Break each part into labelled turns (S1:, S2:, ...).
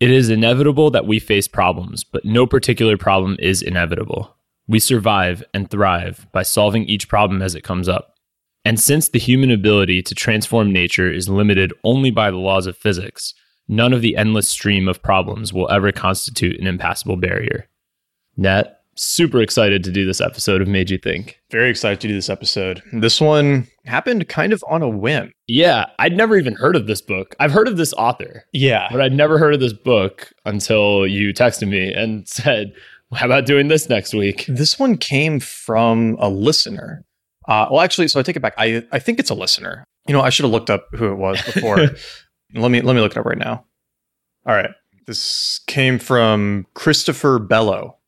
S1: It is inevitable that we face problems, but no particular problem is inevitable. We survive and thrive by solving each problem as it comes up. And since the human ability to transform nature is limited only by the laws of physics, none of the endless stream of problems will ever constitute an impassable barrier. Nat, super excited to do this episode of Made You Think.
S2: Very excited to do this episode. This one happened kind of on a whim.
S1: Yeah, I'd never even heard of this book. I've heard of this author,
S2: Yeah.
S1: but I'd never heard of this book until you texted me and said, How about doing this next week?
S2: This one came from a listener. Uh, well, actually, so I take it back. I, I think it's a listener. You know, I should have looked up who it was before. let me let me look it up right now. All right. This came from Christopher Bello,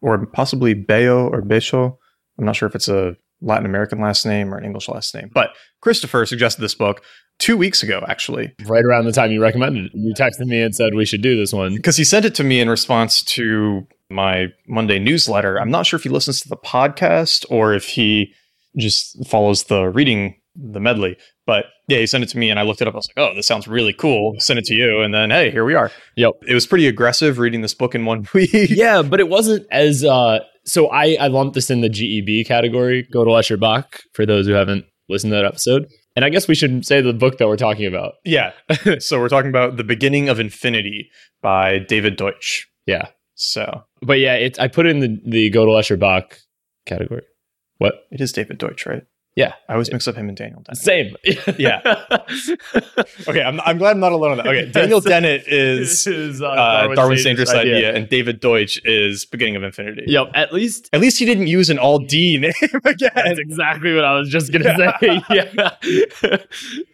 S2: or possibly Bello or Becho. I'm not sure if it's a Latin American last name or an English last name, but Christopher suggested this book two weeks ago, actually.
S1: Right around the time you recommended it, you texted me and said, We should do this one.
S2: because he sent it to me in response to my Monday newsletter. I'm not sure if he listens to the podcast or if he just follows the reading the medley. But yeah, he sent it to me and I looked it up. I was like, oh, this sounds really cool. Sent it to you. And then, hey, here we are.
S1: Yep.
S2: It was pretty aggressive reading this book in one week.
S1: yeah, but it wasn't as uh so I I lumped this in the GEB category, go to Lesher Bach for those who haven't listened to that episode. And I guess we should say the book that we're talking about.
S2: Yeah. so we're talking about The Beginning of Infinity by David Deutsch.
S1: Yeah.
S2: So
S1: But yeah, it I put it in the, the go to Lesher Bach category. What?
S2: it is David Deutsch, right?
S1: Yeah.
S2: I always mix up him and Daniel Dennett.
S1: Same.
S2: Yeah. Okay, I'm, I'm glad I'm not alone on that. Okay, Daniel Dennett is
S1: is uh,
S2: uh, Darwin Sander's idea. and David Deutsch is beginning of infinity.
S1: Yep, at least
S2: At least he didn't use an all D name again.
S1: that's exactly what I was just gonna say. yeah,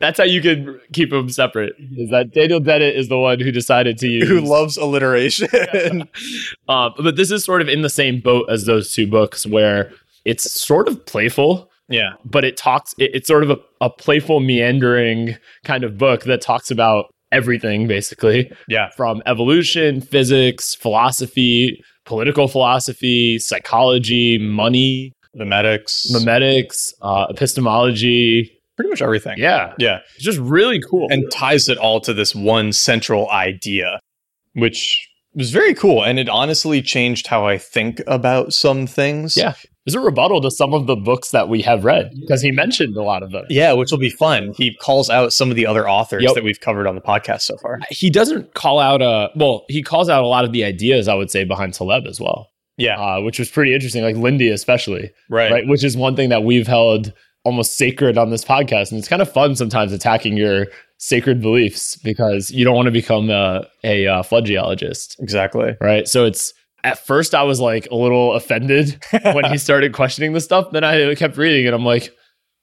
S1: that's how you can keep them separate. Is that Daniel Dennett is the one who decided to use
S2: Who loves alliteration?
S1: Uh, but this is sort of in the same boat as those two books where it's sort of playful,
S2: yeah.
S1: but it talks, it, it's sort of a, a playful, meandering kind of book that talks about everything basically
S2: Yeah.
S1: from evolution, physics, philosophy, political philosophy, psychology, money,
S2: Memetics.
S1: memetics, uh, epistemology.
S2: pretty much everything.
S1: Yeah,
S2: Yeah.
S1: it's just really cool.
S2: And ties it all to this one central idea, which was very cool. And it honestly changed how I think about some things.
S1: Yeah. it's a rebuttal to some of the books that we have read because he mentioned a lot of them.
S2: Yeah, which will be fun. He calls out some of the other authors
S1: Yep.
S2: that we've covered on the podcast so far.
S1: he doesn't call out a well he calls out a lot of the ideas i would say behind taleb as well
S2: Yeah.
S1: uh, which was pretty interesting like lindy especially
S2: right.
S1: right. which is one thing that we've held almost sacred on this podcast and it's kind of fun sometimes attacking your sacred beliefs because you don't want to become a, a uh, flood geologist
S2: Exactly.
S1: right so it's at first i was like a little offended when he started questioning this stuff then i kept reading and i'm like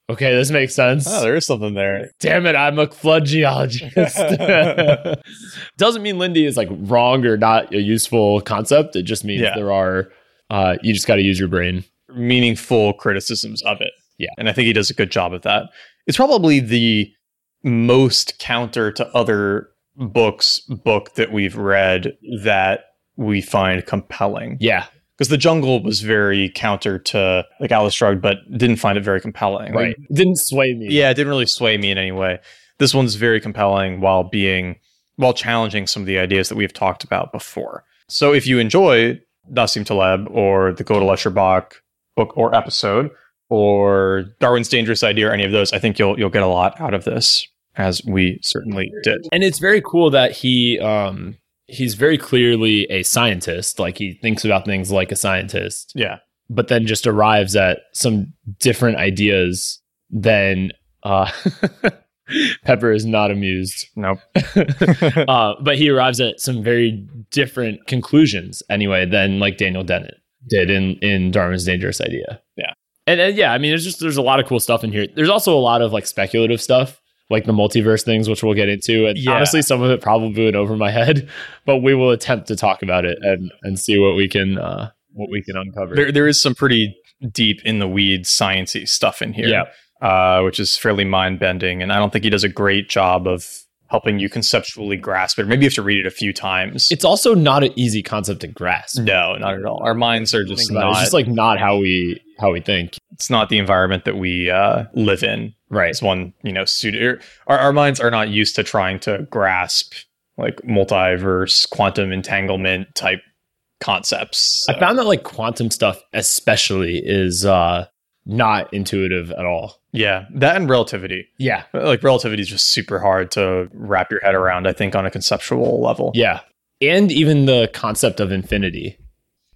S1: okay this makes sense
S2: Oh, there is something there.
S1: damn it, I'm a flood geologist. Doesn't mean Lindy is like wrong or not a useful concept. It just means
S2: Yeah.
S1: there are, uh, you just got to use your brain.
S2: meaningful criticisms of it.
S1: Yeah.
S2: And I think he does a good job of that. It's probably the most counter to other books book that we've read that we find compelling.
S1: Yeah.
S2: Because The Jungle was very counter to like Alice Shrugged, but didn't find it very compelling.
S1: Right.
S2: Like,
S1: Didn't sway me.
S2: yeah, it didn't really sway me in any way. This one's very compelling while being while challenging some of the ideas that we've talked about before. So if you enjoy Nassim Taleb or the Go to Lescherbach book or episode or Darwin's Dangerous Idea or any of those, I think you'll you'll get a lot out of this, as we certainly did.
S1: And it's very cool that he, um, he's very clearly a scientist. Like he thinks about things like a scientist,
S2: Yeah.
S1: but then just arrives at some different ideas than, uh, Pepper is not amused.
S2: Nope.
S1: uh, but he arrives at some very different conclusions anyway than like Daniel Dennett did in in Darwin's Dangerous Idea.
S2: Yeah.
S1: and, and yeah, I mean, there's just there's a lot of cool stuff in here. There's also a lot of like speculative stuff, like the multiverse things, which we'll get into. And
S2: Yeah.
S1: honestly, some of it probably went over my head, but we will attempt to talk about it and and see what we can uh, what we can uncover.
S2: There there is some pretty deep in the weeds sciencey stuff in here.
S1: Yeah.
S2: uh, which is fairly mind bending. And I don't think he does a great job of helping you conceptually grasp it. Maybe you have to read it a few times.
S1: It's also not an easy concept to grasp.
S2: no, not at all. Our minds are
S1: Think
S2: just
S1: about it.
S2: not.
S1: It's just like not how we how we think.
S2: it's not the environment that we uh, live in.
S1: Right.
S2: er, It's one you know suited. Our, our minds are not used to trying to grasp like multiverse, quantum entanglement type concepts.
S1: I found that like quantum stuff especially is uh not intuitive at all.
S2: yeah, that and relativity.
S1: Yeah.
S2: Like relativity is just super hard to wrap your head around. I think on a conceptual level.
S1: Yeah. And even the concept of infinity.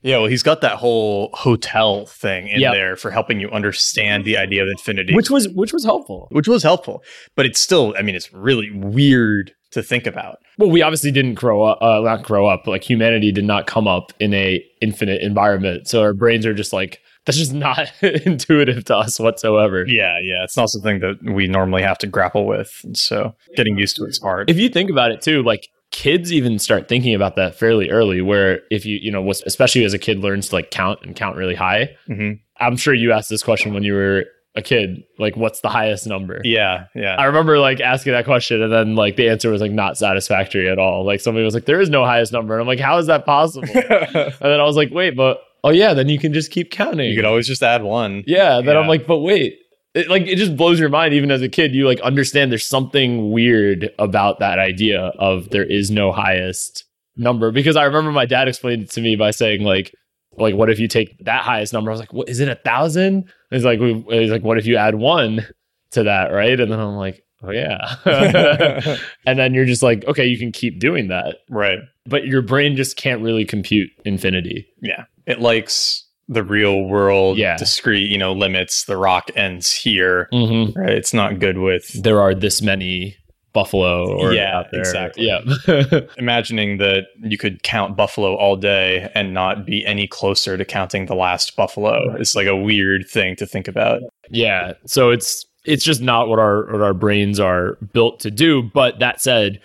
S2: Yeah, well, he's got that whole hotel thing in
S1: Yep.
S2: there for helping you understand the idea of infinity,
S1: Which was which was helpful.
S2: which was helpful. But it's still, I mean, it's really weird to think about.
S1: Well, we obviously didn't grow up, uh, not grow up, but like humanity did not come up in a infinite environment. So our brains are just like, that's just not intuitive to us whatsoever.
S2: Yeah, yeah, it's not something that we normally have to grapple with, and so getting used to it's hard.
S1: If you think about it too, like kids even start thinking about that fairly early, where if you, you know, what's- especially as a kid learns to like count and count really high.
S2: Mhm.
S1: I'm sure you asked this question when you were a kid, like, what's the highest number?
S2: Yeah, yeah.
S1: I remember like asking that question, and then like the answer was like not satisfactory at all. Like somebody was like, "There is no highest number," and I'm like, "How is that possible?" and then I was like, "Wait, but oh yeah, then you can just keep counting."
S2: you could always just add one.
S1: yeah. Then I'm
S2: Yeah.
S1: like, "But wait." It, like it just blows your mind even as a kid you like understand there's something weird about that idea of there is no highest number because i remember my dad explained it to me by saying like like what if you take that highest number i was like what is it a thousand he's like we, he's like what if you add one to that right and then i'm like oh yeah and then you're just like okay you can keep doing that
S2: right.
S1: but your brain just can't really compute infinity
S2: It likes the real world,
S1: Yeah.
S2: discrete, you know, limits. The rock ends here.
S1: mm-hmm.
S2: Right. It's not good with
S1: there are this many buffalo or
S2: Yeah,
S1: out there.
S2: exactly.
S1: yeah
S2: imagining that you could count buffalo all day and not be any closer to counting the last buffalo is like a weird thing to think about.
S1: Yeah. So it's it's just not what our what our brains are built to do. But that said,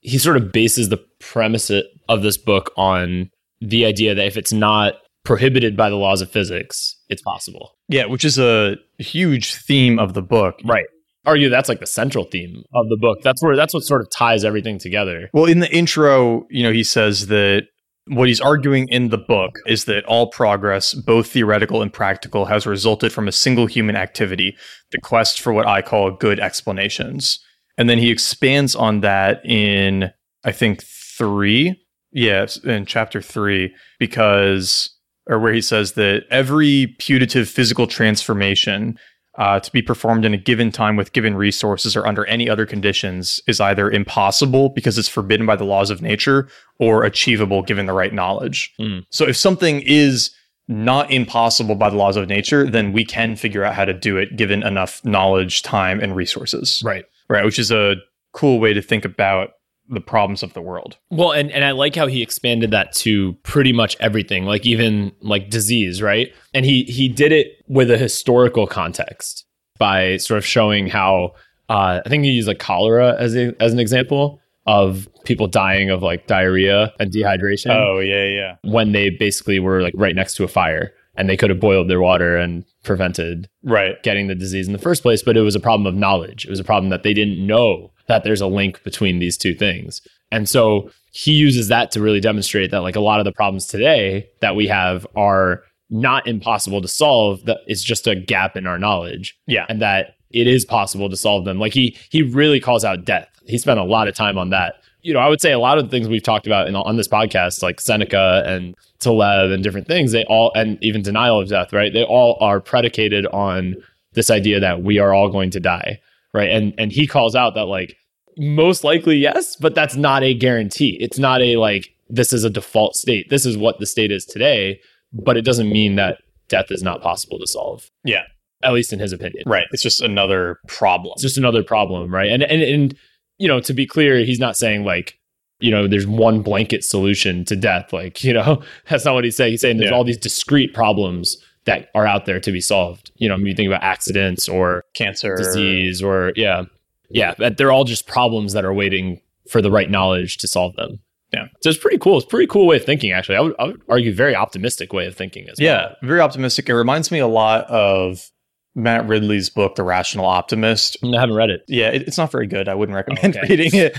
S1: he sort of bases the premise of this book on the idea that if it's not prohibited by the laws of physics, it's possible.
S2: Yeah, which is a huge theme of the book.
S1: Right. Argue that's like the central theme of the book. That's where that's what sort of ties everything together.
S2: Well, in the intro, you know, he says that what he's arguing in the book is that all progress, both theoretical and practical, has resulted from a single human activity, the quest for what I call good explanations. And then he expands on that in, I think, three. Yes, in chapter three, because, or where he says that every putative physical transformation uh, to be performed in a given time with given resources or under any other conditions is either impossible because it's forbidden by the laws of nature or achievable given the right knowledge.
S1: Mm.
S2: So if something is not impossible by the laws of nature, then we can figure out how to do it given enough knowledge, time, and resources.
S1: Right.
S2: Right. Which is a cool way to think about the problems of the world.
S1: Well, and and I like how he expanded that to pretty much everything, like even like disease, right? And he he did it with a historical context by sort of showing how uh, I think he used like cholera as a, as an example of people dying of like diarrhea and dehydration
S2: Oh, yeah, yeah.
S1: when they basically were like right next to a fire and they could have boiled their water and prevented
S2: Right.
S1: getting the disease in the first place, but it was a problem of knowledge. It was a problem that they didn't know that there's a link between these two things. And so he uses that to really demonstrate that like a lot of the problems today that we have are not impossible to solve that it's just a gap in our knowledge
S2: Yeah.
S1: and that it is possible to solve them. Like he he really calls out death. He spent a lot of time on that. You know, I would say a lot of the things we've talked about in, on this podcast, like Seneca and Taleb and different things, they all and even denial of death, right? They all are predicated on this idea that we are all going to die, right? And and he calls out that like most likely yes, but that's not a guarantee. It's not a like this is a default state. This is what the state is today, but it doesn't mean that death is not possible to solve.
S2: Yeah.
S1: At least in his opinion
S2: Right. It's just another problem.
S1: it's just another problem, right? And and and you know, to be clear, he's not saying like you know, there's one blanket solution to death. Like you know, that's not what he's saying. He's saying there's
S2: Yeah.
S1: all these discrete problems that are out there to be solved. You know, when you think about accidents or
S2: Cancer.
S1: disease or yeah, yeah, but they're all just problems that are waiting for the right knowledge to solve them.
S2: Yeah.
S1: so it's pretty cool. It's a pretty cool way of thinking. Actually, I would, I would argue very optimistic way of thinking as well.
S2: Yeah, very optimistic. It reminds me a lot of Matt Ridley's book, The Rational Optimist.
S1: I haven't read it.
S2: Yeah, it, it's not very good. I wouldn't recommend
S1: Oh, Okay.
S2: reading it,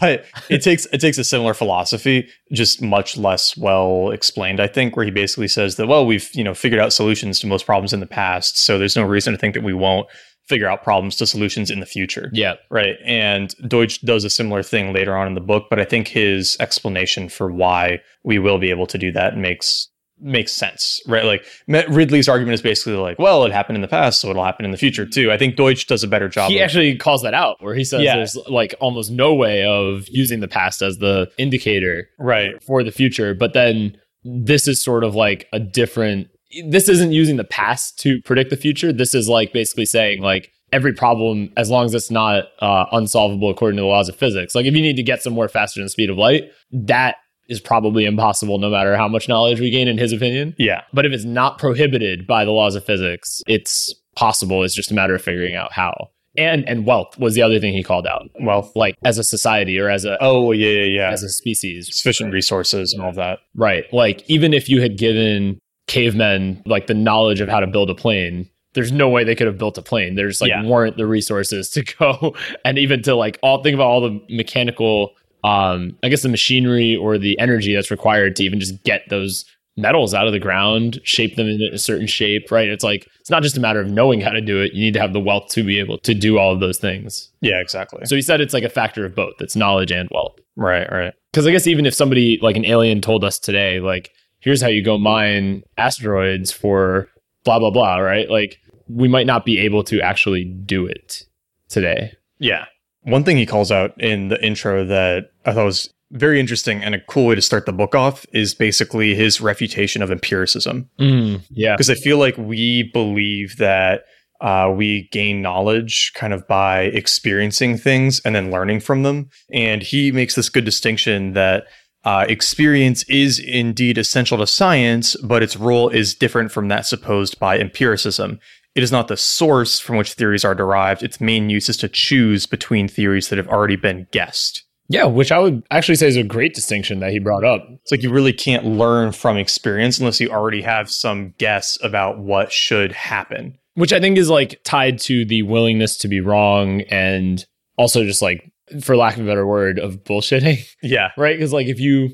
S2: but it takes it takes a similar philosophy, just much less well explained. I think where he basically says that well, we've you know figured out solutions to most problems in the past, so there's no reason to think that we won't figure out problems to solutions in the future.
S1: Yeah.
S2: Right. And Deutsch does a similar thing later on in the book, but I think his explanation for why we will be able to do that makes makes sense, right? Like Ma- Ridley's argument is basically like, well, it happened in the past, so it'll happen in the future too. I think Deutsch does a better job.
S1: He
S2: of-
S1: actually calls that out where he says
S2: Yeah.
S1: there's like almost no way of using the past as the indicator
S2: right.
S1: for the future. But then this is sort of like a different this isn't using the past to predict the future. This is like basically saying like every problem as long as it's not uh, unsolvable according to the laws of physics. Like if you need to get somewhere faster than the speed of light, that is probably impossible no matter how much knowledge we gain in his opinion.
S2: Yeah.
S1: But if it's not prohibited by the laws of physics, it's possible. It's just a matter of figuring out how. And and wealth was the other thing he called out.
S2: Well.
S1: Like as a society or as a
S2: Oh yeah, yeah, yeah.
S1: as a species.
S2: Sufficient resources and all of that.
S1: Right. Like even if you had given cavemen like the knowledge of how to build a plane, there's no way they could have built a plane. There's like
S2: Yeah.
S1: weren't the resources to go and even to like all think about all the mechanical um I guess the machinery or the energy that's required to even just get those metals out of the ground, shape them in a certain shape, right? It's like it's not just a matter of knowing how to do it. You need to have the wealth to be able to do all of those things.
S2: Yeah, exactly.
S1: So he said it's like a factor of both. It's knowledge and wealth
S2: right, right.
S1: because I guess even if somebody like an alien told us today, like, here's how you go mine asteroids for blah blah blah, right? Like, we might not be able to actually do it today.
S2: Yeah. One thing he calls out in the intro that I thought was very interesting and a cool way to start the book off is basically his refutation of empiricism.
S1: yeah,
S2: Because I feel like we believe that uh, we gain knowledge kind of by experiencing things and then learning from them. And he makes this good distinction that uh, experience is indeed essential to science, but its role is different from that supposed by empiricism. It is not the source from which theories are derived. Its main use is to choose between theories that have already been guessed.
S1: yeah. Which I would actually say is a great distinction that he brought up.
S2: It's like you really can't learn from experience unless you already have some guess about what should happen.
S1: which I think is like tied to the willingness to be wrong and also just like, for lack of a better word, of bullshitting.
S2: Yeah.
S1: right? Because like if you,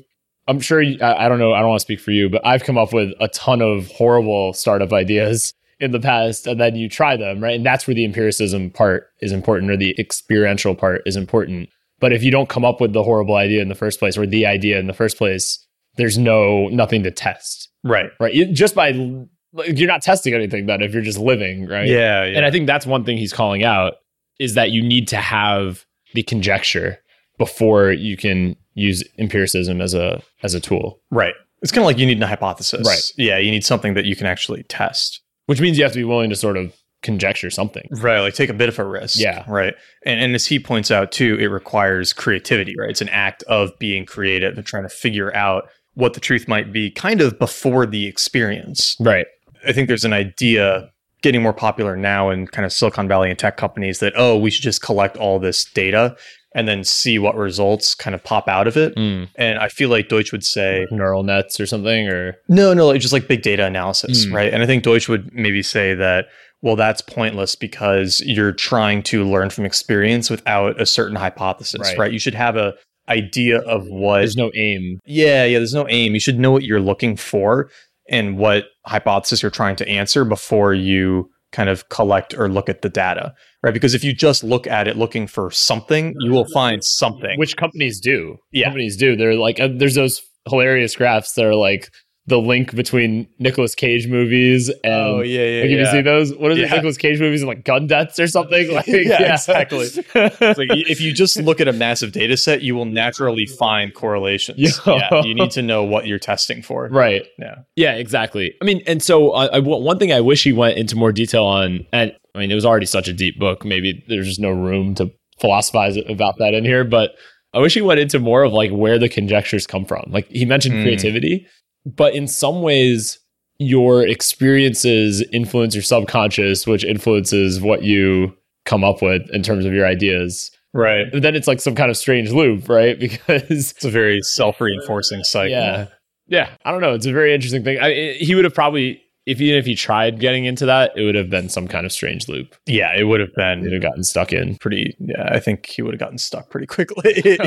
S1: I'm sure you, I, I don't know, I don't want to speak for you, but I've come up with a ton of horrible startup ideas in the past, and then you try them, right? And that's where the empiricism part is important, or the experiential part is important. But if you don't come up with the horrible idea in the first place, or the idea in the first place, there's no nothing to test,
S2: Right.
S1: right? You, just by like, you're not testing anything then if you're just living, right?
S2: Yeah, yeah.
S1: And I think that's one thing he's calling out is that you need to have the conjecture before you can use empiricism as a as a tool.
S2: right. It's kind of like you need a hypothesis.
S1: Right.
S2: Yeah, you need something that you can actually test.
S1: Which means you have to be willing to sort of conjecture something.
S2: Right, like take a bit of a risk.
S1: Yeah.
S2: Right. And and as he points out too, it requires creativity, right? It's an act of being creative and trying to figure out what the truth might be kind of before the experience.
S1: Right.
S2: I think there's an idea getting more popular now in kind of Silicon Valley and tech companies that, oh, we should just collect all this data and then see what results kind of pop out of it.
S1: Hmm.
S2: And I feel like Deutsch would say,
S1: Neural nets or something or
S2: no, no, like just like big data analysis,
S1: Mm.
S2: right? And I think Deutsch would maybe say that, well, that's pointless because you're trying to learn from experience without a certain hypothesis,
S1: Right.
S2: right? You should have a idea of what
S1: there's no aim.
S2: yeah, yeah, there's no aim. You should know what you're looking for and what hypothesis you're trying to answer before you kind of collect or look at the data, right? Because if you just look at it looking for something, you will find something.
S1: Which companies do.
S2: Yeah.
S1: Companies do. They're like uh, there's those hilarious graphs that are like the link between Nicolas Cage movies and
S2: yeah, Oh, yeah.
S1: Like, have you seen those? What is it?
S2: Yeah.
S1: Nicolas Cage movies and like gun deaths or something? Like,
S2: Yeah, exactly. It's like, y- if you just look at a massive data set, you will naturally find correlations.
S1: Yeah.
S2: Yeah, you need to know what you're testing for.
S1: Right.
S2: Yeah.
S1: Yeah, exactly. I mean, and so uh, I, I, one thing I wish he went into more detail on, and I mean, it was already such a deep book. Maybe there's just no room to philosophize about that in here, but I wish he went into more of like where the conjectures come from. Like he mentioned
S2: Mm.
S1: creativity, but in some ways, your experiences influence your subconscious, which influences what you come up with in terms of your ideas.
S2: Right.
S1: And then it's like some kind of strange loop, right? Because
S2: It's a very self-reinforcing cycle.
S1: yeah. Yeah. I don't know. It's a very interesting thing. I, it- he would have probably, if even if he tried getting into that, it would have been some kind of strange loop.
S2: Yeah, it would have
S1: He would
S2: been
S1: have gotten stuck in.
S2: pretty yeah, I think he would have gotten stuck pretty quickly.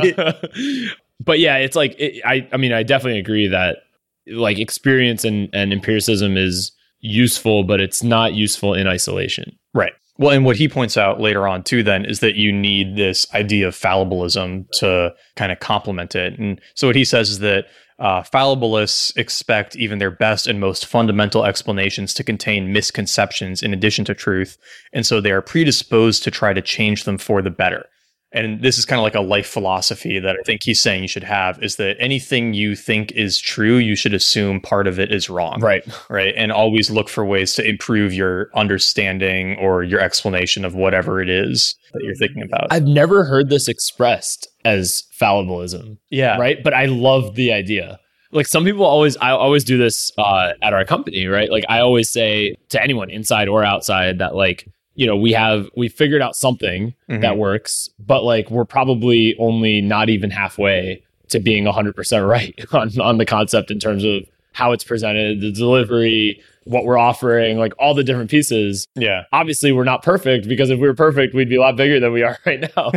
S1: but yeah, it's like, it, I, I mean, I definitely agree that like experience and, and empiricism is useful, but it's not useful in isolation.
S2: Right. Well, and what he points out later on too, then, is that you need this idea of fallibilism to kind of complement it. And so what he says is that uh, fallibilists expect even their best and most fundamental explanations to contain misconceptions in addition to truth, and so they are predisposed to try to change them for the better. And this is kind of like a life philosophy that I think he's saying you should have is that anything you think is true, you should assume part of it is wrong
S1: Right.
S2: right? And always look for ways to improve your understanding or your explanation of whatever it is that you're thinking about.
S1: I've never heard this expressed as fallibilism.
S2: yeah.
S1: right? But I love the idea. Like some people always, I always do this uh, at our company, right? Like I always say to anyone inside or outside that, like, you know, we have, we figured out something
S2: Mhm.
S1: that works, but like we're probably only not even halfway to being 100% right on, on the concept in terms of how it's presented, the delivery, what we're offering, like all the different pieces
S2: Yeah.
S1: obviously we're not perfect because if we were perfect, we'd be a lot bigger than we are right now.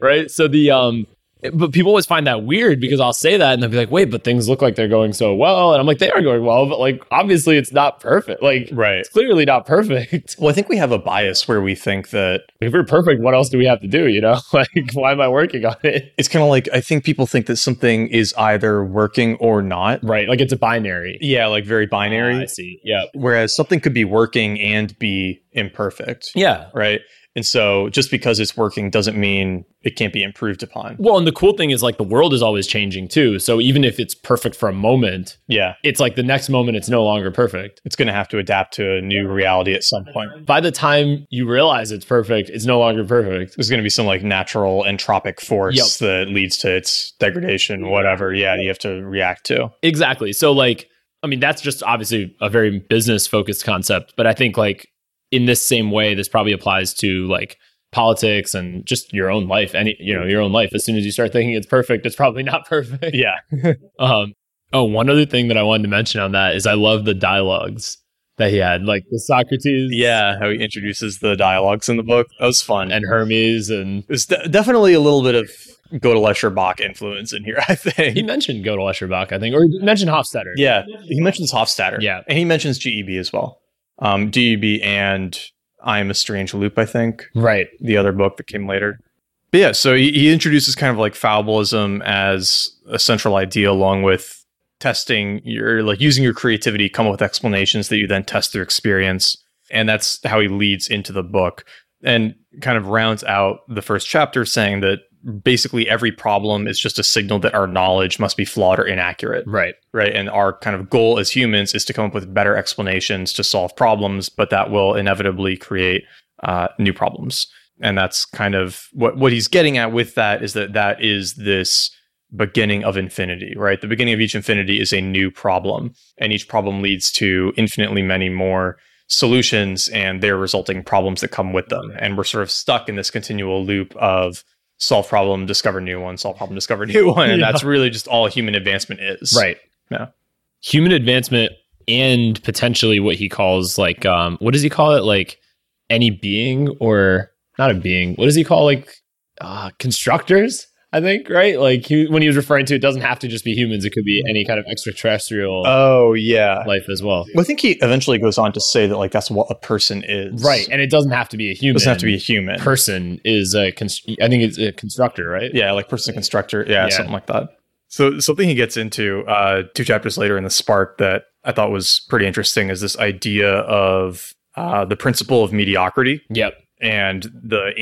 S1: right. So the um but people always find that weird because I'll say that and they'll be like, wait, but things look like they're going so well. And I'm like, they are going well, but like obviously it's not perfect. Like
S2: Right.
S1: it's clearly not perfect.
S2: Well, I think we have a bias where we think that
S1: If we're perfect, what else do we have to do? You know? Like why am I working on it?
S2: it's kind of like I think people think that something is either working or not.
S1: Right. Like it's a binary.
S2: Yeah, like very
S1: Ah,
S2: binary.
S1: I see. Yeah.
S2: Whereas something could be working and be imperfect.
S1: Yeah.
S2: Right. And so just because it's working doesn't mean it can't be improved upon.
S1: Well, and the cool thing is like the world is always changing too. So even if it's perfect for a moment,
S2: Yeah.
S1: it's like the next moment it's no longer perfect.
S2: It's going to have to adapt to a new reality at some point.
S1: by the time you realize it's perfect, it's no longer perfect.
S2: there's going to be some like natural entropic force that leads to its degradation, whatever. Yeah, you have to react to.
S1: Exactly. So, like, I mean, that's just obviously a very business focused concept. But I think, like, in this same way, this probably applies to like politics and just your own life. Any, you know, your own life. As soon as you start thinking it's perfect, it's probably not perfect.
S2: Yeah.
S1: Um, oh, one other thing that I wanted to mention on that is I love the dialogues that he had, like the Socrates
S2: Yeah. How he introduces the dialogues in the book. That was fun. And
S1: and Hermes. And
S2: there's de- definitely a little bit of go to Lesher Bach influence in here, I think.
S1: he mentioned Gödel Escherbach, I think, or he mentioned Hofstadter.
S2: yeah. He mentions Hofstadter.
S1: Yeah.
S2: And he mentions GEB as well. Um, GEB and I Am a Strange Loop, I think.
S1: Right.
S2: the other book that came later. But yeah, so he, he introduces kind of like fallibilism as a central idea, along with testing your like using your creativity, come up with explanations that you then test through experience, and that's how he leads into the book and kind of rounds out the first chapter, saying that basically every problem is just a signal that our knowledge must be flawed or inaccurate
S1: Right.
S2: right? And our kind of goal as humans is to come up with better explanations to solve problems, but that will inevitably create uh, new problems. And that's kind of what what he's getting at with that is that that is this beginning of infinity, right? The beginning of each infinity is a new problem, and each problem leads to infinitely many more solutions and their resulting problems that come with them. And we're sort of stuck in this continual loop of solve problem, discover new one, solve problem, discover new one. And
S1: Yeah.
S2: that's really just all human advancement is.
S1: Right.
S2: Yeah.
S1: Human advancement and potentially what he calls like um what does he call it? Like any being or not a being. What does he call like uh constructors? I think, right? Like he, when he was referring to it doesn't have to just be humans, it could be any kind of extraterrestrial
S2: Oh yeah.
S1: life as well.
S2: Well, I think he eventually goes on to say that like that's what a person is.
S1: Right. And it doesn't have to be a
S2: It
S1: human.
S2: doesn't have to be a human.
S1: person is a const- I think it's a constructor, right?
S2: yeah, like person constructor. Yeah,
S1: Yeah.
S2: something like that. So something he gets into uh, two chapters later in the Spark that I thought was pretty interesting is this idea of uh, the principle of mediocrity
S1: Yep.
S2: and the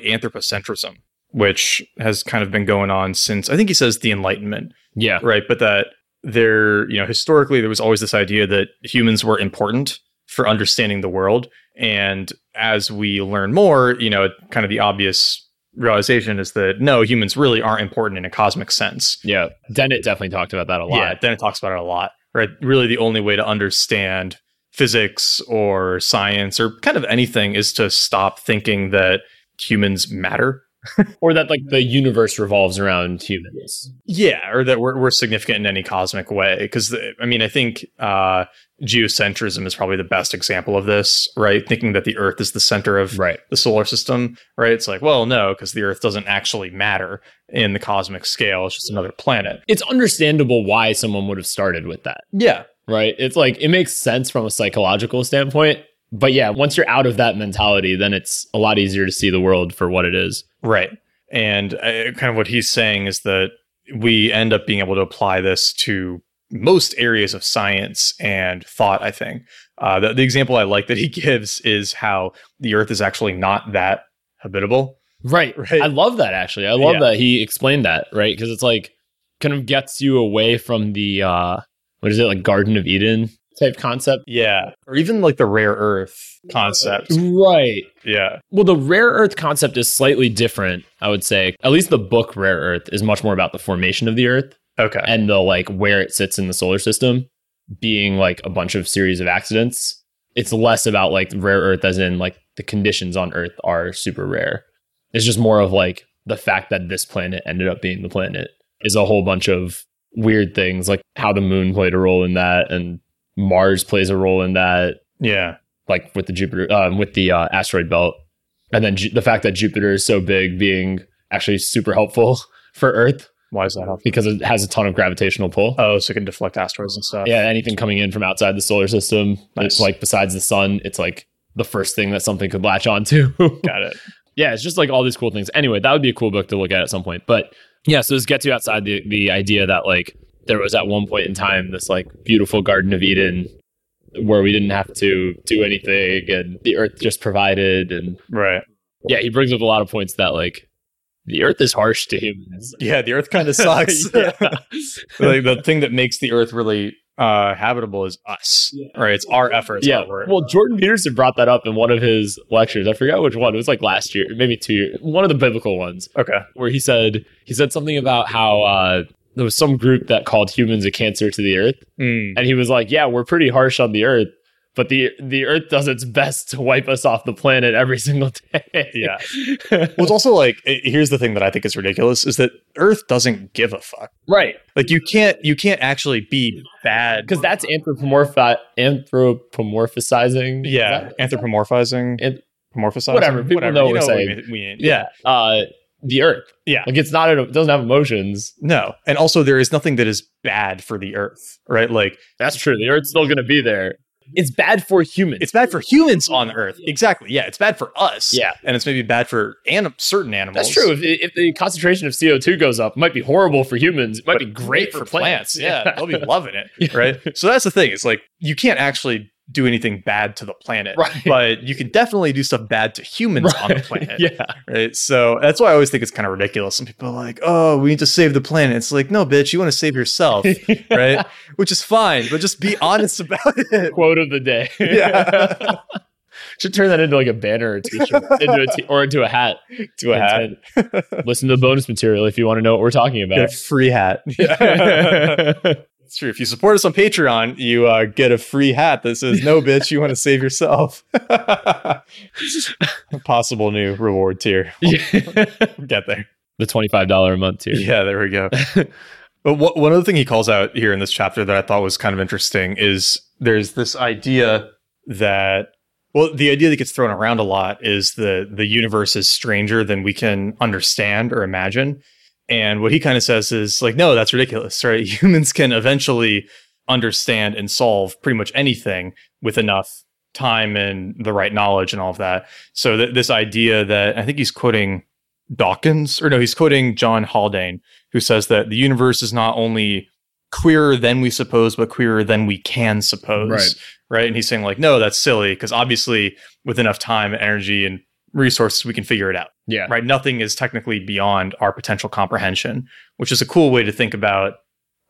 S2: anti-anthropocentrism, which has kind of been going on since I think he says the Enlightenment.
S1: Yeah.
S2: right but that there you know historically there was always this idea that humans were important for understanding the world and as we learn more you know kind of the obvious realization is that no humans really aren't important in a cosmic sense
S1: Yeah. Dennett definitely talked about that a lot.
S2: yeah then it talks about it a lot right really the only way to understand physics or science or kind of anything is to stop thinking that humans matter
S1: Or that like the universe revolves around humans.
S2: Yeah, or that we're, we're significant in any cosmic way. Because, I mean, I think uh, geocentrism is probably the best example of this, right? Thinking that the Earth is the center of
S1: Right.
S2: the solar system, right? It's like, well, no, because the Earth doesn't actually matter in the cosmic scale. It's just another planet.
S1: it's understandable why someone would have started with that,
S2: Yeah.
S1: right? It's like it makes sense from a psychological standpoint, But yeah, once you're out of that mentality, then it's a lot easier to see the world for what it is.
S2: Right. And uh, kind of what he's saying is that we end up being able to apply this to most areas of science and thought, I think. Uh, the, the example I like that he gives is how the Earth is actually not that habitable.
S1: Right.
S2: Right.
S1: I love that actually. I love
S2: Yeah.
S1: that he explained that, right? Because it's like kind of gets you away from the uh what is it, like Garden of Eden type concept.
S2: Yeah. Or even like the rare Earth concept.
S1: Right.
S2: Yeah.
S1: Well, the rare earth concept is slightly different, I would say. At least the book Rare Earth is much more about the formation of the earth
S2: Okay.
S1: and the like where it sits in the solar system being like a bunch of series of accidents. It's less about like rare earth as in like the conditions on earth are super rare. It's just more of like the fact that this planet ended up being the planet is a whole bunch of weird things like how the moon played a role in that and Mars plays a role in that
S2: yeah.
S1: like with the Jupiter um, with the uh, asteroid belt, and then Ju- the fact that Jupiter is so big being actually super helpful for Earth
S2: Why is that helpful?
S1: because it has a ton of gravitational pull.
S2: Oh, so it can deflect asteroids and stuff.
S1: yeah, anything coming in from outside the solar system,
S2: Nice.
S1: it's like besides the sun, it's like the first thing that something could latch onto.
S2: Got it.
S1: yeah, it's just like all these cool things. Anyway, that would be a cool book to look at at some point. But yeah, so this gets you outside the the idea that like there was at one point in time this like beautiful Garden of Eden where we didn't have to do anything and the earth just provided and
S2: Right.
S1: yeah, he brings up a lot of points that like the earth is harsh to humans.
S2: Yeah. The Earth kind of sucks.
S1: Yeah.
S2: like the thing that makes the Earth really uh, habitable is us, right? It's our efforts.
S1: yeah.
S2: our work.
S1: Well, Jordan Peterson brought that up in one of his lectures. I forgot which one. It was like last year, maybe two years, one of the biblical ones.
S2: okay.
S1: where he said he said something about how uh, there was some group that called humans a cancer to the earth,
S2: Mm.
S1: and he was like, "Yeah, we're pretty harsh on the earth, but the the earth does its best to wipe us off the planet every single day."
S2: Yeah. Well, it's also like i- here's the thing that I think is ridiculous is that Earth doesn't give a fuck.
S1: right,
S2: Like you can't you can't actually be bad.
S1: because that's anthropomorphi- anthropomorphizing.
S2: yeah,
S1: Is that-
S2: anthropomorphizing,
S1: Anth-
S2: anthropomorphizing,
S1: Whatever, people know
S2: you
S1: what we're
S2: what we mean- we mean.
S1: yeah, uh, the earth.
S2: Yeah.
S1: like it's not it doesn't have emotions.
S2: no, and also there is nothing that is bad for the Earth, right? Like
S1: That's true. The earth's still going to be there. It's bad for humans.
S2: it's bad for humans on Earth, exactly. Yeah, it's bad for us.
S1: Yeah.
S2: and it's maybe bad for anim- certain animals.
S1: That's true. If, if the concentration of CO2 goes up, it might be horrible for humans. It might be great for plants.
S2: Yeah, they'll be loving it,
S1: Yeah.
S2: right? So that's the thing. It's like you can't actually do anything bad to the planet,
S1: Right.
S2: but you can definitely do stuff bad to humans on the
S1: Right.
S2: planet,
S1: yeah.
S2: right? So that's why I always think it's kind of ridiculous. Some people are like, "Oh, we need to save the planet." It's like, no, bitch, you want to save yourself, right? Which is fine, but just be honest about it.
S1: Quote of the day.
S2: Yeah.
S1: Should turn that into like a banner or a t-shirt into a t- or into a hat.
S2: To a hat,
S1: Intent. Listen to the bonus material if you want to know what we're talking
S2: get a
S1: about.
S2: free hat. It's true. If you support us on Patreon, you uh, get a free hat that says "No, bitch, you want to save yourself." A Possible new reward tier. We'll Get there.
S1: the $25 a month tier.
S2: Yeah, there we go. but what, one other thing he calls out here in this chapter that I thought was kind of interesting is there's this idea that, well, the idea that gets thrown around a lot is the the universe is stranger than we can understand or imagine. And what he kind of says is like, no, that's ridiculous, right? Humans can eventually understand and solve pretty much anything with enough time and the right knowledge and all of that. So th- this idea that I think he's quoting Dawkins, or no, he's quoting John Haldane, who says that the universe is not only queerer than we suppose, but queerer than we can suppose.
S1: Right.
S2: Right. And he's saying, like, no, that's silly, because obviously with enough time, energy, and resources, we can figure it out.
S1: Yeah.
S2: Right. Nothing is technically beyond our potential comprehension, which is a cool way to think about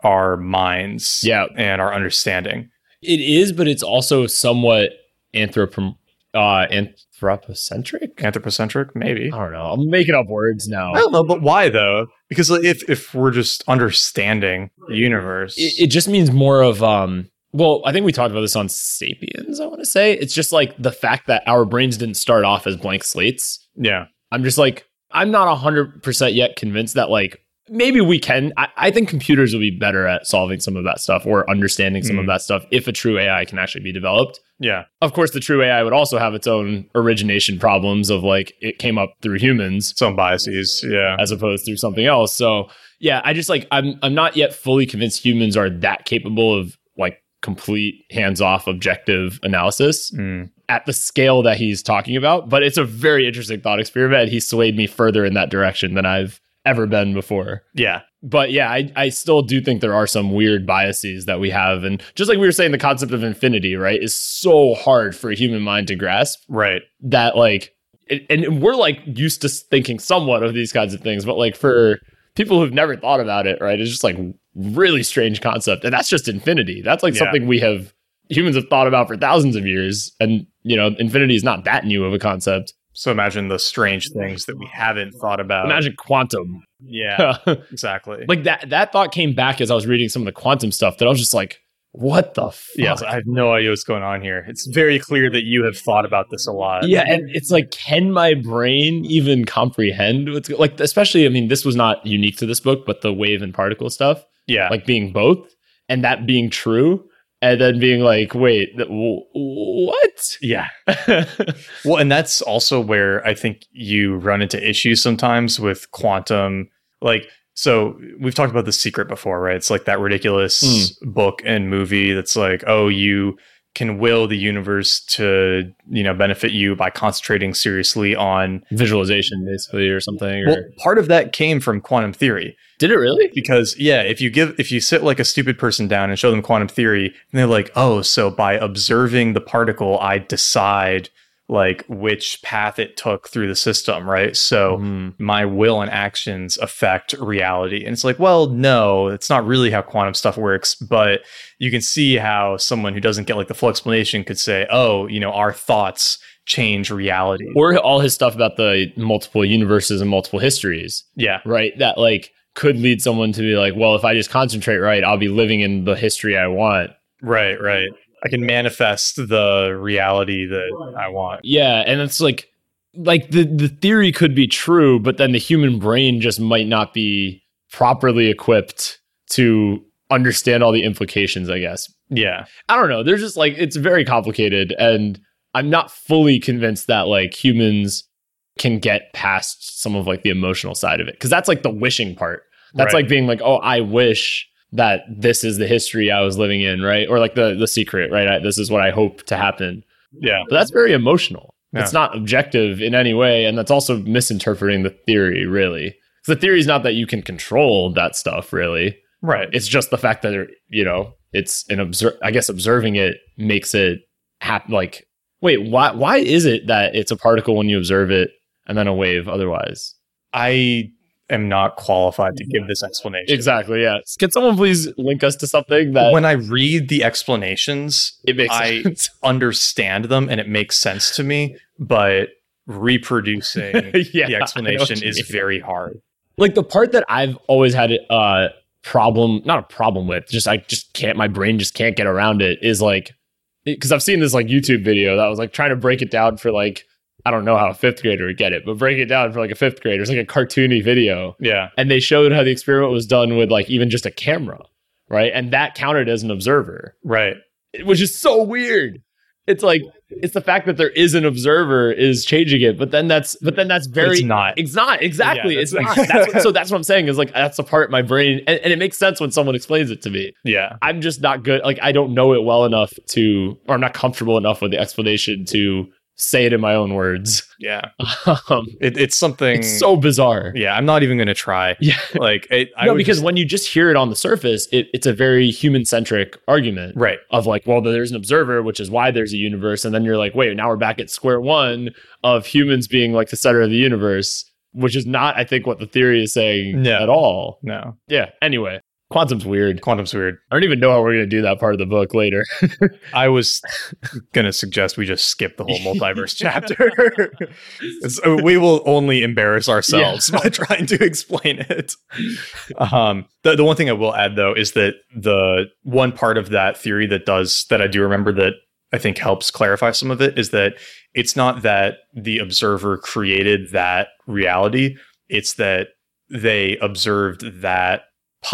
S2: our minds
S1: Yeah.
S2: and our understanding.
S1: It is, but it's also somewhat anthropom- uh, anthropocentric.
S2: Anthropocentric, maybe.
S1: I don't know. I'm making up words now.
S2: I don't know, but why though? Because like, if if we're just understanding the universe,
S1: it, it just means more of um well i think we talked about this on sapiens i want to say it's just like the fact that our brains didn't start off as blank slates
S2: yeah,
S1: i'm just like i'm not 100% yet convinced that like maybe we can i, I think computers will be better at solving some of that stuff or understanding some
S2: Mm.
S1: of that stuff if a true ai can actually be developed
S2: yeah,
S1: of course the true ai would also have its own origination problems of like it came up through humans
S2: some biases, yeah,
S1: as opposed to something else. So yeah, I just like I'm I'm not yet fully convinced humans are that capable of like complete hands-off objective analysis
S2: Mm.
S1: at the scale that he's talking about, but it's a very interesting thought experiment. He swayed me further in that direction than I've ever been before.
S2: Yeah.
S1: But yeah, I, I still do think there are some weird biases that we have. And just like we were saying, the concept of infinity, right, is so hard for a human mind to grasp
S2: Right.
S1: that, like, it, and we're like used to thinking somewhat of these kinds of things, but like for people who've never thought about it, right, it's just like really strange concept. And that's just infinity. That's like
S2: Yeah.
S1: something we have, humans have thought about for thousands of years. And, you know, infinity is not that new of a concept.
S2: So imagine the strange things that we haven't thought about.
S1: Imagine quantum.
S2: Yeah. Exactly.
S1: Uh, like that that thought came back as I was reading some of the quantum stuff that I was just like, what the fuck?
S2: yes, I have no idea what's going on here. It's very clear that you have thought about this a lot.
S1: yeah, and it's like, can my brain even comprehend what's go- like? Especially, I mean, this was not unique to this book, but the wave and particle stuff,
S2: Yeah.
S1: like being both, and that being true, and then being like, wait, th- w- what?
S2: yeah. Well, and that's also where I think you run into issues sometimes with quantum. Like, so we've talked about The Secret before, right? It's like that ridiculous book and movie that's like, oh, you can will the universe to, you know, benefit you by concentrating seriously on.
S1: Visualization, basically, or something. Or,
S2: Well, part of that came from quantum theory
S1: did it really?
S2: because yeah if you give if you sit like a stupid person down and show them quantum theory and they're like oh so by observing the particle i decide like which path it took through the system right so
S1: Mm.
S2: my will and actions affect reality and it's like well no it's not really how quantum stuff works but you can see how someone who doesn't get like the full explanation could say oh you know our thoughts change reality
S1: Or all his stuff about the multiple universes and multiple histories.
S2: yeah
S1: right? That like could lead someone to be like, well, if I just concentrate right, I'll be living in the history I want.
S2: right right i can manifest the reality that i want
S1: Yeah, and it's like like the the theory could be true, but then the human brain just might not be properly equipped to understand all the implications, I guess.
S2: Yeah.
S1: I don't know. There's just like it's very complicated and I'm not fully convinced that like humans can get past some of like the emotional side of it cuz that's like the wishing part. That's
S2: Right.
S1: like being like, "Oh, I wish that this is the history I was living in," right? Or like the the secret, right? I, this is what I hope to happen.
S2: Yeah.
S1: But that's very emotional.
S2: Yeah.
S1: It's not objective in any way and that's also misinterpreting the theory really. 'Cause the theory is not that you can control that stuff really
S2: Right.
S1: it's just the fact that you know it's an observe i guess observing it makes it hap- like wait why why is it that it's a particle when you observe it and then a wave otherwise
S2: I am not qualified to give this explanation.
S1: exactly yeah can someone please link us to something that
S2: When I read the explanations,
S1: it makes
S2: I-
S1: sense
S2: understand them and it makes sense to me, but reproducing
S1: yeah I
S2: the
S1: know what
S2: explanation
S1: you
S2: is
S1: mean.
S2: very hard.
S1: like the part that i've always had a uh, problem not a problem with just i just can't my brain just can't get around it is like because i've seen this like youtube video that was like trying to break it down for like i don't know how a fifth grader would get it but break it down for like a fifth grader it's like a cartoony video
S2: Yeah.
S1: and they showed how the experiment was done with like even just a camera right and that counted as an observer
S2: Right.
S1: which is so weird it's like it's the fact that there is an observer is changing it but then that's but then that's
S2: But
S1: very
S2: it's not.
S1: it's not exactly.
S2: Yeah,
S1: it's
S2: that's-
S1: not. That's what, so that's what I'm saying is like that's the part of my brain, and, and it makes sense when someone explains it to me.
S2: Yeah.
S1: I'm just not good. Like I don't know it well enough to, or I'm not comfortable enough with the explanation to say it in my own words.
S2: Yeah.
S1: Um,
S2: It, it's something.
S1: it's so bizarre.
S2: Mm. yeah. I'm not even going to try.
S1: Yeah.
S2: Like, it, I
S1: no,
S2: would
S1: because
S2: just-
S1: when you just hear it on the surface, it, it's a very human centric argument
S2: right.
S1: of like, well, there's an observer, which is why there's a universe. And then you're like, wait, now we're back at square one of humans being like the center of the universe, which is not, I think, what the theory is saying
S2: No.
S1: at all.
S2: No.
S1: Yeah. Anyway, quantum's weird.
S2: Quantum's weird.
S1: I don't even know how we're going to do that part of the book later.
S2: I was going to suggest we just skip the whole multiverse chapter. So we will only embarrass ourselves by trying to explain it. Um, the, the one thing I will add, though, is that the one part of that theory that does that I do remember that I think helps clarify some of it is that it's not that the observer created that reality, it's that they observed that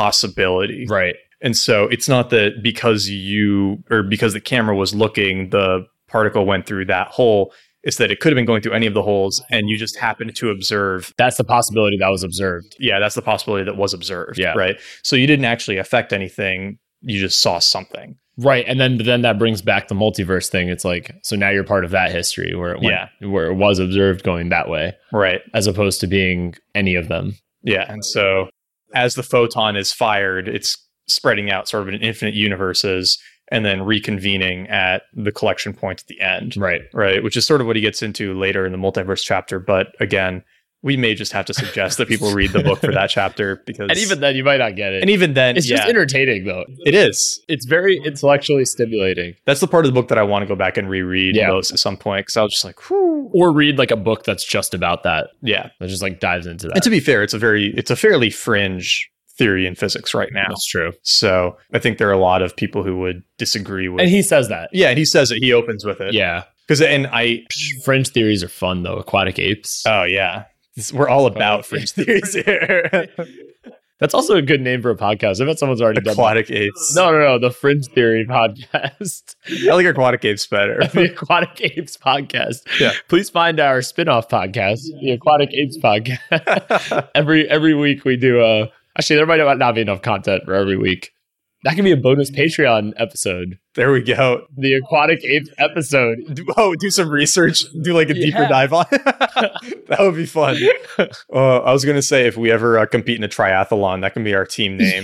S2: possibility.
S1: right.
S2: And so it's not that because you or because the camera was looking, the particle went through that hole. It's that it could have been going through any of the holes and you just happened to observe.
S1: That's the possibility that was observed.
S2: Yeah, that's the possibility that was observed.
S1: Yeah.
S2: Right. So you didn't actually affect anything. You just saw something.
S1: Right, and then then that brings back the multiverse thing. It's like so now you're part of that history where it went, where it was observed going that way
S2: Right.
S1: as opposed to being any of them.
S2: Yeah. And so as the photon is fired, it's spreading out sort of in infinite universes and then reconvening at the collection point at the end.
S1: Right.
S2: Right. Which is sort of what he gets into later in the multiverse chapter. But again, we may just have to suggest that people read the book for that chapter because
S1: And even then you might not get it.
S2: and even then
S1: it's
S2: yeah,
S1: just entertaining though.
S2: it is.
S1: It's very intellectually stimulating.
S2: That's the part of the book that I want to go back and reread
S1: Yeah.
S2: most at some point because I was just like, whew.
S1: Or read like a book that's just about that.
S2: Yeah.
S1: That just like dives into that.
S2: And to be fair, it's a very it's a fairly fringe theory in physics right now.
S1: That's true.
S2: So I think there are a lot of people who would disagree with.
S1: And he says that.
S2: yeah, and he says it. He opens with it.
S1: Yeah.
S2: because and I.
S1: Fringe theories are fun though. Aquatic apes.
S2: Oh yeah, This- we're all
S1: Oh,
S2: about fringe theories here.
S1: That's also a good name for a podcast. I bet someone's already done that.
S2: aquatic apes.
S1: No, no, no. The Fringe Theory podcast.
S2: I like aquatic apes better.
S1: the Aquatic Apes podcast.
S2: Yeah.
S1: Please find our spin-off podcast, the Aquatic Apes podcast. every every week we do uh actually there might not be enough content for every week. That can be a bonus Patreon episode.
S2: there we go.
S1: The Aquatic Apes episode.
S2: Do, oh, do some research. Do like a deeper
S1: Yeah.
S2: dive on. that would be fun. Uh, I was gonna say if we ever uh, compete in a triathlon, that can be our team name.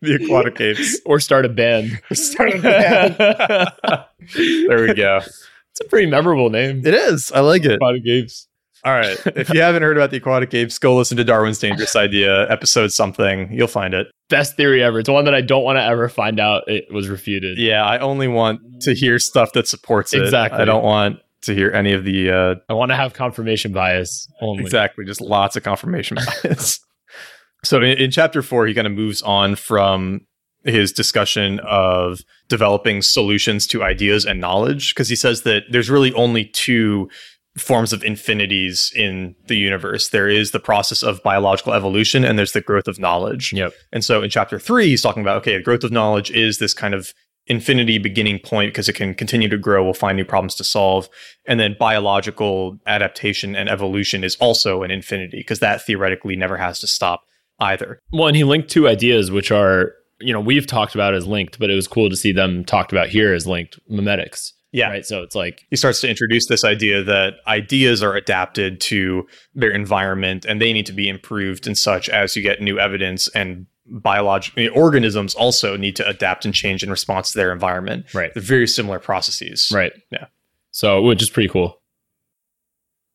S2: the aquatic apes.
S1: Or start a band.
S2: Start a band.
S1: it's
S2: There we go.
S1: a pretty memorable name.
S2: It is. I like it.
S1: Aquatic Apes.
S2: All right. If you haven't heard about the aquatic apes, go listen to Darwin's Dangerous Idea episode something. You'll find it.
S1: Best theory ever. It's one that I don't want to ever find out it was refuted.
S2: Yeah, I only want to hear stuff that supports it.
S1: Exactly.
S2: I don't want to hear any of the uh,
S1: I want to have confirmation bias only.
S2: exactly just lots of confirmation bias. so in, in chapter four, he kind of moves on from his discussion of developing solutions to ideas and knowledge because he says that there's really only two forms of infinities in the universe. There is the process of biological evolution and there's the growth of knowledge.
S1: Yep.
S2: And so in chapter three, he's talking about okay, the growth of knowledge is this kind of infinity beginning point because it can continue to grow. We'll find new problems to solve. And then biological adaptation and evolution is also an infinity because that theoretically never has to stop either.
S1: Well, and he linked two ideas, which are, you know, we've talked about as linked, but it was cool to see them talked about here as linked memetics.
S2: Yeah.
S1: Right. So it's like,
S2: He starts to introduce this idea that ideas are adapted to their environment and they need to be improved and such as you get new evidence and biological organisms also need to adapt and change in response to their environment.
S1: right.
S2: They're very similar processes.
S1: Right.
S2: Yeah.
S1: So, which is pretty cool.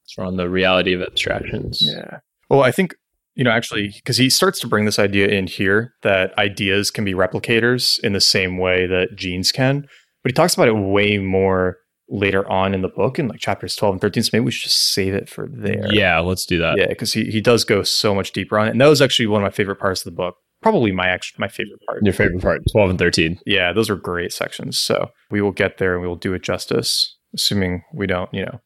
S1: So we're on the reality of abstractions.
S2: Yeah. Well, I think, you know, actually, because he starts to bring this idea in here that ideas can be replicators in the same way that genes can. But he talks about it way more later on in the book in like chapters 12 and 13. So maybe we should just save it for there.
S1: Yeah. Let's do that.
S2: Yeah. Because he, he does go so much deeper on it. And that was actually one of my favorite parts of the book. Probably my actual, my favorite part.
S1: Your favorite part 12 and 13.
S2: Yeah. Those are great sections. So we will get there and we will do it justice, assuming we don't, you know,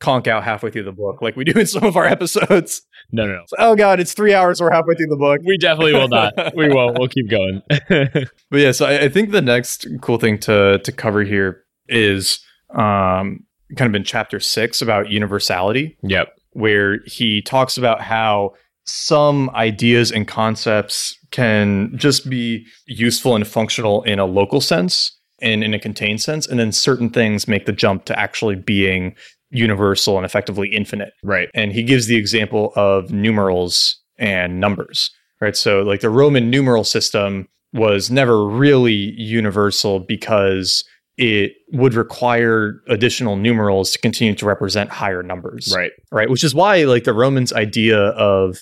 S2: conk out halfway through the book like we do in some of our episodes.
S1: No, no, no.
S2: It's like, oh god, it's three hours. We're halfway through the book.
S1: We definitely will not. We won't. We'll keep going.
S2: But yeah, so I, I think the next cool thing to to cover here is um, kind of in chapter six about universality,
S1: yep.
S2: where he talks about how some ideas and concepts can just be useful and functional in a local sense and in a contained sense, and then certain things make the jump to actually being universal and effectively infinite.
S1: Right.
S2: and he gives the example of numerals and numbers right so like the roman numeral system was never really universal because it would require additional numerals to continue to represent higher numbers
S1: Right.
S2: right? Which is why like the Romans' idea of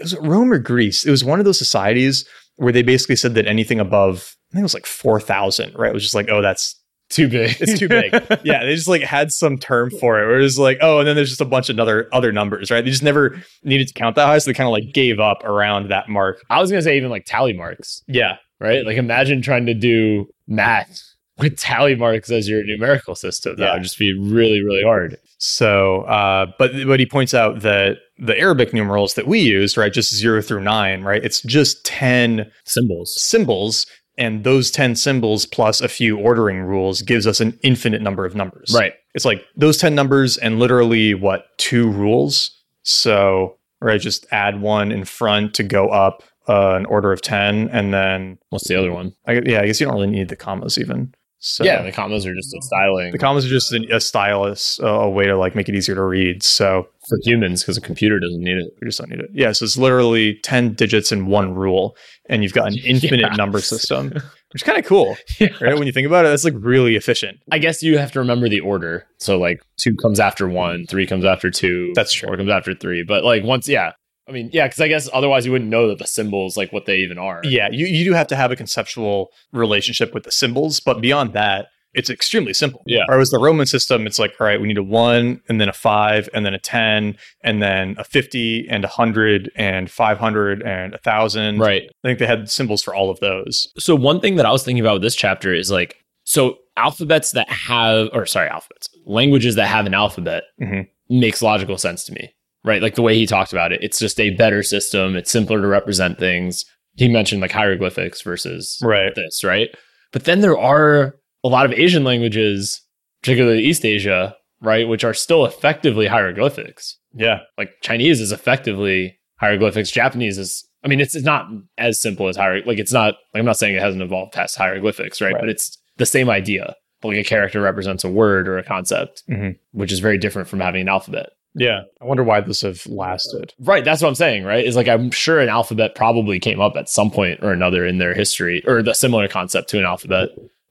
S2: was it Rome or Greece? It was one of those societies where they basically said that anything above I think it was like four thousand, right? It was just like oh that's
S1: Too big.
S2: it's too big. yeah, they just like had some term for it. Where it was like oh, and then there's just a bunch of other other numbers, right? They just never needed to count that high, so they kind of like gave up around that mark.
S1: I was going to say even like tally marks,
S2: Yeah,
S1: right? Like imagine trying to do math with tally marks as your numerical system. That
S2: Yeah.
S1: would just be really, really hard.
S2: So, uh, but but he points out that the Arabic numerals that we use, right, just zero through nine, right? It's just ten
S1: Symbols.
S2: symbols and those 10 symbols plus a few ordering rules gives us an infinite number of numbers
S1: Right.
S2: it's like those 10 numbers and literally what two rules so right just add one in front to go up uh, an order of 10 and then
S1: What's the other one?
S2: I, yeah i guess you don't really need the commas even so
S1: yeah, the commas are just a styling
S2: the commas are just an, a stylus uh, a way to like make it easier to read so
S1: for humans because a computer doesn't need it.
S2: we just don't need it yeah so it's literally 10 digits in one rule and you've got an infinite
S1: Yeah.
S2: number system which is kind of cool
S1: Yeah.
S2: right when you think about it that's like really efficient
S1: I guess you have to remember the order. So like two comes after one, three comes after two.
S2: That's true.
S1: Four comes after three. But like once, yeah. I mean, yeah, because I guess otherwise you wouldn't know that the symbols like what they even are.
S2: yeah you, you do have to have a conceptual relationship with the symbols but beyond that it's extremely simple
S1: Yeah.
S2: whereas the roman system it's like all right we need a one and then a five and then a ten and then a 50 and a hundred and 500 and a thousand
S1: Right.
S2: i think they had symbols for all of those
S1: So one thing that I was thinking about with this chapter is like, so alphabets that have, or sorry, alphabets, languages that have an alphabet
S2: Mhm.
S1: makes logical sense to me, right? Like the way he talked about it, it's just a better system. It's simpler to represent things. He mentioned like hieroglyphics versus
S2: right
S1: this, right? But then there are a lot of Asian languages, particularly East Asia, right, which are still effectively hieroglyphics.
S2: yeah
S1: Like Chinese is effectively hieroglyphics. Japanese is, I mean, it's, it's not as simple as hieroglyphics. Like it's not, like I'm not saying it hasn't evolved past hieroglyphics, right?
S2: Right.
S1: But it's the same idea. But like a character represents a word or a concept,
S2: Mhm.
S1: which is very different from having an alphabet.
S2: yeah i wonder why this have lasted
S1: Right, that's what I'm saying, right? Is like I'm sure an alphabet probably came up at some point or another in their history or the similar concept to an alphabet,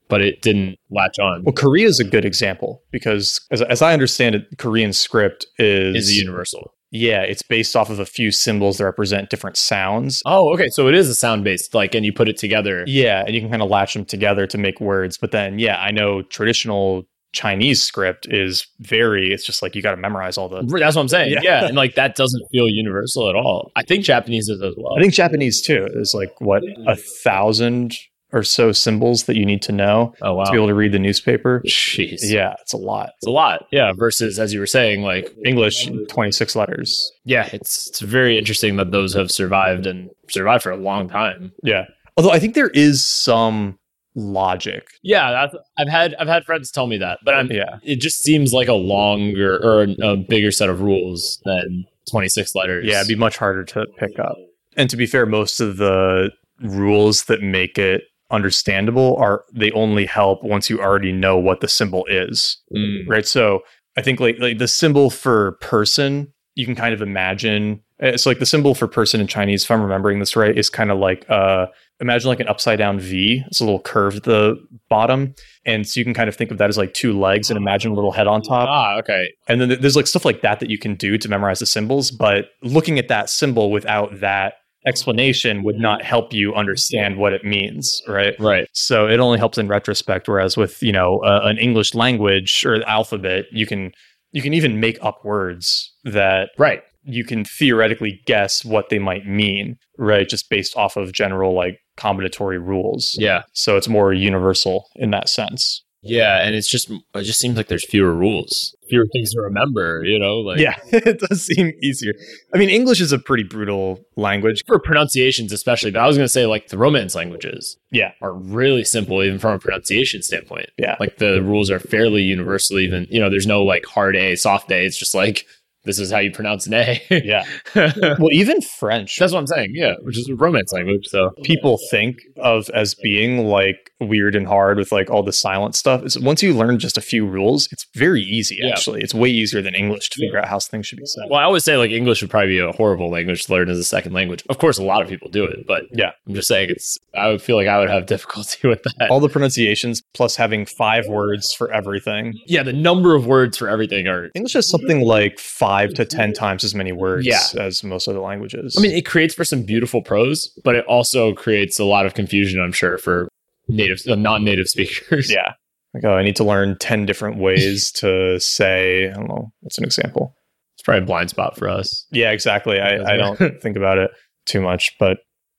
S1: but it didn't latch on.
S2: well korea is a good example because as, as i understand it korean script is,
S1: Is a universal.
S2: yeah it's based off of a few symbols that represent different sounds
S1: Oh, okay. So it is a sound based, like, and you put it together.
S2: Yeah, and you can kind of latch them together to make words. But then, yeah, I know traditional Chinese script is very, it's just like you got to memorize all the.
S1: R- That's what I'm saying.
S2: Yeah.
S1: Yeah. And like that doesn't feel universal at all. I think Japanese is as well.
S2: I think Japanese too is like what, a thousand or so symbols that you need to know
S1: oh, wow.
S2: to be able to read the newspaper.
S1: Jeez.
S2: Yeah, it's a lot.
S1: It's a lot. Yeah. Versus, as you were saying, like,
S2: English, 26 letters.
S1: yeah, it's, it's very interesting that those have survived and survived for a long time.
S2: Yeah. Although I think there is some logic.
S1: Yeah. That's, I've had, I've had friends tell me that, but I'm,
S2: Yeah.
S1: it just seems like a longer or a bigger set of rules than 26 letters.
S2: Yeah, it'd be much harder to pick up. And to be fair, most of the rules that make it understandable are they only help once you already know what the symbol is,
S1: Mm.
S2: right? So I think like like the symbol for person, you can kind of imagine. It's like the symbol for person in Chinese, if I'm remembering this right, is kind of like uh, imagine like an upside down V. It's a little curve at the bottom, and so you can kind of think of that as like two legs, and imagine a little head on top.
S1: Ah, okay.
S2: And then th- there's like stuff like that that you can do to memorize the symbols, but looking at that symbol without that explanation would not help you understand what it means, right?
S1: Right.
S2: So it only helps in retrospect. Whereas with you know uh, an English language or alphabet, you can you can even make up words that
S1: Right.
S2: you can theoretically guess what they might mean, right? Just based off of general like combinatory rules.
S1: Yeah.
S2: So it's more universal in that sense.
S1: Yeah. And it's just, it just seems like there's fewer rules, fewer things to remember, you know? Like,
S2: yeah, it does seem easier. I mean, English is a pretty brutal language.
S1: For pronunciations, especially, but I was going to say, like, the Romance languages
S2: Yeah.
S1: are really simple, even from a pronunciation standpoint.
S2: Yeah.
S1: Like, the rules are fairly universal, even, you know, there's no like hard A, soft A. It's just like, this is how you pronounce an A.
S2: Yeah.
S1: That's
S2: Well, even French,
S1: what I'm saying. Yeah. Which is a Romance language. So,
S2: people think of as being like weird and hard with like all the silent stuff. It's, once you learn just a few rules, it's very easy,
S1: Yeah.
S2: actually. It's way easier than English to figure out how things should be said.
S1: Well, I always say like English would probably be a horrible language to learn as a second language. Of course, a lot of people do it, but
S2: Yeah.
S1: I'm just saying it's. I would feel like I would have difficulty with that.
S2: All the pronunciations plus having five words for everything.
S1: yeah, the number of words for everything are.
S2: English has something like five to 10 times as many words
S1: Yeah.
S2: as most other languages.
S1: I mean, it creates for some beautiful prose, but it also creates a lot of confusion. I'm sure for native, uh, non-native speakers.
S2: Yeah. Like, oh, I need to learn 10 different ways to say, I don't know, what's an example?
S1: it's probably a blind spot for us.
S2: Yeah, exactly. I, I don't think about it too much, but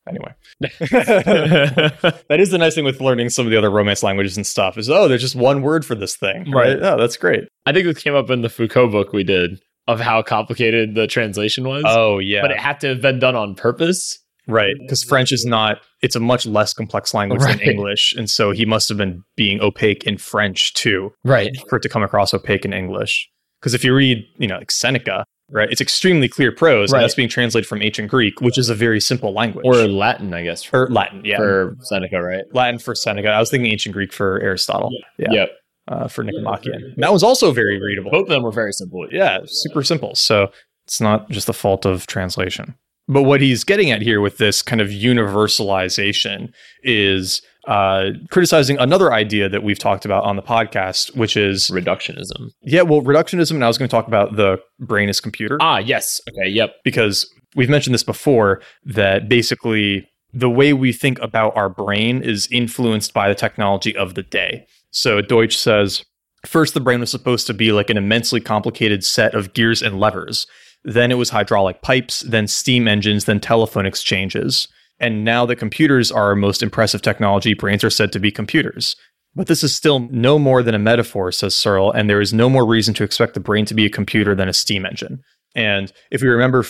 S2: anyway. that
S1: right.
S2: is the nice thing with learning some of the other romance languages and stuff is, oh, there's just one word for this thing.
S1: Right.
S2: Oh, that's great.
S1: I think this came up in the Foucault book we did of how complicated the translation was,
S2: Oh, yeah.
S1: but it had to have been done on purpose.
S2: right. Because French is not, it's a much less complex language
S1: Right.
S2: than English. And so he must have been being opaque in French too.
S1: Right.
S2: for it to come across opaque in English. Because if you read, you know, like Seneca, right? It's extremely clear prose,
S1: Right.
S2: and that's being translated from ancient Greek, which is a very simple language.
S1: or Latin, I guess, for,
S2: Or Latin, yeah.
S1: for Seneca, right?
S2: Latin for Seneca. I was thinking ancient Greek for Aristotle. Yeah.
S1: Yep.
S2: Uh, for Nicomachean. And that was also very readable.
S1: Both of them were very simple.
S2: Yeah, super simple. So it's not just the fault of translation. But what he's getting at here with this kind of universalization is uh, criticizing another idea that we've talked about on the podcast, which is
S1: Reductionism.
S2: yeah, well, reductionism. And I was going to talk about the brain is computer
S1: Ah, yes. Okay. Yep.
S2: because we've mentioned this before that basically the way we think about our brain is influenced by the technology of the day. So Deutsch says first, the brain was supposed to be like an immensely complicated set of gears and levers. Then it was hydraulic pipes, then steam engines, then telephone exchanges. And now that computers are our most impressive technology, brains are said to be computers. But this is still no more than a metaphor, says Searle, and there is no more reason to expect the brain to be a computer than a steam engine. And if we remember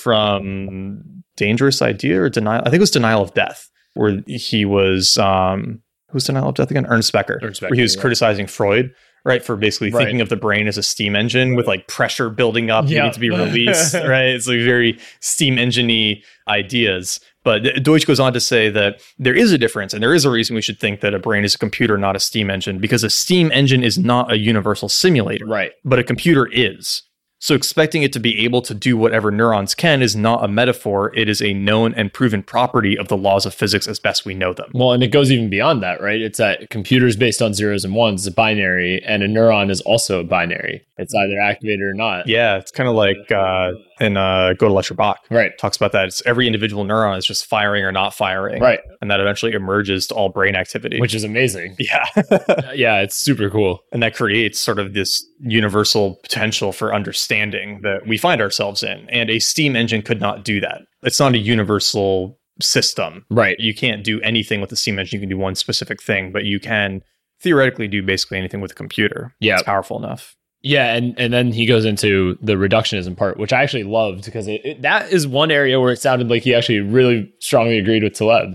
S2: from Dangerous Idea or Denial, I think it was Denial of Death, where he was, um, who's Denial of Death again? Ernst Becker,
S1: Ernst
S2: where
S1: Becker,
S2: he was
S1: yeah.
S2: criticizing Freud, right, for basically
S1: Right.
S2: thinking of the brain as a steam engine with like pressure building up,
S1: Yeah.
S2: needing to be released, right? It's like very steam engine ideas. But Deutsch goes on to say that there is a difference, and there is a reason we should think that a brain is a computer, not a steam engine, because a steam engine is not a universal simulator
S1: Right.
S2: but a computer is. So expecting it to be able to do whatever neurons can is not a metaphor. It is a known and proven property of the laws of physics as best we know them.
S1: Well, and it goes even beyond that, right? It's that computers based on zeros and ones is a binary, and a neuron is also a binary. It's either activated or not.
S2: Yeah, it's kind of like uh, in uh, Go to Let Your Bach
S1: Right.
S2: talks about that. It's every individual neuron is just firing or not firing,
S1: Right.
S2: and that eventually emerges to all brain activity.
S1: Which is amazing.
S2: yeah,
S1: yeah, it's super cool.
S2: and that creates sort of this universal potential for understanding that we find ourselves in. And a steam engine could not do that. It's not a universal system.
S1: Right.
S2: you can't do anything with a steam engine. You can do one specific thing, but you can theoretically do basically anything with a computer.
S1: Yeah.
S2: It's powerful enough.
S1: Yeah, and and then he goes into the reductionism part, which I actually loved because it, it, that is one area where it sounded like he actually really strongly agreed with Taleb,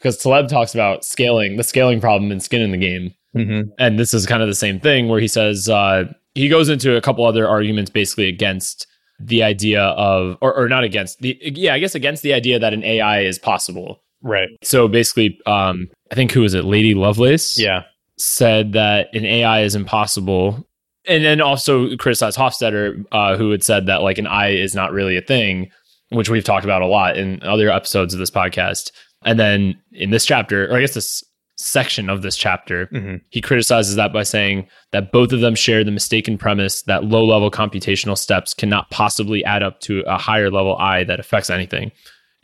S1: because Taleb talks about scaling, the scaling problem and skin in the game,
S2: Mm-hmm.
S1: and this is kind of the same thing where he says uh, he goes into a couple other arguments basically against the idea of, or, or not against the, yeah, I guess against the idea that an AI is possible.
S2: Right.
S1: So basically, um, I think who was it, Lady Lovelace?
S2: Yeah.
S1: said that an AI is impossible, and then also criticized Hofstadter, uh, who had said that like an eye is not really a thing, which we've talked about a lot in other episodes of this podcast. And then in this chapter, or I guess this section of this chapter,
S2: hmm
S1: he criticizes that by saying that both of them share the mistaken premise that low level computational steps cannot possibly add up to a higher level I that affects anything.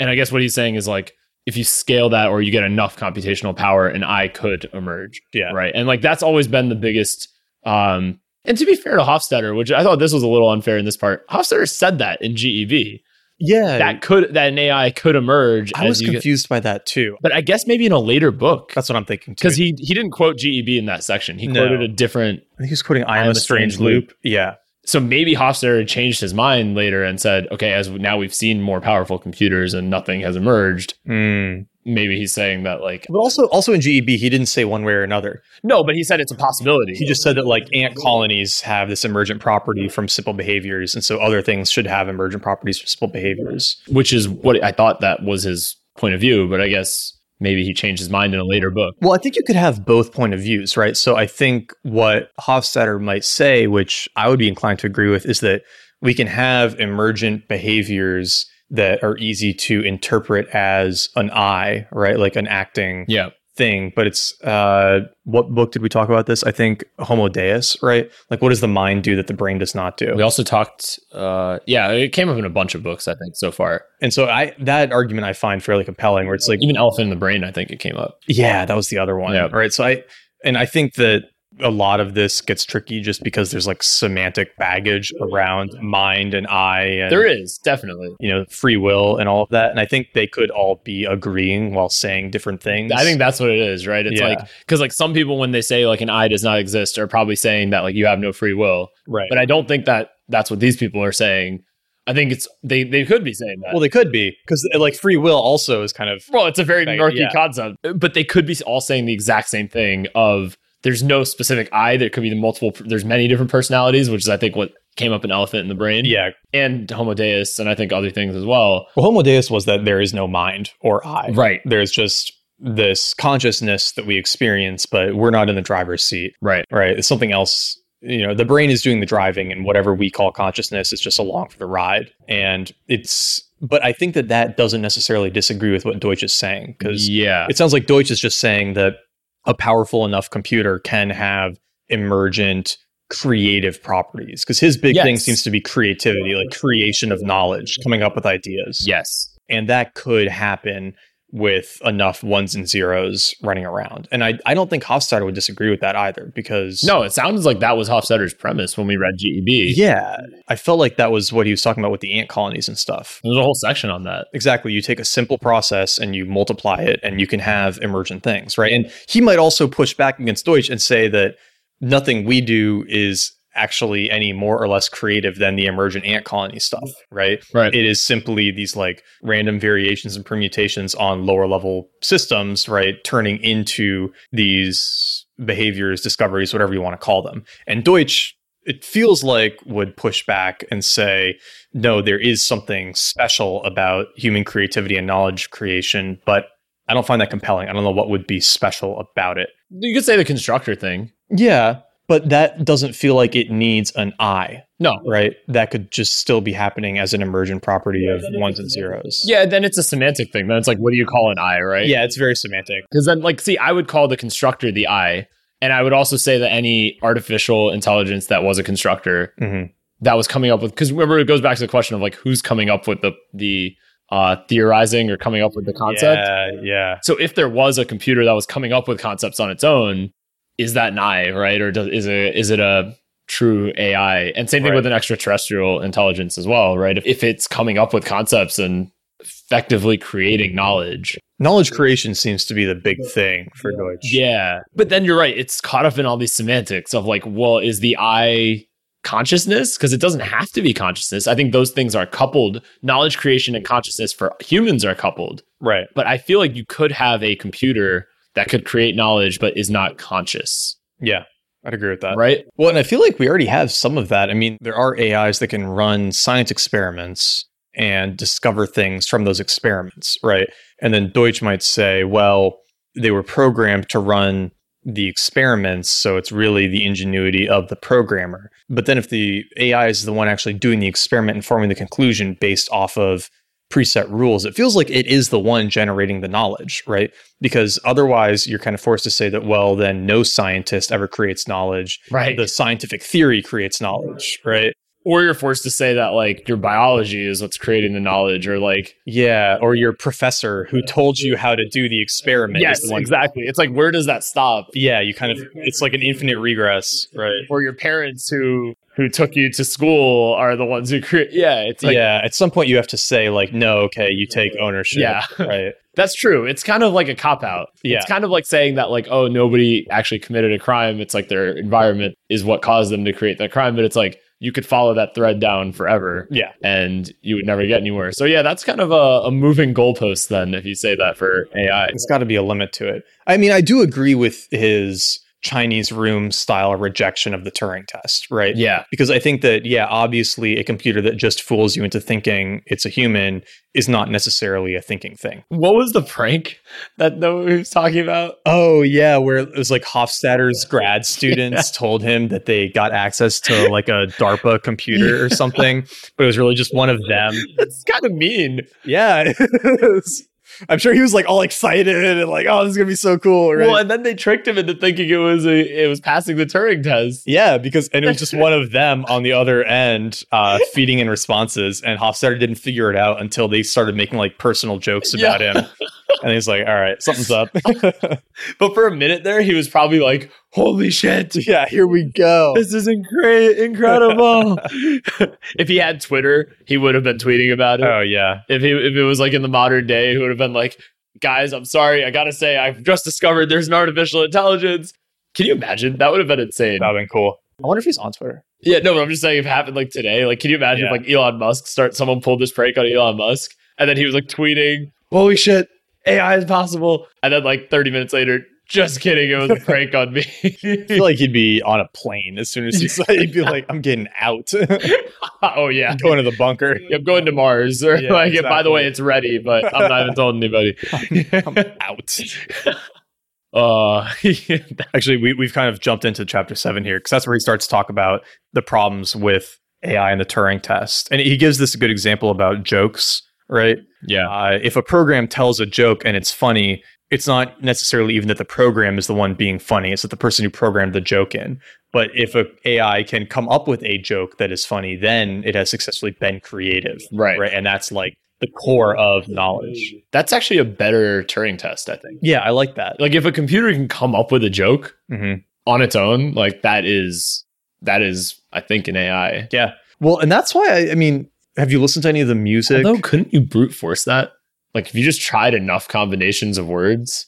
S1: And I guess what he's saying is like, if you scale that or you get enough computational power, an I could emerge.
S2: Yeah.
S1: Right. And like, that's always been the biggest. Um, and to be fair to Hofstadter, which I thought this was a little unfair in this part, Hofstadter said that in GEV
S2: Yeah.
S1: that could, that an AI could emerge.
S2: I was
S1: as you get-
S2: confused by that too.
S1: but I guess maybe in a later book.
S2: That's what I'm thinking too.
S1: Because he, he didn't quote GEB in that section. He
S2: No.
S1: quoted a different
S2: I think he was quoting "I am a strange, loop. Yeah.
S1: so maybe Hofstadter had changed his mind later and said, okay, as now we've seen more powerful computers and nothing has emerged.
S2: Mm.
S1: Maybe he's saying that like
S2: But also, also in GEB, he didn't say one way or another.
S1: no, but he said it's a possibility.
S2: He just said that like ant colonies have this emergent property from simple behaviors, and so other things should have emergent properties from simple behaviors.
S1: which is what I thought that was his point of view, but I guess maybe he changed his mind in a later book.
S2: Well, I think you could have both point of views, right? So I think what Hofstadter might say, which I would be inclined to agree with, is that we can have emergent behaviors that are easy to interpret as an I, right? Like an acting
S1: Yeah.
S2: thing. But it's uh, what book did we talk about this? I think Homo Deus, right? Like what does the mind do that the brain does not do?
S1: We also talked uh yeah, it came up in a bunch of books, I think, so far.
S2: And so I that argument I find fairly compelling, where it's like
S1: Even Elephant in the Brain, I think it came up.
S2: Yeah, that was the other one.
S1: Yeah.
S2: Right. So I and I think that a lot of this gets tricky just because there's like semantic baggage around mind and eye and
S1: There is, definitely.
S2: you know free will and all of that. And I think they could all be agreeing while saying different things.
S1: I think that's what it is, right? It's
S2: Yeah.
S1: like because like some people when they say like an eye does not exist are probably saying that like you have no free will.
S2: right.
S1: but I don't think that that's what these people are saying. I think it's they they could be saying that.
S2: well,
S1: Well,
S2: they could be because like free will also is kind of
S1: it's a very
S2: Like,
S1: murky
S2: yeah.
S1: concept, but they could be all saying the exact same thing of there's no specific I. There could be the multiple. There's many different personalities, which is I think what came up an elephant in the brain.
S2: Yeah.
S1: And Homo Deus, and I think other things as well.
S2: Well, Homo Deus was that there is no mind or I.
S1: Right.
S2: There's just this consciousness that we experience, but we're not in the driver's seat,
S1: Right.
S2: right? It's something else. You know, the brain is doing the driving, and whatever we call consciousness is just along for the ride. And it's, but I think that that doesn't necessarily disagree with what Deutsch is saying because
S1: Yeah.
S2: it sounds like Deutsch is just saying that a powerful enough computer can have emergent creative properties because his big thing
S1: Yes.
S2: seems to be creativity like creation of knowledge coming up with ideas
S1: Yes.
S2: and that could happen with enough ones and zeros running around and i, I don't think hofstadter would disagree with that either because
S1: No, it sounds like that was Hofstadter's premise when we read E GEB.
S2: yeah i felt like that was what he was talking about with the ant colonies and stuff
S1: There's a whole section on that.
S2: exactly you take a simple process and you multiply it and you can have emergent things right and he might also push back against deutsch and say that nothing we do is actually any more or less creative than the emergent ant colony stuff right
S1: Right.
S2: it is simply these like random variations and permutations on lower level systems right turning into these behaviors discoveries whatever you want to call them and deutsch it feels like would push back and say no, there is something special about human creativity and knowledge creation, but I don't find that compelling. I don't know what would be special about it.
S1: you could say the constructor thing.
S2: Yeah, but that doesn't feel like it needs an I,
S1: No.
S2: right? That could just still be happening as an emergent property of ones and zeros.
S1: Yeah, then it's a semantic thing. Then it's like, what do you call an eye, right?
S2: Yeah, it's very semantic.
S1: Because then, like, see, I would call the constructor the eye. And I would also say that any artificial intelligence that was a constructor
S2: hmm
S1: that was coming up with, because remember, it goes back to the question of like who's coming up with the, the uh, theorizing or coming up with the concept.
S2: Yeah, yeah.
S1: So if there was a computer that was coming up with concepts on its own, is that an eye, right? Or does, is it is it a true AI? And same thing
S2: Right.
S1: with an extraterrestrial intelligence as well, right? If, if it's coming up with concepts and effectively creating knowledge,
S2: Knowledge creation seems to be the big thing for Deutsch.
S1: yeah. But then you're right; it's caught up in all these semantics of like, well, is the eye consciousness? Because it doesn't have to be consciousness. I think those things are coupled. Knowledge creation and consciousness for humans are coupled.
S2: Right.
S1: but I feel like you could have a computer that could create knowledge but is not conscious,
S2: Yeah. I'd agree with that.
S1: right?
S2: Well, and I feel like we already have some of that. I mean, there are AIs that can run science experiments and discover things from those experiments, right? And then Deutsch might say, well, they were programmed to run the experiments, so it's really the ingenuity of the programmer. But then if the AI is the one actually doing the experiment and forming the conclusion based off of preset rules, it feels like it is the one generating the knowledge, right? Because otherwise, you're kind of forced to say that, well, then no scientist ever creates knowledge
S1: Right.
S2: the scientific theory creates knowledge, right?
S1: or you're forced to say that like your biology is what's creating the knowledge or like
S2: Yeah, or your professor who told you how to do the experiment. is the one-
S1: exactly. It's like where does that stop?
S2: Yeah, you kind of it's like an infinite regress, right?
S1: Or your parents who who took you to school are the ones who create Yeah, it's like
S2: yeah, at some point you have to say like, no, okay, you take ownership,
S1: Yeah.
S2: right?
S1: that's true. It's kind of like a cop out.
S2: Yeah.
S1: It's kind of like saying that like oh nobody actually committed a crime. It's like their environment is what caused them to create that crime, but it's like you could follow that thread down forever.
S2: Yeah,
S1: and you would never get anywhere. So yeah, that's kind of a, a moving goalpost then if you say that for AI.
S2: it's got to be a limit to it. I mean, I do agree with his Chinese room style rejection of the Turing test, right?
S1: Yeah.
S2: because I think that yeah, obviously a computer that just fools you into thinking it's a human is not necessarily a thinking thing.
S1: What was the prank that that we was talking about?
S2: Oh yeah, where it was like Hofstadter's grad students told him that they got access to like a DARPA computer or something, but it was really just one of them.
S1: That's kind of mean.
S2: Yeah. it was- I'm sure he was like all excited and like, oh, this is gonna be so cool, right?
S1: Well, and then they tricked him into thinking it was a, it was passing the Turing test.
S2: yeah, because and it was just one of them on the other end uh, feeding in responses, and Hofstadter didn't figure it out until they started making like personal jokes
S1: Yeah.
S2: about him, and he's like, "All right, something's up."
S1: But for a minute there, he was probably like, "Holy shit,
S2: yeah, here we go.
S1: this is incre- incredible!" if he had Twitter, he would have been tweeting about it.
S2: Oh yeah,
S1: If he, if it was like in the modern day, he would have been like, guys, I'm sorry, I gotta say, I've just discovered there's an artificial intelligence. Can you imagine? That would have been insane.
S2: that'd been cool. I wonder if he's on Twitter.
S1: Yeah, no, but I'm just saying if it happened like today, like can you imagine
S2: Yeah.
S1: if like Elon Musk start someone pulled this prank on Elon Musk and then he was like tweeting, Holy shit, AI is possible. And then like 30 minutes later, Just kidding. It was a prank on me.
S2: I feel like he'd be on a plane as soon as he's like, he'd be like, I'm getting out. I'm
S1: oh, yeah.
S2: going to the bunker.
S1: I'm going to Mars. Or
S2: Yeah,
S1: like, by the
S2: exactly.
S1: way, it's ready, but I'm not even told anybody.
S2: I'm out.
S1: Uh, yeah,
S2: Actually, we, we've kind of jumped into chapter seven here because that's where he starts to talk about the problems with AI and the Turing test. And he gives this a good example about jokes, right?
S1: yeah.
S2: Uh, if a program tells a joke and it's funny, it's not necessarily even that the program is the one being funny. It's that the person who programmed the joke in. But if a AI can come up with a joke that is funny, then it has successfully been creative,
S1: Right.
S2: right? And that's like the core of knowledge.
S1: That's actually a better Turing test, I think.
S2: Yeah, I like that.
S1: Like, if a computer can come up with a joke
S2: hmm
S1: on its own, like, that is, that is, I think, an AI.
S2: Well, and that's why I, I mean, have you listened to any of the music?
S1: Although, couldn't you brute force that? Like, if you just tried enough combinations of words,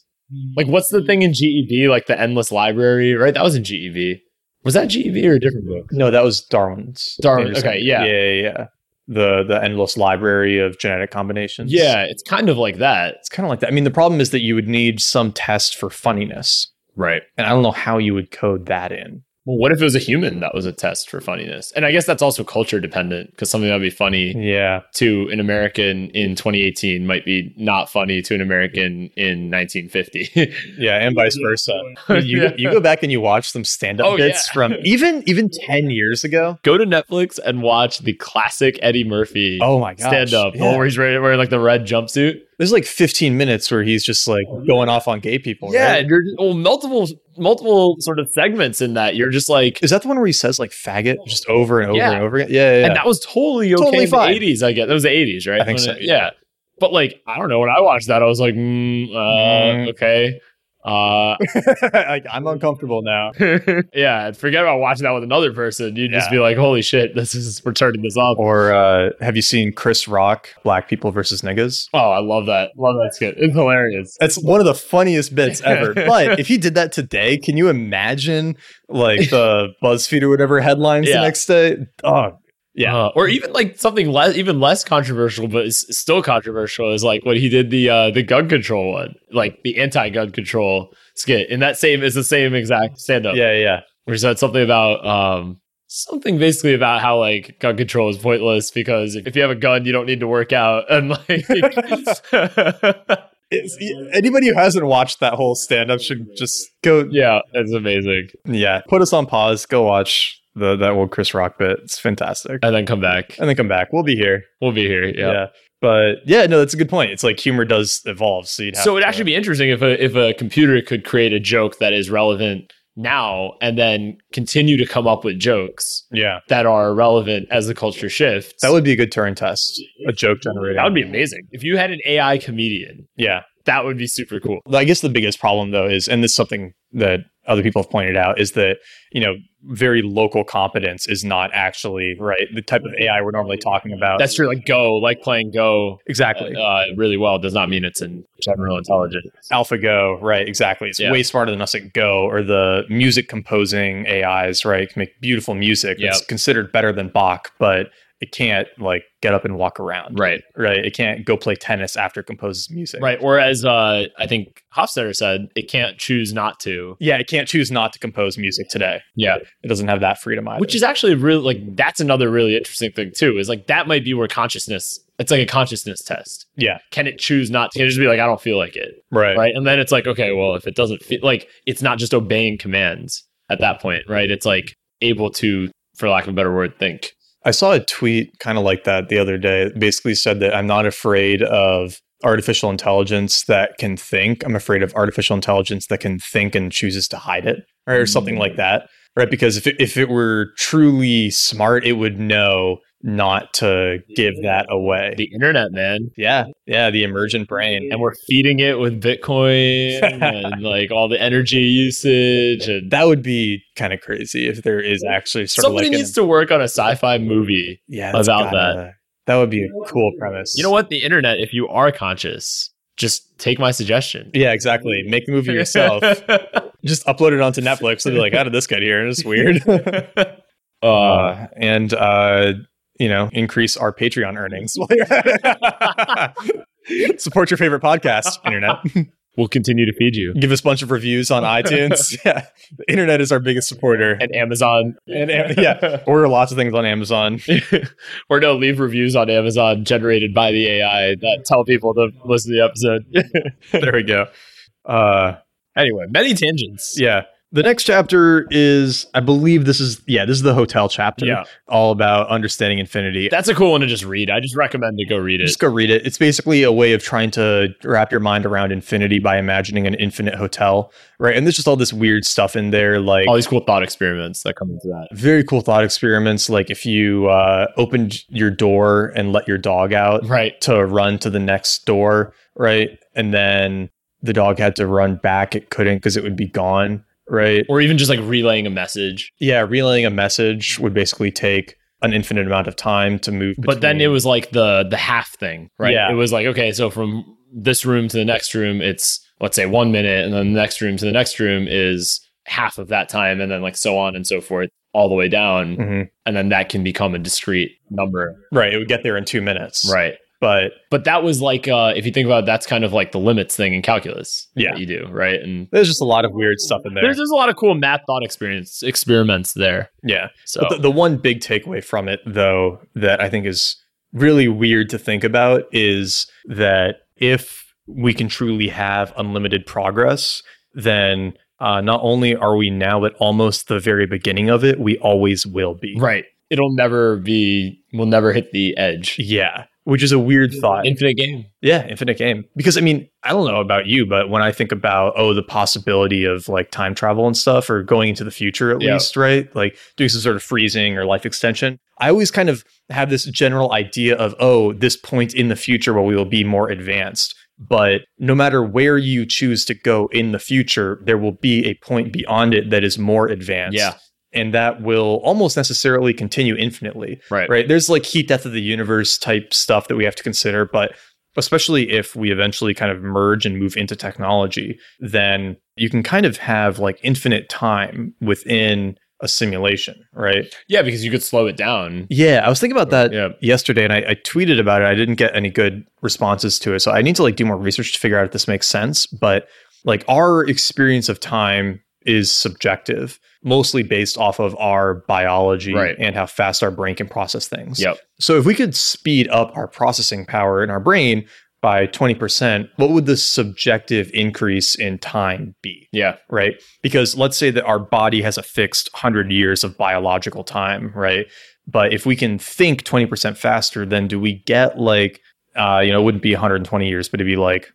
S1: like, what's the thing in GEB? Like, the endless library, right? That was in GEB. Was that GEB or a different book?
S2: No, that was Darwin's.
S1: Darwin,
S2: Anderson.
S1: okay, yeah.
S2: yeah, yeah, yeah. The the endless library of genetic combinations.
S1: Yeah, it's kind of like that.
S2: it's kind of like that. I mean, the problem is that you would need some test for funniness,
S1: Right.
S2: and I don't know how you would code that in.
S1: Well, what if it was a human that was a test for funniness? And I guess that's also culture dependent because something that would be funny
S2: Yeah,
S1: to an American in 2018 might be not funny to an American in 1950.
S2: yeah, and vice versa. I mean, you
S1: Yeah.
S2: you go back and you watch some stand up
S1: Oh,
S2: bits
S1: yeah.
S2: from even even ten years ago.
S1: Go to Netflix and watch the classic Eddie Murphy
S2: Oh my god,
S1: stand up, the one where he's wearing, wearing like the red jumpsuit.
S2: There's like 15 minutes where he's just like going off on gay people.
S1: Oh, Yeah,
S2: right?
S1: and you're well, multiple multiple sort of segments in that. You're just like,
S2: is that the one where he says like faggot just over and over
S1: Yeah.
S2: and over again? Yeah, yeah. yeah.
S1: and that was totally okay
S2: Totally
S1: in
S2: fine.
S1: the 80s. I guess that was the 80s, right?
S2: I think
S1: When
S2: so,
S1: it- yeah. but like I don't know. When I watched that, I was like, mm, uh,
S2: Mm.
S1: okay. Uh,
S2: like, I'm uncomfortable now.
S1: yeah, forget about watching that with another person. You'd just
S2: Yeah.
S1: be like, "Holy shit, this is we're turning this off."
S2: Or uh, have you seen Chris Rock, Black People versus Niggas?
S1: Oh, I love that. Love that skit. It's hilarious.
S2: That's one of the funniest bits ever. but if he did that today, can you imagine like the BuzzFeed or whatever headlines
S1: Yeah.
S2: the next day? Oh,
S1: Yeah, Uh, or even like something less, even less controversial, but is still controversial is like what he did the uh, the gun control one, like the anti gun control skit, and that same is the same exact stand up.
S2: yeah, yeah.
S1: where he said something about um something basically about how like gun control is pointless because if, if you have a gun you don't need to work out and like
S2: It's, anybody who hasn't watched that whole stand up should just go,
S1: yeah that's amazing
S2: yeah, put us on pause, go watch the that old Chris Rock bit. It's fantastic.
S1: and then come back
S2: And then come back. We'll be here.
S1: we'll be here
S2: Yeah.
S1: yeah,
S2: But yeah, no, that's a good point. It's like humor does evolve. So you'd have
S1: so it'd
S2: to-
S1: actually be interesting if a if a computer could create a joke that is relevant now and then continue to come up with jokes
S2: yeah.
S1: that are relevant as the culture shifts
S2: That would be a good Turing test. A joke generator.
S1: that would be amazing if you had an ai comedian
S2: yeah.
S1: that would be super cool
S2: I guess the biggest problem though is, and this is something that other people have pointed out, is that you know very local competence is not actually right the type of AI we're normally talking about.
S1: that's true like go like playing go
S2: exactly
S1: uh, really well does not mean it's in general intelligence.
S2: AlphaGo, right? Exactly. It's
S1: Yeah.
S2: way smarter than us at Go or the music composing AIs, right? Can make beautiful music.
S1: Yep.
S2: It's considered better than Bach, but it can't like get up and walk around,
S1: Right,
S2: right? It can't go play tennis after it composes music,
S1: right. Or as uh, I think Hofstadter said, it can't choose not to,
S2: Yeah, it can't choose not to compose music today.
S1: Yeah.
S2: it doesn't have that freedom either.
S1: which is actually really like that's another really interesting thing too. Is like that might be where consciousness. It's like a consciousness test.
S2: Yeah.
S1: Can it choose not to? Can it just be like, I don't feel like it,
S2: right.
S1: right? And then it's like, okay, well, if it doesn't feel like it's not just obeying commands at that point, right? It's like able to, for lack of a better word, think.
S2: I saw a tweet kind of like that the other day. It basically said that I'm not afraid of artificial intelligence that can think. I'm afraid of artificial intelligence that can think and chooses to hide it, right? Or something
S1: Mm.
S2: like that, right? Because if it, if it were truly smart, it would know not to give that away.
S1: The internet, man.
S2: Yeah, yeah, the emergent brain.
S1: and we're feeding it with Bitcoin and like all the energy usage and
S2: That would be kind of crazy if there is actually sort
S1: somebody
S2: of like an-
S1: needs to work on a sci-fi movie.
S2: yeah
S1: about
S2: that. That would be a cool premise.
S1: You know what? The internet, if you are conscious, just take my suggestion.
S2: Yeah, exactly. Make the movie yourself. just upload it onto Netflix and be like, how did this get here? It's weird.
S1: uh,
S2: Uh, and, uh, you know, increase our Patreon earnings. While you're at it. Support your favorite podcast, internet.
S1: We'll continue to feed you.
S2: Give us a bunch of reviews on iTunes. yeah. The internet is our biggest supporter.
S1: And Amazon.
S2: And Am- yeah, order lots of things on Amazon.
S1: or no, leave reviews on Amazon generated by the AI that tell people to listen to the episode.
S2: there we go. Uh,
S1: anyway, many tangents.
S2: yeah. The next chapter is, I believe this is, yeah, this is the hotel chapter.
S1: Yeah.
S2: All about understanding infinity.
S1: That's a cool one to just read. I just recommend to go read it.
S2: Just go read it. It's basically a way of trying to wrap your mind around infinity by imagining an infinite hotel, right? And there's just all this weird stuff in there, like
S1: All these cool thought experiments that come into that.
S2: very cool thought experiments, like if you uh, opened your door and let your dog out
S1: Right.
S2: to run to the next door, right? And then the dog had to run back, it couldn't because it would be gone, right?
S1: Or even just like relaying a message.
S2: Yeah, relaying a message would basically take an infinite amount of time to move.
S1: But then
S2: between-
S1: it was like the the half thing, right?
S2: Yeah.
S1: It was like, okay, so from this room to the next room, it's let's say one minute, and then the next room to the next room is half of that time, and then like so on and so forth, all the way down.
S2: Mhm.
S1: And then that can become a discrete number.
S2: right, it would get there in two minutes,
S1: Right.
S2: But
S1: But that was like uh if you think about it, that's kind of like the limits thing in calculus
S2: Yeah.
S1: that you do, right? And
S2: there's just a lot of weird stuff in there.
S1: there's, there's a lot of cool math thought experience experiments there.
S2: yeah.
S1: So
S2: But the, the one big takeaway from it, though, that I think is really weird to think about is that if we can truly have unlimited progress, then uh, not only are we now at almost the very beginning of it, we always will be.
S1: right. It'll never be we'll never hit the edge.
S2: Yeah. Which is a weird thought.
S1: Infinite game.
S2: Yeah, infinite game. Because I mean, I don't know about you, but when I think about oh, the possibility of like time travel and stuff, or going into the future at
S1: Yeah.
S2: least, right? Like doing some sort of freezing or life extension. I always kind of have this general idea of oh, this point in the future where we will be more advanced. But no matter where you choose to go in the future, there will be a point beyond it that is more advanced.
S1: Yeah.
S2: And that will almost necessarily continue infinitely
S1: Right.
S2: right? There's like heat death of the universe type stuff that we have to consider, but especially if we eventually kind of merge and move into technology, then you can kind of have like infinite time within a simulation, right?
S1: Yeah, because you could slow it down.
S2: Yeah, I was thinking about that
S1: Yeah.
S2: yesterday and I, I tweeted about it. I didn't get any good responses to it. So I need to like do more research to figure out if this makes sense. But like our experience of time is subjective, mostly based off of our biology
S1: Right.
S2: and how fast our brain can process things.
S1: Yep.
S2: So if we could speed up our processing power in our brain by 20%, what would the subjective increase in time be?
S1: Yeah.
S2: right? Because let's say that our body has a fixed 100 years of biological time, right? But if we can think 20% faster, then do we get like, uh, you know, it wouldn't be 120 years, but it'd be like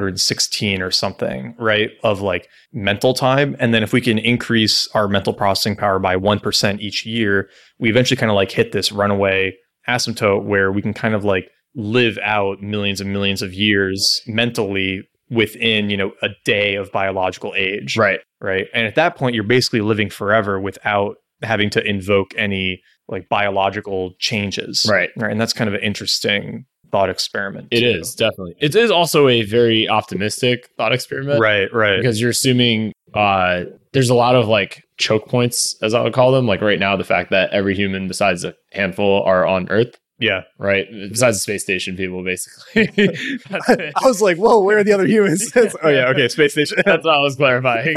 S2: 116 or something, right? Of like mental time. And then if we can increase our mental processing power by 1% each year, we eventually kind of like hit this runaway asymptote where we can kind of like live out millions and millions of years mentally within, you know, a day of biological age
S1: Right.
S2: right? And at that point, you're basically living forever without having to invoke any like biological changes,
S1: Right.
S2: Right, and that's kind of an interesting thought experiment.
S1: It is definitely. It is also a very optimistic thought experiment.
S2: right, right,
S1: Because you're assuming uh there's a lot of like choke points, as I would call them. Like right now, the fact that every human besides a handful are on Earth,
S2: yeah.
S1: right? Besides the space station people, basically. That's it.
S2: was like, whoa, where are the other humans?
S1: It's- oh, yeah, okay,
S2: space station.
S1: That's what I was clarifying.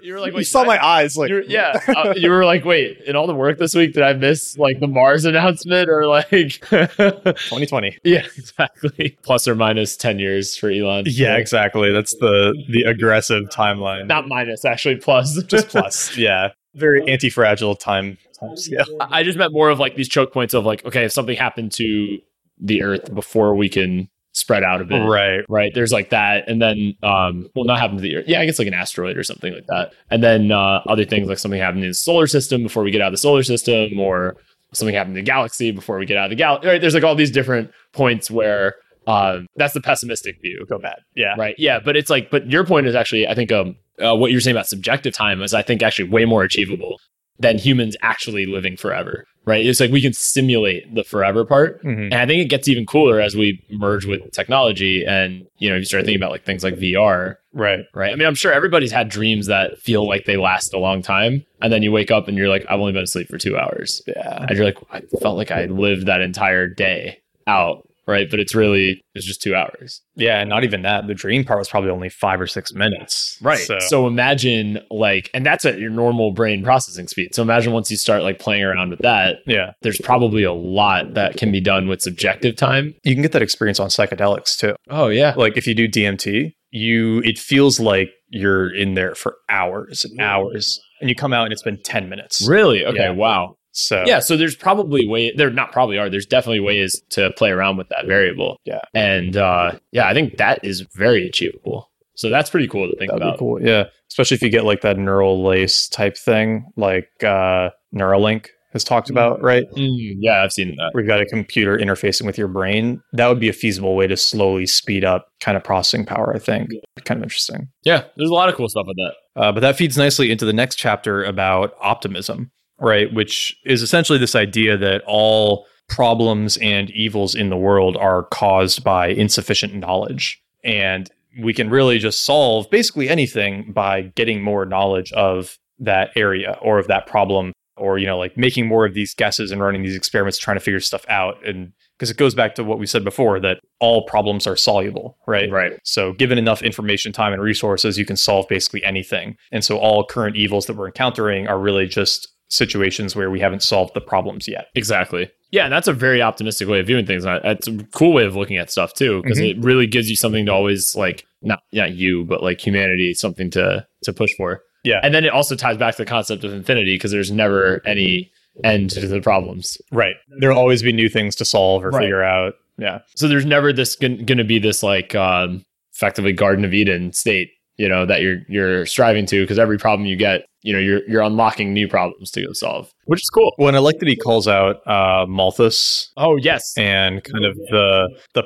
S1: You were like, wait, did I-
S2: eyes,
S1: you were- yeah, uh, you were like, wait, in all the work this week, did I miss like the Mars announcement or like,
S2: 2020.
S1: yeah, exactly. Plus or minus 10 years for Elon.
S2: Yeah, exactly. That's the the aggressive timeline.
S1: Not minus, actually, plus.
S2: just plus. Yeah, very anti-fragile time. time scale.
S1: I I just meant more of like these choke points of like, okay, if something happened to the Earth before we can spread out of it.
S2: Right.
S1: right? There's like that, and then um, well, not happen to the Earth. Yeah, I guess like an asteroid or something like that, and then uh, other things like something happening in the solar system before we get out of the solar system, or something happening to the galaxy before we get out of the galaxy. Right? There's like all these different points where um, that's the pessimistic view,
S2: Go bad. Yeah.
S1: right? Yeah, but it's like, but your point is actually, I think um, uh, what you're saying about subjective time is, I think actually way more achievable than humans actually living forever, right? It's like we can simulate the forever part.
S2: Mhm.
S1: And I think it gets even cooler as we merge with technology and you know, you start thinking about like things like VR,
S2: Right.
S1: right? I mean, I'm sure everybody's had dreams that feel like they last a long time. And then you wake up and you're like, I've only been asleep for two hours.
S2: Yeah.
S1: And you're like, I felt like I lived that entire day out. right? But it's really it's just two hours,
S2: Yeah, and not even that. The dream part was probably only five or six minutes.
S1: So,
S2: So,
S1: imagine like, and that's at your normal brain processing speed. So imagine once you start like playing around with that,
S2: yeah,
S1: there's probably a lot that can be done with subjective time.
S2: you can get that experience on psychedelics too.
S1: Oh yeah,
S2: Like if you do DMT, you it feels like you're in there for hours and hours, and you come out and it's been ten minutes.
S1: really? Okay,
S2: Yeah.
S1: wow.
S2: So
S1: yeah so there's probably way there not probably are there's definitely ways to play around with that variable
S2: Yeah.
S1: and uh yeah i think that is very achievable so that's pretty cool to think
S2: that'd
S1: about
S2: be cool. Yeah, especially if you get like that neural lace type thing, like uh, Neuralink has talked about, right?
S1: Mm, yeah i've seen that
S2: Where you've got a computer interfacing with your brain. That would be a feasible way to slowly speed up kind of processing power. I think kind of interesting.
S1: yeah there's a lot of cool stuff with that
S2: Uh, but that feeds nicely into the next chapter about optimism, right? Which is essentially this idea that all problems and evils in the world are caused by insufficient knowledge. And we can really just solve basically anything by getting more knowledge of that area or of that problem or you know like making more of these guesses and running these experiments trying to figure stuff out and because it goes back to what we said before that all problems are soluble right
S1: right
S2: so, given enough information, time, and resources, you can solve basically anything. And so, all current evils that we're encountering are really just situations where we haven't solved the problems yet.
S1: exactly yeah and that's a very optimistic way of viewing things and I- that's a cool way of looking at stuff too because it really gives you something to always like not not you but like humanity something to to push for
S2: Yeah.
S1: and then it also ties back to the concept of infinity because there's never any end to the problems
S2: Right. There'll always be new things to solve or
S1: Right.
S2: figure out. Yeah.
S1: so there's never this going to be this like um, effectively Garden of Eden state, you know, that you're you're striving to because every problem you get, you know, you're you're unlocking new problems to go solve, which is cool.
S2: Well, and I like that he calls out uh, Malthus
S1: Oh yes,
S2: and kind of the the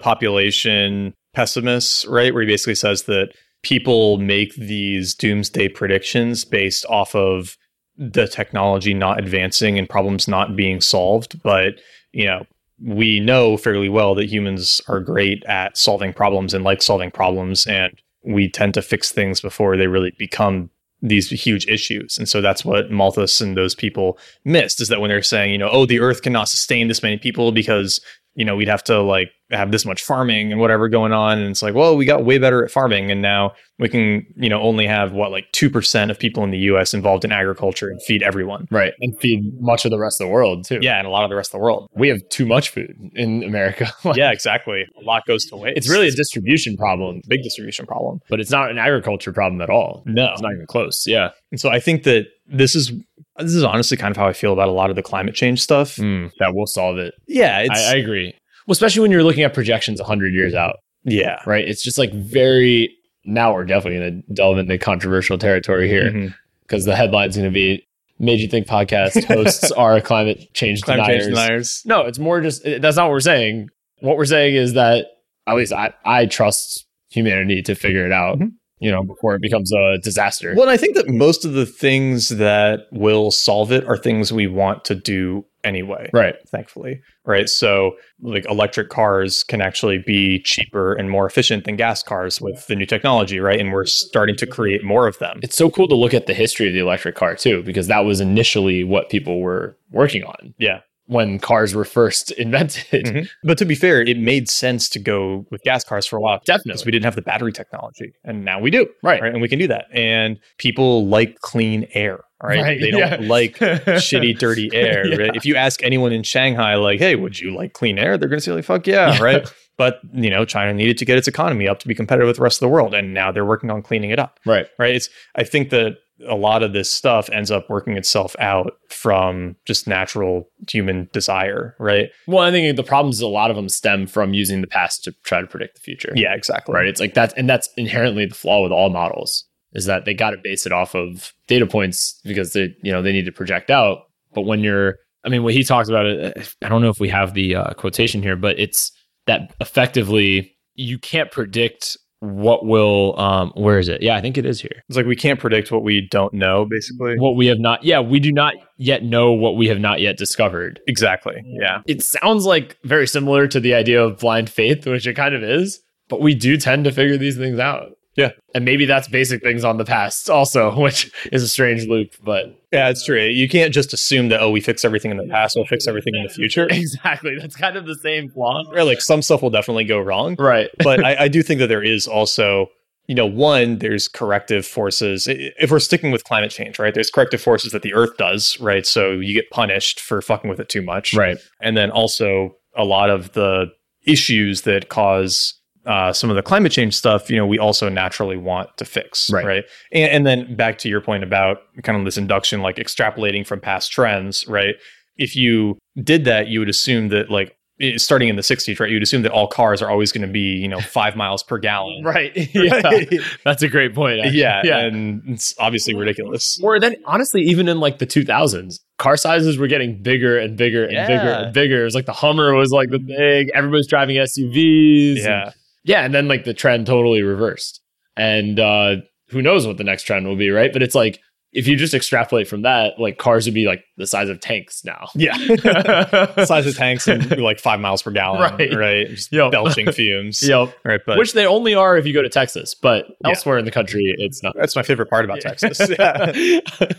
S2: population pessimists, right? Where he basically says that people make these doomsday predictions based off of the technology not advancing and problems not being solved, but you know, we know fairly well that humans are great at solving problems and like solving problems and we tend to fix things before they really become these huge issues. And so that's what Malthus and those people missed is that when they're saying, you know, oh, the earth cannot sustain this many people because, you know, we'd have to like have this much farming and whatever going on. And it's like, well, we got way better at farming. And now we can, you know, only have what, like 2% of people in the US involved in agriculture and feed everyone.
S1: right, and feed much of the rest of the world too.
S2: Yeah. And a lot of the rest of the world.
S1: we have too much food in America. Like,
S2: yeah, exactly. A lot goes to waste.
S1: It's really a distribution problem,
S2: big distribution problem.
S1: but it's not an agriculture problem at all.
S2: No.
S1: It's not even close. Yeah.
S2: And so I think that this is this is honestly kind of how I feel about a lot of the climate change stuff.
S1: Hmm. that will solve it.
S2: Yeah, it's
S1: I, I agree. Well, especially when you're looking at projections 100 years out.
S2: yeah.
S1: right? It's just like very. Now we're definitely going to delve into controversial territory here
S2: Mhm.
S1: because the headline's going to be "Made You Think podcast hosts are climate change
S2: Climate
S1: deniers."
S2: change deniers.
S1: No, it's more just that's not what we're saying. What we're saying is that at least I I trust humanity to figure it out.
S2: Mhm.
S1: You know, before it becomes a disaster.
S2: Well, and I think that most of the things that will solve it are things we want to do anyway,
S1: Right.
S2: thankfully. Right. So, like electric cars can actually be cheaper and more efficient than gas cars with the new technology, right? And we're starting to create more of them.
S1: It's so cool to look at the history of the electric car too, because that was initially what people were working on.
S2: Yeah.
S1: When cars were first invented.
S2: Mhm. But to be fair, it made sense to go with gas cars for a while because
S1: Definitely.
S2: we didn't have the battery technology, and now we do.
S1: Right.
S2: right? And we can do that. And people like clean air, right?
S1: Right,
S2: They don't
S1: yeah.
S2: like shitty, dirty air.
S1: Yeah.
S2: right? If you ask anyone in Shanghai, like, hey, would you like clean air? They're going to say, like, fuck yeah, right? But, you know, China needed to get its economy up to be competitive with the rest of the world. And now they're working on cleaning it up,
S1: Right.
S2: right? It's, I think that a lot of this stuff ends up working itself out from just natural human desire, right?
S1: Well, I think the problems a lot of them stem from using the past to try to predict the future.
S2: Yeah, exactly.
S1: Right. It's like that's and that's inherently the flaw with all models is that they got to base it off of data points because they you know they need to project out. But when you're, I mean, what he talks about it, I don't know if we have the uh, quotation here, but it's that effectively you can't predict what will. Um, where is it? Yeah, I think it is here.
S2: It's like we can't predict what we don't know, basically.
S1: What we have not. Yeah, we do not yet know what we have not yet discovered.
S2: Exactly. Yeah.
S1: it sounds like very similar to the idea of blind faith, which it kind of is, but we do tend to figure these things out.
S2: Yeah.
S1: And maybe that's basic things on the past also, which is a strange loop, but
S2: Yeah, it's true. You can't just assume that oh, we fix everything in the past, we'll fix everything in the future.
S1: exactly. That's kind of the same flaw.
S2: Or like some stuff will definitely go wrong,
S1: Right.
S2: but I, I do think that there is also, you know, one there's corrective forces. I- If we're sticking with climate change, right? There's corrective forces that the Earth does, right? So you get punished for fucking with it too much,
S1: Right.
S2: and then also a lot of the issues that cause uh, some of the climate change stuff, you know, we also naturally want to fix,
S1: Right.
S2: right? And, and then back to your point about kind of this induction, like extrapolating from past trends, right? If you did that, you would assume that like i- starting in the 60s, right? You'd assume that all cars are always going to be, you know, five miles per gallon.
S1: Right. Yeah. That's a great point. actually.
S2: yeah.
S1: Yeah.
S2: And it's obviously ridiculous.
S1: Or then, honestly, even in like the 2000s, car sizes were getting bigger and bigger and bigger
S2: Yeah.
S1: and bigger. It was like the Hummer was like the big, everybody's driving SUVs. And,
S2: Yeah.
S1: yeah. And then like the trend totally reversed. And uh, who knows what the next trend will be, right? But it's like, if you just extrapolate from that, like cars would be like the size of tanks now.
S2: Yeah. Size of tanks and like five miles per gallon,
S1: Right.
S2: right? right? Just
S1: Yep.
S2: belching fumes.
S1: Yep.
S2: Right. But
S1: Which they only are if you go to Texas, but
S2: Yeah.
S1: elsewhere in the country, it's not.
S2: That's my favorite part about Texas.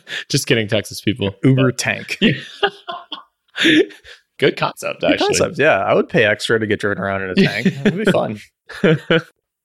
S1: Just kidding, Texas people.
S2: Uber tank.
S1: Good concept, actually.
S2: Yeah, I would pay extra to get driven around in a tank. It'd be fun.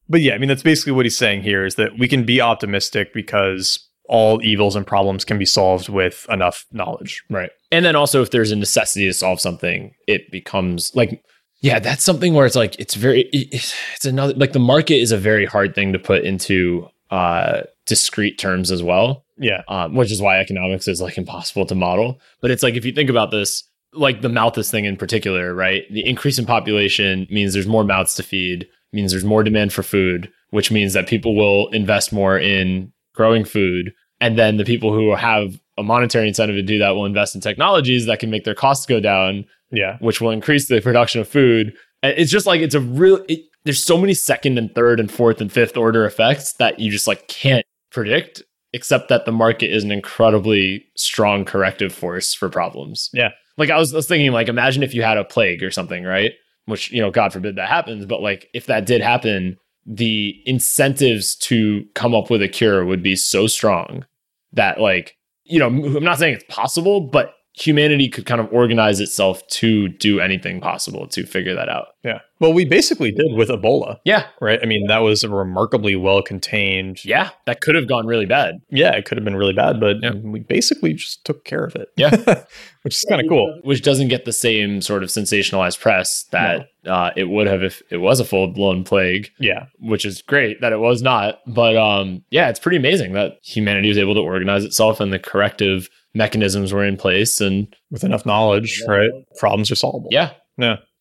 S2: but yeah, I mean, that's basically what he's saying here is that we can be optimistic because all evils and problems can be solved with enough knowledge.
S1: Right. And then also, if there's a necessity to solve something, it becomes like, yeah, that's something where it's like, it's very, it- it's it's another, like the market is a very hard thing to put into uh, discrete terms as well,
S2: Yeah.
S1: um, which is why economics is like impossible to model. But it's like, if you think about this, like the Malthus thing in particular, right? The increase in population means there's more mouths to feed, means there's more demand for food, which means that people will invest more in growing food. And then the people who have a monetary incentive to do that will invest in technologies that can make their costs go down,
S2: Yeah.
S1: which will increase the production of food. And it's just like, it's a real, it, there's so many second and third and fourth and fifth order effects that you just like can't predict, except that the market is an incredibly strong corrective force for problems.
S2: Yeah.
S1: Like I was, I was thinking, like, imagine if you had a plague or something, right? Which, you know, God forbid that happens. But like, if that did happen, the incentives to come up with a cure would be so strong that like you know i'm not saying it's possible but humanity could kind of organize itself to do anything possible to figure that out
S2: Yeah. Well, we basically did with Ebola,
S1: yeah
S2: right? I mean, that was a remarkably well contained.
S1: yeah that could have gone really bad
S2: Yeah, it could have been really bad, but
S1: Yeah.
S2: we basically just took care of it.
S1: Yeah.
S2: Which is kind of cool.
S1: which doesn't get the same sort of sensationalized press that uh, it would have if it was a full-blown plague
S2: Yeah.
S1: which is great that it was not but um yeah it's pretty amazing that humanity was able to organize itself and the corrective mechanisms were in place and
S2: With enough knowledge, right? Problems are solvable.
S1: yeah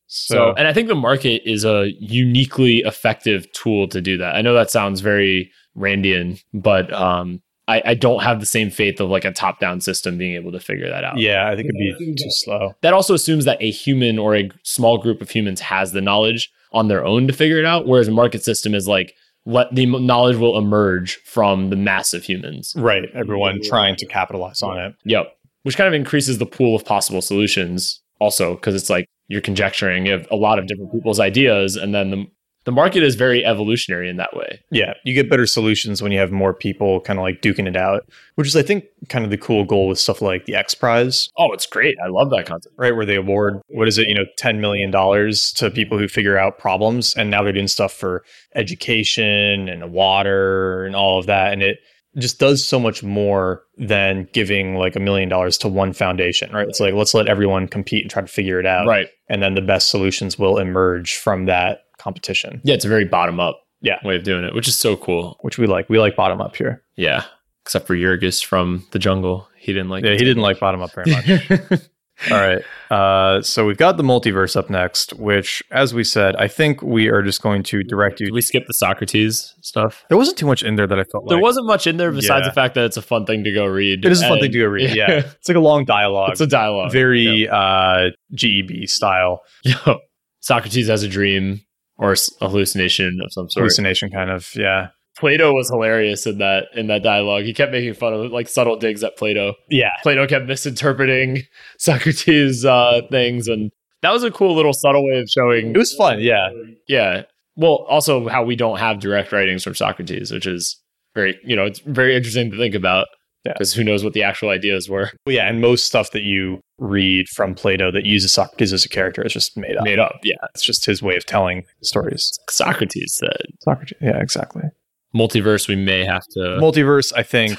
S1: So, and I think the market is a uniquely effective tool to do that. I know that sounds very Randian, but um, I, I don't have the same faith of like a top down system being able to figure that out.
S2: Yeah, I think it'd be too slow.
S1: That also assumes that a human or a small group of humans has the knowledge on their own to figure it out, whereas a market system is like, let the m- knowledge will emerge from the mass of humans.
S2: Right. Everyone trying to capitalize on it.
S1: Yep. Which kind of increases the pool of possible solutions also because it's like you're conjecturing you have a lot of different people's ideas and then the the market is very evolutionary in that way.
S2: Yeah. You get better solutions when you have more people kind of like duking it out, which is, I think, kind of the cool goal with stuff like the X Prize,
S1: Oh, it's great. I love that concept.
S2: right? Where they award, what is it, you know, $10 million to people who figure out problems. And now they're doing stuff for education and water and all of that. And it, just does so much more than giving like a million dollars to one foundation, right? It's like let's let everyone compete and try to figure it out,
S1: Right.
S2: and then the best solutions will emerge from that competition.
S1: Yeah, it's a very bottom up
S2: Yeah.
S1: way of doing it, which is so cool.
S2: which we like. We like bottom up here.
S1: Yeah. Except for Yurgis from the jungle. He didn't like
S2: Yeah, he didn't like bottom up very much. All right. Uh, so we've got the multiverse up next, which, as we said, I think we are just going to direct
S1: Did
S2: you.
S1: we skip the Socrates stuff?
S2: There wasn't too much in there that I felt
S1: There
S2: like.
S1: wasn't much in there besides
S2: Yeah.
S1: the fact that it's a fun thing to go read.
S2: It is a fun
S1: And-
S2: thing to go read.
S1: Yeah.
S2: Yeah. It's like a long dialogue.
S1: It's a dialogue.
S2: very uh, GEB style
S1: Yo, Socrates has a dream or s- hallucination of some sort.
S2: hallucination, kind of. Yeah.
S1: Plato was hilarious in that in that dialogue. He kept making fun of like subtle digs at Plato.
S2: Yeah.
S1: Plato kept misinterpreting Socrates' uh, things, and that was a cool little subtle way of showing.
S2: It was fun. Yeah.
S1: Yeah, well, also how we don't have direct writings from Socrates, which is very, you know, it's very interesting to think about
S2: Yeah.
S1: because who knows what the actual ideas were
S2: Well, yeah, and most stuff that you read from Plato that uses Socrates as a character is just made up.
S1: made up. Yeah.
S2: It's just his way of telling stories.
S1: Socrates said
S2: Socrates. Yeah, exactly.
S1: multiverse, we may have to.
S2: Multiverse, I think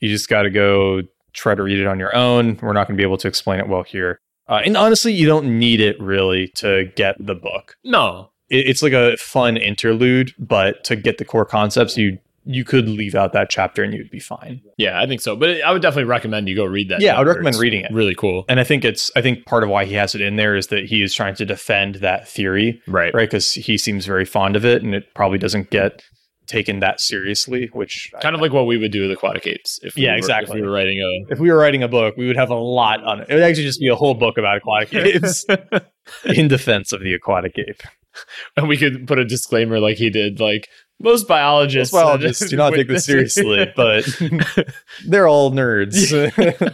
S2: you just got to go try to read it on your own. We're not going to be able to explain it well here. Uh, and honestly, you don't need it really to get the book.
S1: no.
S2: It, it's like a fun interlude, but to get the core concepts, you you could leave out that chapter and you'd be fine.
S1: Yeah, I think so. But I would definitely recommend you go read that.
S2: Yeah, I would
S1: chapter.
S2: recommend
S1: It's
S2: reading it.
S1: Really cool.
S2: And I think it's I think part of why he has it in there is that he is trying to defend that theory
S1: Right.
S2: right? Because he seems very fond of it, and it probably doesn't get taken that seriously. Which
S1: Kind of like what we would do with aquatic apes. If we
S2: Yeah,
S1: were, If
S2: exactly.
S1: we were writing a
S2: if we were writing a book, we would have a lot on it. It would actually just be a whole book about aquatic apes in defense of the aquatic ape.
S1: and we could put a disclaimer like he did, like most biologists.
S2: Most biologists do not take this seriously, but they're all nerds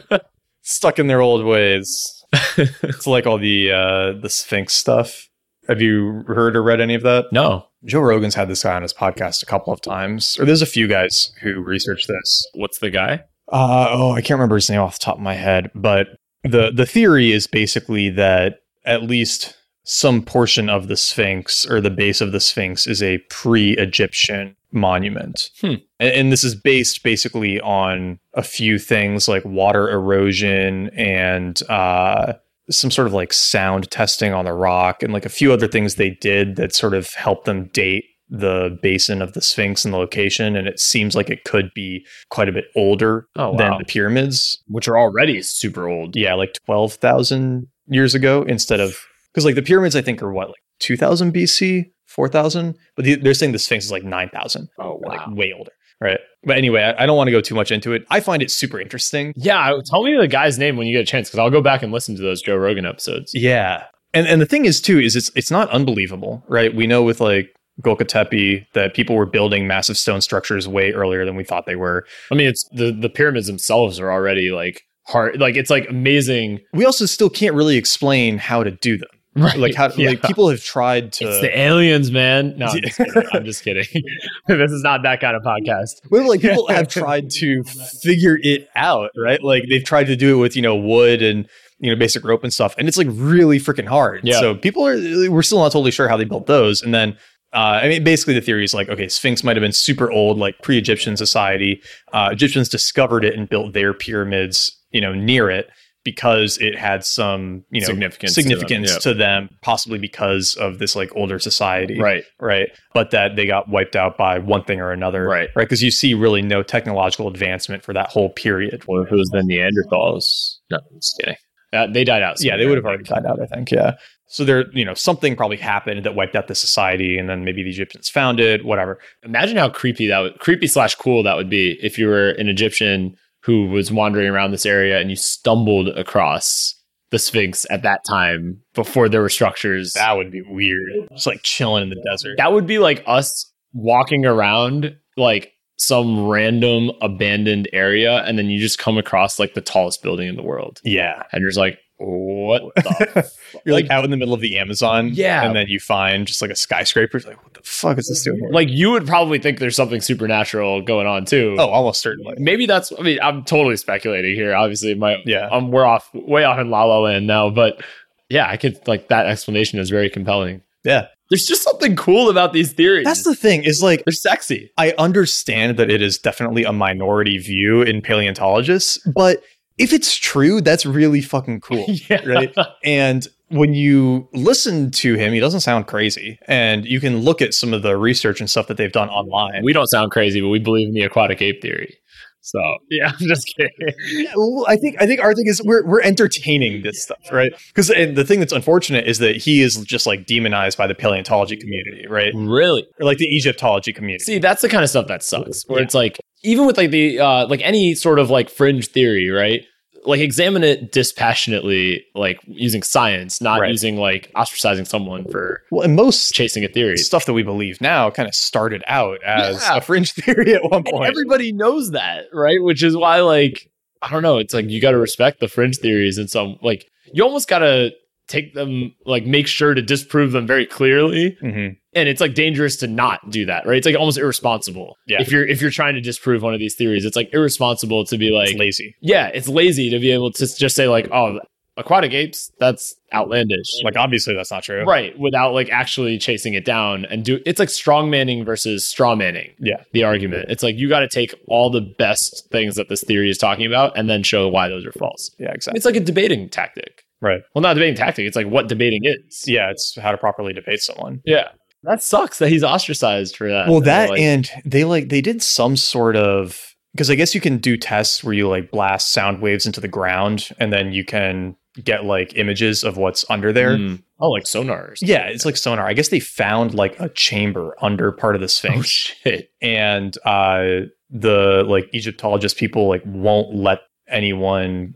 S2: stuck in their old ways. It's like all the uh, the Sphinx stuff. Have you heard or read any of that?
S1: no.
S2: Joe Rogan's had this guy on his podcast a couple of times, or there's a few guys who research this.
S1: What's the guy?
S2: uh, oh, I can't remember his name off the top of my head, but the the theory is basically that at least some portion of the Sphinx or the base of the Sphinx is a pre-Egyptian monument,
S1: Hmm.
S2: and, and this is based basically on a few things like water erosion and uh, some sort of like sound testing on the rock, and like a few other things they did that sort of helped them date the basin of the Sphinx and the location, and it seems like it could be quite a bit older
S1: Oh,
S2: than the pyramids.
S1: Which are already super old.
S2: Yeah, like 12,000 years ago instead of because like the pyramids, I think, are what, like 2000 BC, 4000? But the, they're saying the Sphinx is like 9,000,
S1: Oh
S2: or, like way older. Right. But anyway, I, I don't want to go too much into it. I find it super interesting.
S1: Yeah, tell me the guy's name when you get a chance because I'll go back and listen to those Joe Rogan episodes.
S2: Yeah. And and the thing is too is it's it's not unbelievable, right? We know with like Gokha Tepe that people were building massive stone structures way earlier than we thought they were.
S1: I mean, it's the the pyramids themselves are already like hard, like it's like amazing.
S2: we also still can't really explain how to do them.
S1: Right,
S2: Like how like people have tried to
S1: it's the aliens, man. No, I'm just kidding. I'm just kidding. this is not that kind of podcast.
S2: well, like people have tried to figure it out, right? Like they've tried to do it with you know wood and you know basic rope and stuff, and it's like really freaking hard.
S1: Yeah.
S2: So people are we're still not totally sure how they built those, and then. Uh, I mean, basically, the theory is like, okay, Sphinx might have been super old, like pre-Egyptian society. Uh, Egyptians discovered it and built their pyramids, you know, near it because it had some, you know,
S1: Significance to them,
S2: significance
S1: yeah.
S2: to them possibly because of this like older society,
S1: Right,
S2: right? But that they got wiped out by one thing or another,
S1: Right.
S2: Right, because you see really no technological advancement for that whole period.
S1: Well, if it was the Neanderthals, no, I'm just kidding. Uh, they died out.
S2: Yeah, they would have already died out, I think. Yeah. So there, you know, something probably happened that wiped out the society, and then maybe the Egyptians found it, whatever.
S1: Imagine how creepy that would, creepy slash cool that would be if you were an Egyptian who was wandering around this area and you stumbled across the Sphinx at that time before there were structures. That,
S2: would be weird. Just like chilling in the desert.
S1: would be like us walking around like some random abandoned area, and then you just come across like the tallest building in the world,
S2: Yeah.
S1: and you're just like, what the?
S2: You're like,
S1: Like-
S2: out in the middle of the Amazon.
S1: Yeah.
S2: And then you find just like a skyscraper. It's like, what the fuck is this doing here?
S1: like you would probably think there's something supernatural going on too.
S2: oh, almost certainly.
S1: maybe that's i mean i'm totally speculating here obviously my
S2: Yeah.
S1: um, we're off way off in la la land now but yeah i could like that explanation is very compelling
S2: Yeah.
S1: there's just something cool about these theories
S2: That's the thing is like,
S1: they're sexy
S2: I understand that it is definitely a minority view in paleontologists, but if it's true, that's really fucking cool.
S1: yeah
S2: Right. And when you listen to him, he doesn't sound crazy. And you can look at some of the research and stuff that they've done online.
S1: we don't sound crazy but we believe in the aquatic ape theory so yeah i'm just kidding
S2: Yeah, well, I think I think our thing is we're we're entertaining this stuff, right? Because and the thing that's unfortunate is that he is just like demonized by the paleontology community, right?
S1: really
S2: Or like the Egyptology community.
S1: Mm. see that's the kind of stuff that sucks where
S2: Yeah.
S1: it's like even with like the uh like any sort of like fringe theory right like examine it dispassionately like using science not
S2: Right.
S1: using like ostracizing someone for
S2: well, and most
S1: chasing a theory
S2: stuff that we believe now kind of started out as
S1: Yeah.
S2: a fringe theory at one
S1: And
S2: point.
S1: everybody knows that, right? Which is why, like, I don't know. It's like you got to respect the fringe theories and some, like, you almost got to take them, like, make sure to disprove them very clearly
S2: Mhm.
S1: and it's like dangerous to not do that, right? It's like almost irresponsible.
S2: Yeah.
S1: If you're if you're trying to disprove one of these theories, it's like irresponsible to be like,
S2: it's lazy.
S1: yeah, it's lazy to be able to just say like, oh, aquatic apes, that's outlandish.
S2: Like obviously that's not true.
S1: Right, without like actually chasing it down and do it's like strong manning versus straw manning.
S2: Yeah.
S1: The argument. It's like you got to take all the best things that this theory is talking about and then show why those are false.
S2: Yeah, exactly.
S1: It's like a debating tactic.
S2: Right.
S1: Well, not a debating tactic, it's like what debating is.
S2: Yeah, it's how to properly debate someone.
S1: Yeah. That sucks that he's ostracized for that.
S2: well that
S1: Like,
S2: and they like they did some sort of because i guess you can do tests where you like blast sound waves into the ground and then you can get like images of what's under there
S1: mm. oh like sonars.
S2: yeah it's like sonar i guess they found like a chamber under part of the
S1: Oh
S2: sphinx
S1: shit.
S2: and uh the like egyptologist people like won't let anyone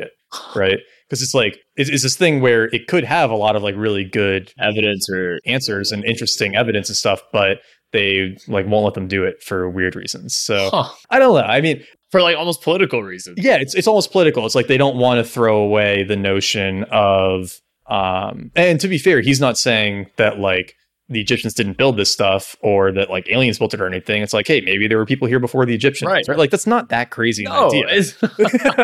S2: it right because it's like it's, it's this thing where it could have a lot of like really good
S1: Evidence or
S2: answers and interesting evidence and stuff, but they like won't let them do it for weird reasons. So
S1: Huh.
S2: I don't know. I mean,
S1: for like almost political reasons.
S2: yeah, it's it's almost political. It's like they don't want to throw away the notion of um and to be fair, he's not saying that like the Egyptians didn't build this stuff or that like aliens built it or anything. It's like, hey, maybe there were people here before the Egyptians.
S1: Right.
S2: Like that's not that crazy
S1: No,
S2: an idea.
S1: Oh, it's-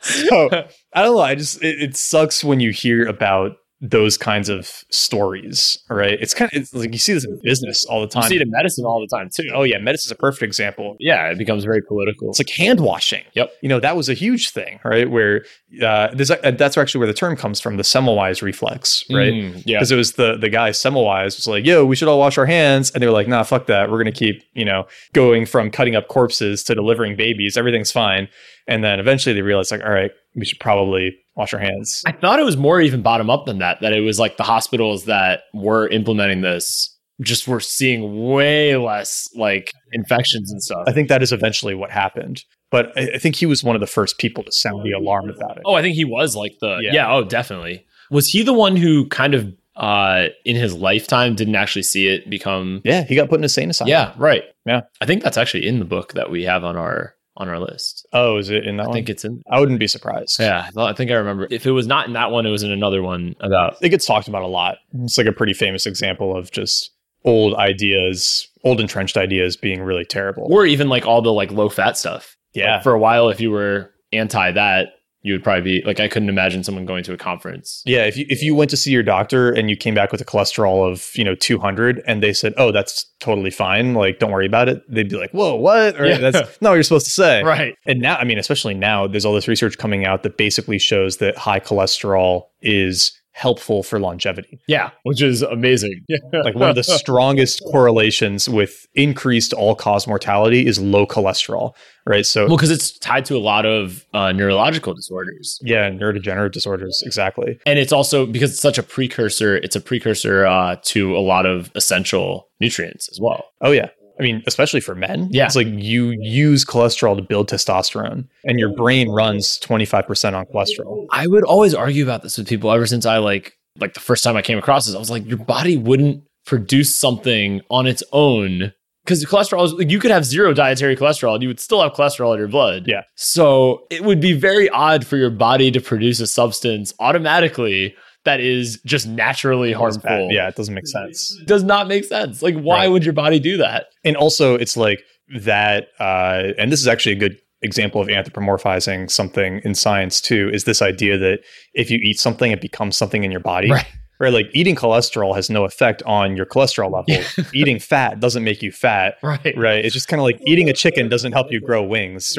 S2: so I don't know. I just it, it sucks when you hear about those kinds of stories, right? It's kind of it's like you see this in business all the
S1: you
S2: time.
S1: see it in medicine all the time too.
S2: oh yeah, medicine's a perfect example.
S1: yeah, it becomes very political.
S2: It's like hand washing.
S1: Yep.
S2: You know that was a huge thing, right? Where uh, there's a, that's actually where the term comes from, the Semmelweis reflex, right?
S1: Mm, yeah.
S2: Because it was the the guy Semmelweis was like, "Yo, we should all wash our hands," and they were like, "Nah, fuck that. We're gonna keep you know going from cutting up corpses to delivering babies. Everything's fine." And then eventually they realized, like, "All right, we should probably wash our hands."
S1: I thought it was more even bottom up than that, that it was like the hospitals that were implementing this just were seeing way less like infections and stuff.
S2: I think that is eventually what happened. But I, I think he was one of the first people to sound the alarm about it.
S1: Oh, I think he was like the yeah.
S2: Yeah.
S1: oh, definitely. Was he the one who kind of uh in his lifetime didn't actually see it become
S2: Yeah, he got put in a sane asylum.
S1: Yeah, right.
S2: Yeah.
S1: I think that's actually in the book that we have on our on our list.
S2: Oh, is it in that
S1: I
S2: one?
S1: think it's in
S2: I wouldn't be surprised.
S1: Yeah, I thought- I think I remember. If it was not in that one, it was in another one about
S2: it gets talked about a lot. It's like a pretty famous example of just old ideas, old entrenched ideas being really terrible.
S1: or even like all the like low fat stuff.
S2: yeah.
S1: Like, for a while, if you were anti that, you would probably be like, I couldn't imagine someone going to a conference.
S2: Yeah, if you if you went to see your doctor and you came back with a cholesterol of you know 200 and they said, "Oh, that's totally fine. Like, don't worry about it," they'd be like, "Whoa, what? Or,
S1: Yeah.
S2: That's not what you're supposed to say."
S1: Right.
S2: And now, I mean, especially now, there's all this research coming out that basically shows that high cholesterol is helpful for longevity.
S1: Yeah. Which is amazing.
S2: Like one of the strongest correlations with increased all cause mortality is low cholesterol, right? So
S1: Well, because it's tied to a lot of uh, neurological disorders.
S2: yeah, neurodegenerative disorders, exactly.
S1: And it's also because it's such a precursor, it's a precursor uh, to a lot of essential nutrients as well.
S2: Oh yeah. I mean, especially for men,
S1: Yeah.
S2: it's like you use cholesterol to build testosterone, and your brain runs 25% on cholesterol.
S1: I would always argue about this with people ever since I like like the first time I came across this, I was like, your body wouldn't produce something on its own. Because cholesterol is like you could have zero dietary cholesterol and you would still have cholesterol in your blood.
S2: Yeah.
S1: So it would be very odd for your body to produce a substance automatically that is just naturally
S2: It's bad.
S1: harmful.
S2: Yeah, it doesn't make sense.
S1: Does not make sense. Like, why
S2: Right.
S1: would your body do that?
S2: and also it's like that uh, and this is actually a good example of anthropomorphizing something in science too is this idea that if you eat something it becomes something in your body
S1: Right.
S2: Right, like eating cholesterol has no effect on your cholesterol level eating fat doesn't make you fat
S1: Right.
S2: right it's just kind of like eating a chicken doesn't help you grow wings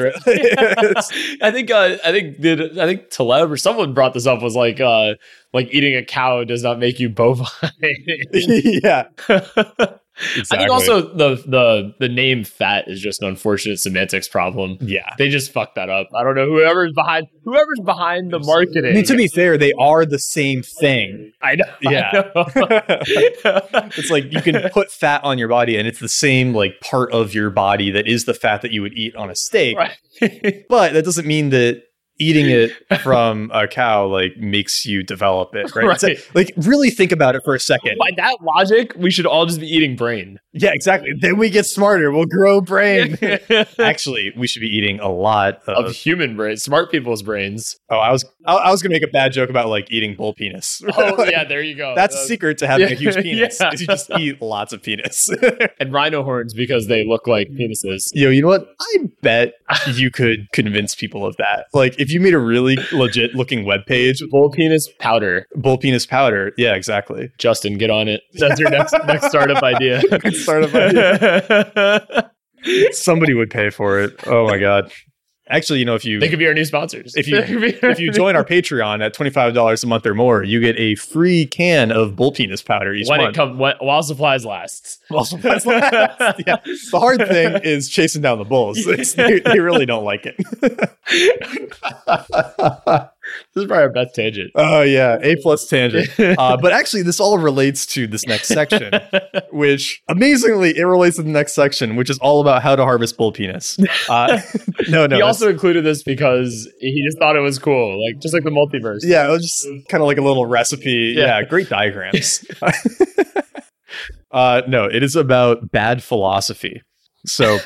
S2: right? It's-
S1: I think uh, I think did I think Taleb or someone brought this up was like uh, like eating a cow does not make you bovine.
S2: yeah
S1: I
S2: exactly.
S1: think also the the the name fat is just an unfortunate semantics problem.
S2: yeah
S1: They just fucked that up. I don't know whoever's behind whoever's behind the marketing.
S2: I mean, to be fair they are the same thing
S1: I know.
S2: Yeah.
S1: it's
S2: it's like you can put fat on your body and it's the same like part of your body that is the fat that you would eat on a steak
S1: right.
S2: but that doesn't mean that eating it from a cow like makes you develop it, right? It's like- like really think about it for a second.
S1: By that logic, we should all just be eating brain.
S2: Yeah, exactly. Then we get smarter. We'll grow brain. Actually, we should be eating a lot of.
S1: of human brains, smart people's brains.
S2: oh, I was I, I was gonna make a bad joke about like eating bull penis.
S1: Oh yeah, there you go.
S2: That's the
S1: Uh,
S2: secret to having
S1: yeah,
S2: a huge penis.
S1: yeah.
S2: Is you just eat lots of penis.
S1: and rhino horns because they look like penises.
S2: Yo, you know what? I bet you could convince people of that. Like, if you made a really legit looking webpage,
S1: Bull penis powder.
S2: bull penis powder. Yeah, exactly.
S1: Justin, get on it. That's your next next startup idea.
S2: Next startup Somebody would pay for it. Oh my god. Actually, you know, if you
S1: They could be our new sponsors.
S2: If you-
S1: They could be our
S2: if you
S1: new-
S2: join our Patreon at twenty five dollars a month or more, you get a free can of bull penis powder each
S1: when it
S2: month.
S1: comes while supplies lasts.
S2: That's last. Yeah. The hard thing is chasing down the bulls. It's- they, they really don't like it.
S1: This is probably our best tangent.
S2: oh yeah, a plus tangent. Uh, but actually, this all relates to this next section, which amazingly it relates to the next section, which is all about how to harvest bull penis. Uh, no, no,
S1: he
S2: that's-
S1: also included this because he just thought it was cool, like just like the multiverse.
S2: yeah, it was just kind of like a little recipe.
S1: Yeah.
S2: Yeah, great diagrams. uh, no, it is about bad philosophy. So,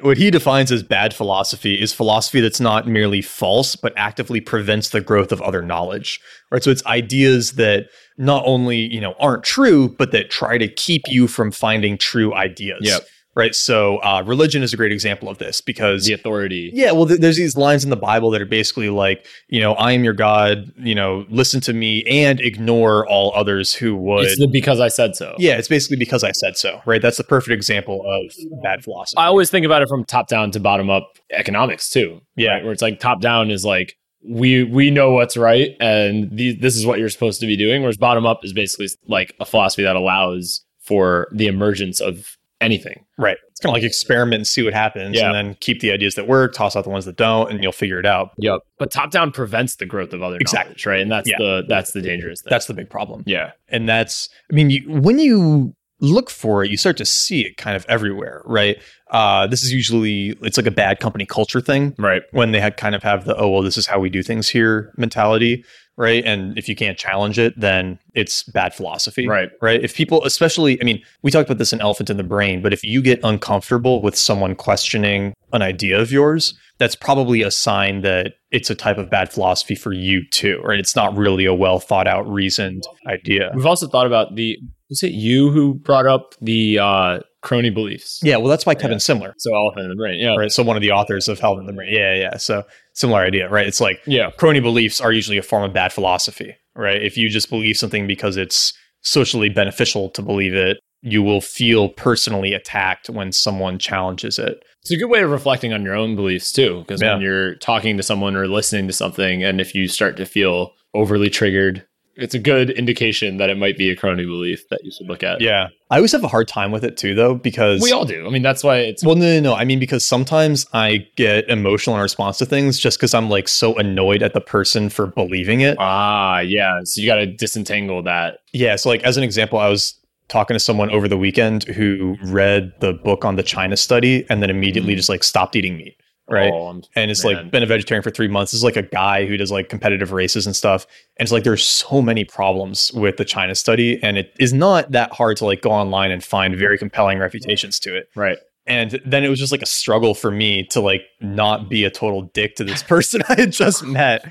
S2: what he defines as bad philosophy is philosophy that's not merely false, but actively prevents the growth of other knowledge. Right. So it's ideas that not only you know aren't true, but that try to keep you from finding true ideas.
S1: Yep.
S2: Right. So uh, religion is a great example of this because
S1: the authority.
S2: yeah, well, th- there's these lines in the Bible that are basically like, you know, I am your God, you know, listen to me and ignore all others who would.
S1: It's the because I said so.
S2: yeah, it's basically because I said so, right? That's the perfect example of bad philosophy.
S1: I always think about it from top down to bottom up economics too.
S2: Yeah.
S1: where it's like top down is like we we know what's right and the, this is what you're supposed to be doing. Whereas bottom up is basically like a philosophy that allows for the emergence of anything.
S2: right. It's kind of like experiment and see what happens
S1: Yeah.
S2: and then keep the ideas that work, toss out the ones that don't, and you'll figure it out.
S1: Yep. But top down prevents the growth of other
S2: Exactly.
S1: knowledge, right? And that's
S2: Yeah.
S1: the that's the dangerous thing.
S2: That's the big problem.
S1: yeah.
S2: and that's i mean you, when you look for it you start to see it kind of everywhere right uh, this is usually it's like a bad company culture thing
S1: Right.
S2: when they had kind of have the oh well this is how we do things here mentality right and if you can't challenge it then it's bad philosophy
S1: Right.
S2: right if people especially i mean we talked about this in elephant in the brain but if you get uncomfortable with someone questioning an idea of yours that's probably a sign that it's a type of bad philosophy for you too right it's not really a well thought out reasoned idea
S1: We've also thought about the was it you who brought up the uh crony beliefs?
S2: Yeah, well, that's why Kevin Simler,
S1: So elephant in the brain. Yeah.
S2: right? So one of the authors of Hell in the Brain. Yeah, yeah. So similar idea, right? It's like
S1: Yeah.
S2: crony beliefs are usually a form of bad philosophy, right? If you just believe something because it's socially beneficial to believe it, you will feel personally attacked when someone challenges it.
S1: It's a good way of reflecting on your own beliefs too, because
S2: Yeah.
S1: when you're talking to someone or listening to something, and if you start to feel overly triggered, it's a good indication that it might be a crony belief that you should look at.
S2: Yeah. I always have a hard time with it too, though, because
S1: we all do. I mean, that's why it's
S2: Well, no, no, no. I mean, because sometimes I get emotional in response to things just because I'm like so annoyed at the person for believing it.
S1: ah yeah. So you got to disentangle that.
S2: Yeah. So, like, as an example, I was talking to someone over the weekend who read the book on the China study and then immediately just like stopped eating meat. Right.
S1: Oh, I'm-
S2: And it's
S1: man.
S2: like been a vegetarian for three months. This is like a guy who does like competitive races and stuff. And it's like there's so many problems with the China study. And it is not that hard to like go online and find very compelling refutations to it.
S1: right.
S2: And then it was just like a struggle for me to like not be a total dick to this person I had just met,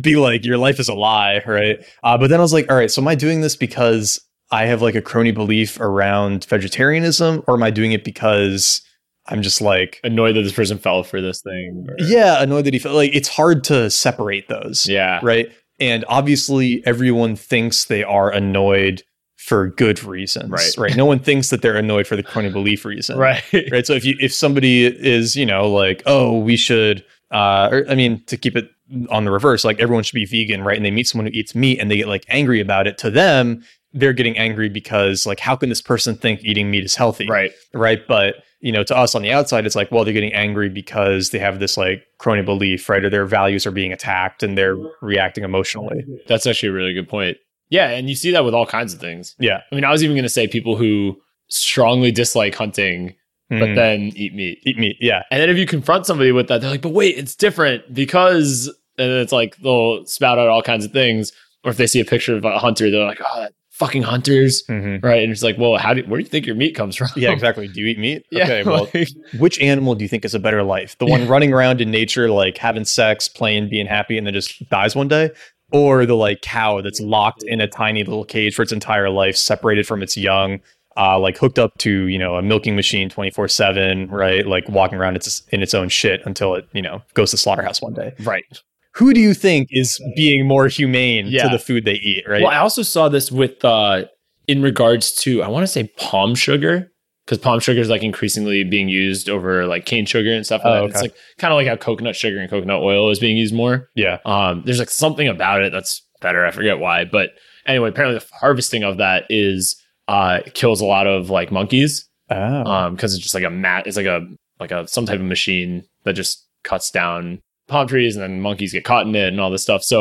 S2: be like, your life is a lie, right? Uh, but then I was like, all right, so am I doing this because I have like a crony belief around vegetarianism, or am I doing it because I'm just like,
S1: Annoyed that this person fell for this thing. or-
S2: yeah, annoyed that he felt like it's hard to separate those,
S1: Yeah.
S2: right? And obviously, everyone thinks they are annoyed for good reasons,
S1: Right.
S2: Right? No one thinks that they're annoyed for the crony belief reason,
S1: Right.
S2: right so if you if somebody is you know like oh we should uh or, i mean to keep it on the reverse like everyone should be vegan right and they meet someone who eats meat and they get like angry about it to them they're getting angry because like how can this person think eating meat is healthy
S1: Right.
S2: right but you know to us on the outside it's like well they're getting angry because they have this like crony belief right or their values are being attacked and they're reacting emotionally
S1: That's actually a really good point. Yeah, and you see that with all kinds of things.
S2: yeah
S1: I mean, I was even going to say people who strongly dislike hunting but
S2: Mm.
S1: then eat meat.
S2: eat meat yeah
S1: And then if you confront somebody with that, they're like, but wait, it's different because and it's like they'll spout out all kinds of things. Or if they see a picture of a hunter, they're like, "Oh, that fucking hunters!"
S2: Mhm.
S1: Right? And it's like, "Well, how do where do you think your meat comes from?"
S2: Yeah, exactly. Do you eat meat?
S1: Yeah,
S2: Okay, well,
S1: like-
S2: which animal do you think is a better life? The one running around in nature, like having sex, playing, being happy, and then just dies one day? Or the like cow that's locked in a tiny little cage for its entire life, separated from its young, uh, like hooked up to, you know, a milking machine 24 7, right? Like walking around its, in its own shit until it, you know, goes to slaughterhouse one day.
S1: right.
S2: Who do you think is being more humane
S1: Yeah.
S2: to the food they eat, right?
S1: Well, I also saw this with uh, in regards to I want to say palm sugar because palm sugar is like increasingly being used over like cane sugar and stuff. Like
S2: Oh,
S1: that.
S2: okay.
S1: It's like kind of like how coconut sugar and coconut oil is being used more.
S2: yeah.
S1: Um, there's like something about it that's better. I forget why, but anyway, apparently the harvesting of that is uh it kills a lot of like monkeys
S2: Oh.
S1: um because it's just like a mat it's like a like a some type of machine that just cuts down palm trees and then monkeys get caught in it and all this stuff so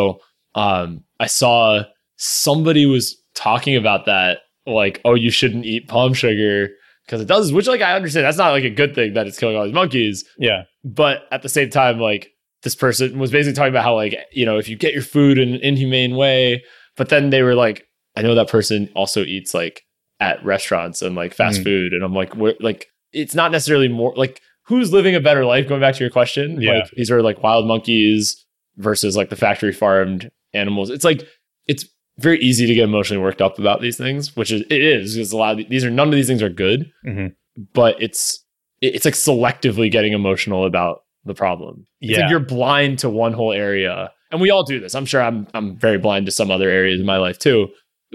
S1: um i saw somebody was talking about that like oh you shouldn't eat palm sugar because it does which like i understand that's not like a good thing that it's killing all these monkeys
S2: yeah.
S1: but at the same time like this person was basically talking about how like you know if you get your food in an inhumane way but then they were like i know that person also eats like at restaurants and like fast
S2: Mhm.
S1: food and i'm like where like it's not necessarily more like who's living a better life going back to your question
S2: Yeah.
S1: like these are like wild monkeys versus like the factory farmed animals it's like it's very easy to get emotionally worked up about these things which is it is because a lot of these are none of these things are good
S2: Mhm.
S1: but it's it- it's like selectively getting emotional about the problem. It's
S2: Yeah.
S1: like you're blind to one whole area. And we all do this. I'm sure I'm I'm very blind to some other areas of my life too.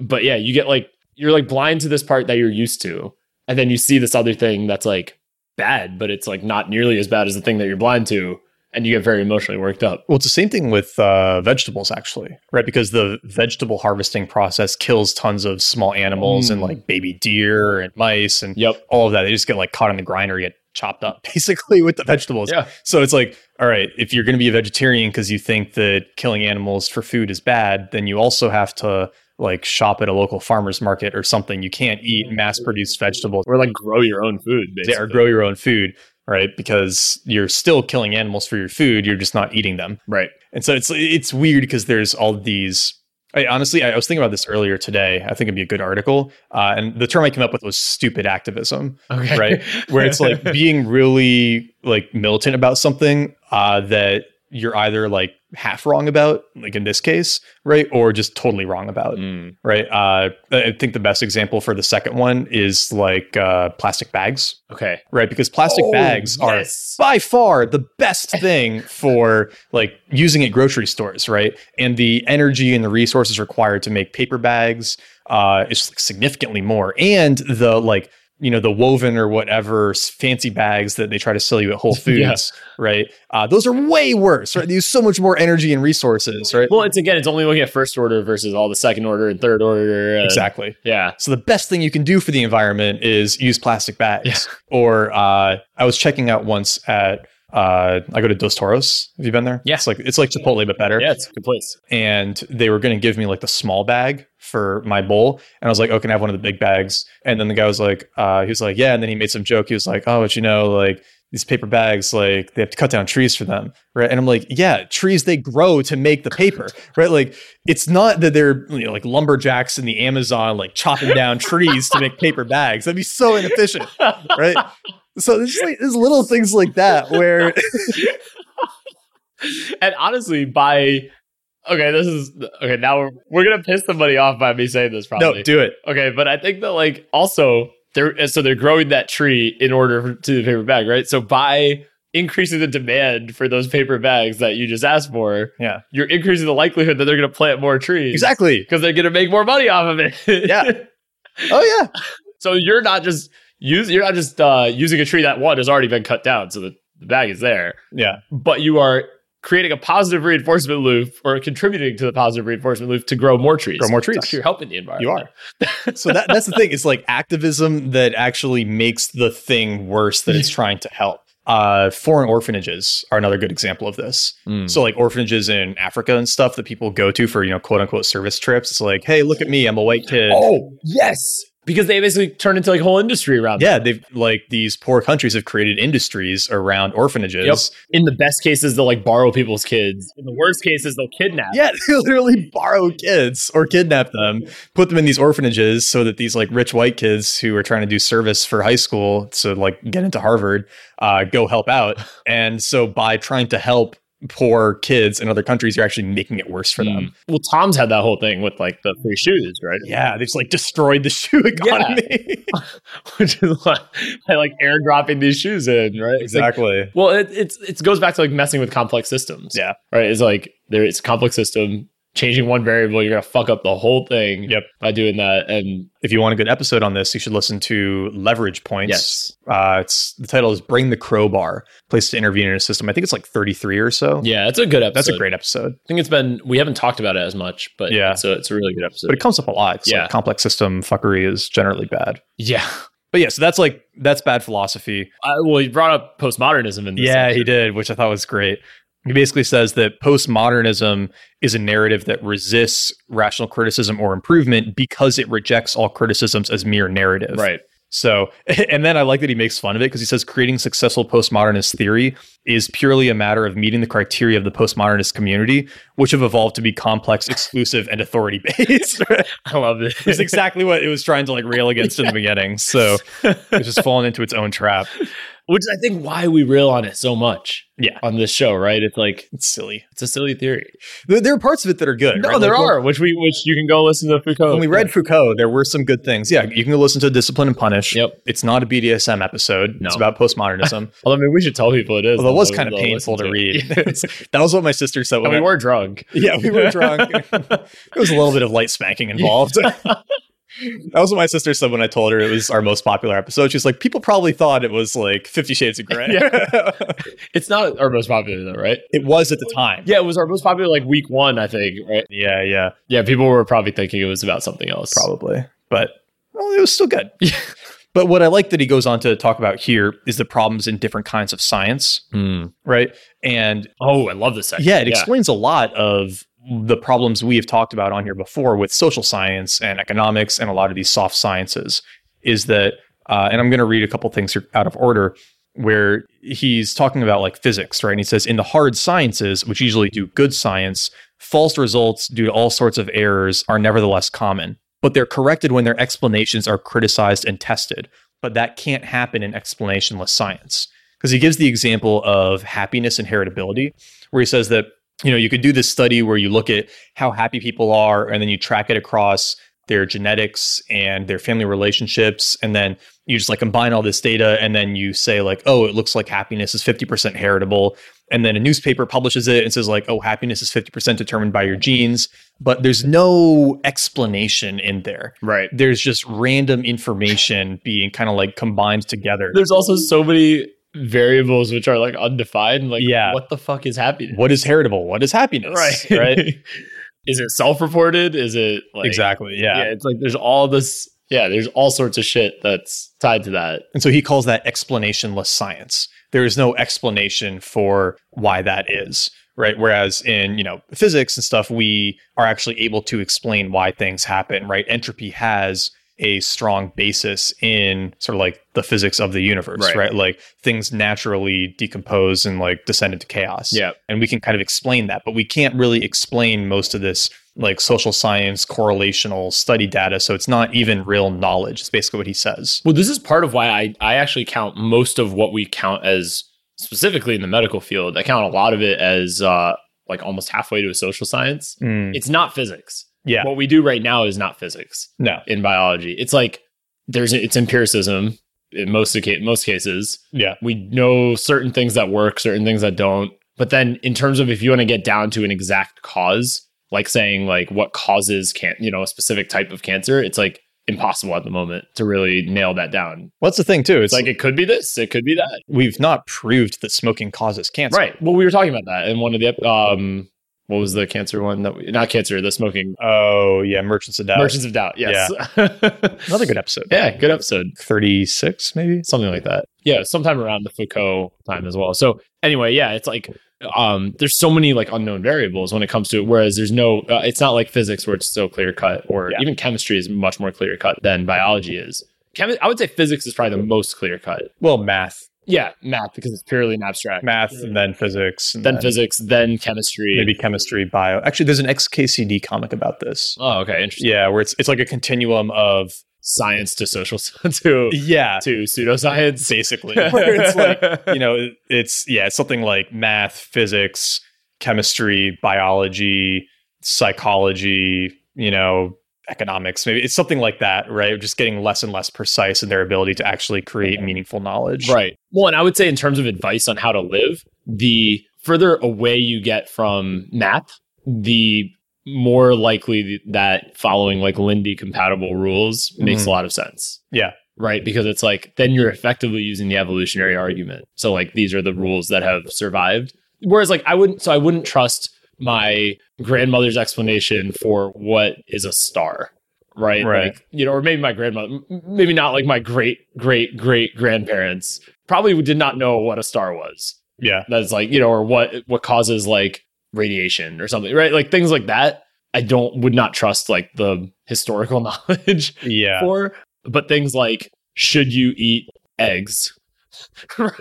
S1: But yeah, you get like you're like blind to this part that you're used to. And then you see this other thing that's like bad, but it's like not nearly as bad as the thing that you're blind to, and you get very emotionally worked up.
S2: Well, it's the same thing with uh, vegetables, actually, right? Because the vegetable harvesting process kills tons of small animals and
S1: Mm.
S2: like baby deer and mice and
S1: Yep.
S2: all of that. They just get like caught in the grinder, get chopped up basically with the vegetables.
S1: Yeah.
S2: So it's like, all right, if you're going to be a vegetarian because you think that killing animals for food is bad, then you also have to like shop at a local farmer's market or something. You can't eat mass produced vegetables
S1: Or like grow your own food,
S2: yeah,
S1: basically.
S2: or grow your own food, right? Because you're still killing animals for your food, you're just not eating them.
S1: right.
S2: And so it's it's weird because there's all these. I, honestly, I, I was thinking about this earlier today. I think it'd be a good article. Uh, and the term I came up with was stupid activism,
S1: Okay.
S2: Right. where it's like being really like militant about something uh, that you're either like half wrong about, like in this case, right, or just totally wrong about,
S1: Mm.
S2: right? Uh, I think the best example for the second one is like uh, plastic bags,
S1: Okay.
S2: right? Because plastic
S1: Oh,
S2: bags are
S1: yes.
S2: by far the best thing for like using at grocery stores, right? And the energy and the resources required to make paper bags uh, is significantly more, and the like you know the woven or whatever s- fancy bags that they try to sell you at Whole
S1: Yeah.
S2: Foods, right? Uh, those are way worse, right? They use so much more energy and resources, right?
S1: Well, it's again, it's only looking at first order versus all the second order and third order. and-
S2: exactly.
S1: Yeah.
S2: So the best thing you can do for the environment is use plastic bags. Or uh, I was checking out once at uh, I go to Dos Toros. Have you been there?
S1: Yeah.
S2: It's like it's like Chipotle but better.
S1: Yeah, it's a good place.
S2: And they were going to give me like the small bag for my bowl, and I was like, "Oh, can I have one of the big bags?" And then the guy was like, uh, "He was like, yeah." And then he made some joke. He was like, "Oh, but you know, like." These paper bags, like they have to cut down trees for them, right? And I'm like, yeah, trees they grow to make the paper, right? Like it's not that they're you know, like lumberjacks in the Amazon, like chopping down trees to make paper bags. That'd be so inefficient, right? So there's, just, like, there's little things like that where
S1: And honestly, by okay, this is okay. Now we're, we're gonna piss somebody off by me saying this, probably.
S2: no, do it.
S1: okay, but I think that like also they're uh, so they're growing that tree in order for- to the paper bag, right? So by increasing the demand for those paper bags that you just asked for,
S2: Yeah.
S1: you're increasing the likelihood that they're gonna plant more trees
S2: Exactly.
S1: because they're gonna make more money off of it.
S2: Yeah. Oh yeah.
S1: So you're not just use you're not just uh, using a tree that one has already been cut down, so the, the bag is there,
S2: Yeah.
S1: but you are creating a positive reinforcement loop or contributing to the positive reinforcement loop to grow more trees.
S2: Grow more trees.
S1: So You're helping the environment.
S2: You are. So that, that's the thing. It's like activism that actually makes the thing worse that it's trying to help. Uh, foreign orphanages are another good example of this.
S1: Hmm.
S2: So like orphanages in Africa and stuff that people go to for you know quote unquote service trips. It's like, hey, look at me, I'm a white kid.
S1: oh yes, because they basically turned into like a whole industry around
S2: Yeah, they've like these poor countries have created industries around orphanages.
S1: Yep. In the best cases, they'll like borrow people's kids. In the worst cases, they'll kidnap.
S2: Yeah, they literally borrow kids or kidnap them, put them in these orphanages so that these like rich white kids who are trying to do service for high school to like get into Harvard uh, go help out. And so by trying to help poor kids in other countries, you're actually making it worse for them.
S1: Well, Tom's had that whole thing with like the free shoes, right?
S2: Yeah, they've just like destroyed the shoe economy.
S1: Which is like, by like airdropping these shoes in, right? It's like-
S2: exactly.
S1: well, it, it's it goes back to like messing with complex systems.
S2: Yeah.
S1: Right. It's like there it's a complex system. Changing one variable, you're gonna fuck up the whole thing
S2: Yep.
S1: by doing that. And
S2: If you want a good episode on this, you should listen to Leverage Points.
S1: yes.
S2: Uh, it's the title is "Bring the Crowbar: Place to Intervene in a System." I think it's like 33 or so.
S1: Yeah, it's a good episode.
S2: That's a great episode.
S1: I think it's been we haven't talked about it as much, but
S2: Yeah.
S1: so it's a really good episode.
S2: but it comes up a lot. 'cause, like,
S1: Yeah.
S2: complex system fuckery is generally bad.
S1: yeah.
S2: But yeah, so that's like that's bad philosophy.
S1: I, well, he brought up postmodernism in this.
S2: he did, which I thought was great. He basically says that postmodernism is a narrative that resists rational criticism or improvement because it rejects all criticisms as mere narrative.
S1: right.
S2: So, and then I like that he makes fun of it because he says creating successful postmodernist theory is purely a matter of meeting the criteria of the postmodernist community, which have evolved to be complex, exclusive, and authority based.
S1: I love it.
S2: It's exactly what it was trying to like rail against in the beginning. So it's just fallen into its own trap.
S1: Which is, I think why we rail on it so much.
S2: Yeah.
S1: On this show, right? It's like
S2: It's silly.
S1: it's a silly theory.
S2: There, there are parts of it that are good.
S1: No,
S2: right?
S1: there
S2: Like,
S1: are, which we which you can go listen to Foucault.
S2: When we read Foucault, there were some good things. Yeah, you can go listen to Discipline and Punish.
S1: Yep.
S2: It's not a BDSM episode.
S1: No.
S2: It's about postmodernism.
S1: Although, I mean, we should tell people it is.
S2: Although it was
S1: They'll-
S2: kind of
S1: they'll
S2: painful to
S1: listen
S2: read.
S1: it.
S2: that was what my sister said.
S1: and
S2: When
S1: we
S2: I-
S1: were drunk.
S2: yeah, we were drunk. there was a little bit of light spanking involved. that was what my sister said when I told her it was our most popular episode. She's like, people probably thought it was like Fifty Shades of Grey.
S1: It's not our most popular though, right?
S2: it was at the time.
S1: Yeah, it was our most popular like week one, I think. Right?
S2: Yeah, yeah.
S1: Yeah, people were probably thinking it was about something else.
S2: probably. But well, it was still good.
S1: Yeah.
S2: but what I like that he goes on to talk about here is the problems in different kinds of science,
S1: Hmm.
S2: right? And
S1: Oh, I love this section.
S2: yeah, it explains a lot of the problems we have talked about on here before with social science and economics and a lot of these soft sciences is that, uh, and I'm going to read a couple things here out of order where he's talking about like physics, right? And he says in the hard sciences, which usually do good science, false results due to all sorts of errors are nevertheless common, but they're corrected when their explanations are criticized and tested. But that can't happen in explanationless science. Because he gives the example of happiness and heritability, where he says that you know you could do this study where you look at how happy people are and then you track it across their genetics and their family relationships and then you just like combine all this data and then you say like oh it looks like happiness is 50% heritable and then a newspaper publishes it and says like oh happiness is 50% determined by your genes but there's no explanation in there
S1: Right.
S2: there's just random information being kind of like combined together
S1: There's also so many variables which are like undefined. Like,
S2: Yeah.
S1: what the fuck is happening?
S2: what is heritable what is happiness
S1: Right.
S2: right
S1: is it self-reported? Is it like
S2: exactly
S1: Yeah.
S2: yeah
S1: It's like there's all this. Yeah. There's all sorts of shit that's tied to that.
S2: And so he calls that explanationless science. There is no explanation for why that is, right? Whereas in, you know, physics and stuff, we are actually able to explain why things happen, right? Entropy has a strong basis in sort of like the physics of the universe,
S1: Right.
S2: right? Like things naturally decompose and like descend into chaos.
S1: Yeah.
S2: And we can kind of explain that, but we can't really explain most of this like social science correlational study data. So it's not even real knowledge. It's basically what he says.
S1: Well, this is part of why I, I actually count most of what we count as specifically in the medical field. I count a lot of it as uh, like almost halfway to a social science. It's not physics.
S2: Mm-hmm. Yeah.
S1: What we do right now is not physics
S2: No.
S1: in biology. It's like there's it's empiricism in most of ca- most cases.
S2: Yeah.
S1: We know certain things that work, certain things that don't. But then in terms of if you want to get down to an exact cause, like saying like what causes can you know a specific type of cancer, it's like impossible at the moment to really nail that down.
S2: Well, that's the thing too.
S1: It's
S2: It's,
S1: like
S2: like
S1: it could be this, it could be that.
S2: we've not proved that smoking causes cancer.
S1: Right. Well, we were talking about that in one of the ep- um what was the cancer one that we, not cancer, the smoking
S2: Oh yeah, Merchants of Doubt.
S1: Merchants of Doubt. Yes.
S2: Another good episode.
S1: Yeah, good episode.
S2: Thirty six, maybe.
S1: something like that. Yeah, sometime around the Foucault time as well. So anyway, yeah, it's like um, there's so many like unknown variables when it comes to it. Whereas there's no, uh, it's not like physics where it's so clear cut, or
S2: Yeah.
S1: even chemistry is much more clear cut than biology is. Chemi- I would say physics is probably the most clear cut.
S2: Well, math,
S1: Yeah, math because it's purely an abstract.
S2: math, and then physics, and
S1: Then physics, then chemistry.
S2: maybe chemistry, bio. Actually, there's an XKCD comic about this.
S1: Oh, okay, interesting.
S2: Yeah, where it's it's like a continuum of
S1: Science to social to
S2: yeah,
S1: to pseudoscience.
S2: basically. Where it's like you know, it's yeah, it's something like math, physics, chemistry, biology, psychology, you know, economics. Maybe it's something like that, right? Just getting less and less precise in their ability to actually create meaningful knowledge.
S1: Right. Well, and I would say in terms of advice on how to live, the further away you get from math, the more likely that following like Lindy compatible rules makes
S2: Mhm.
S1: a lot of sense.
S2: Yeah.
S1: Right. Because it's like then you're effectively using the evolutionary argument. So like these are the rules that have survived. Whereas like I wouldn't so I wouldn't trust my grandmother's explanation for what is a star right?
S2: Right.
S1: Like, you know, or maybe my grandmother, m- maybe not like my great, great, great grandparents probably did not know what a star was.
S2: Yeah.
S1: That's like, you know, or what, what causes like radiation or something, right? Like things like that. I don't, would not trust like the historical knowledge
S2: Yeah.
S1: for, but things like, should you eat eggs?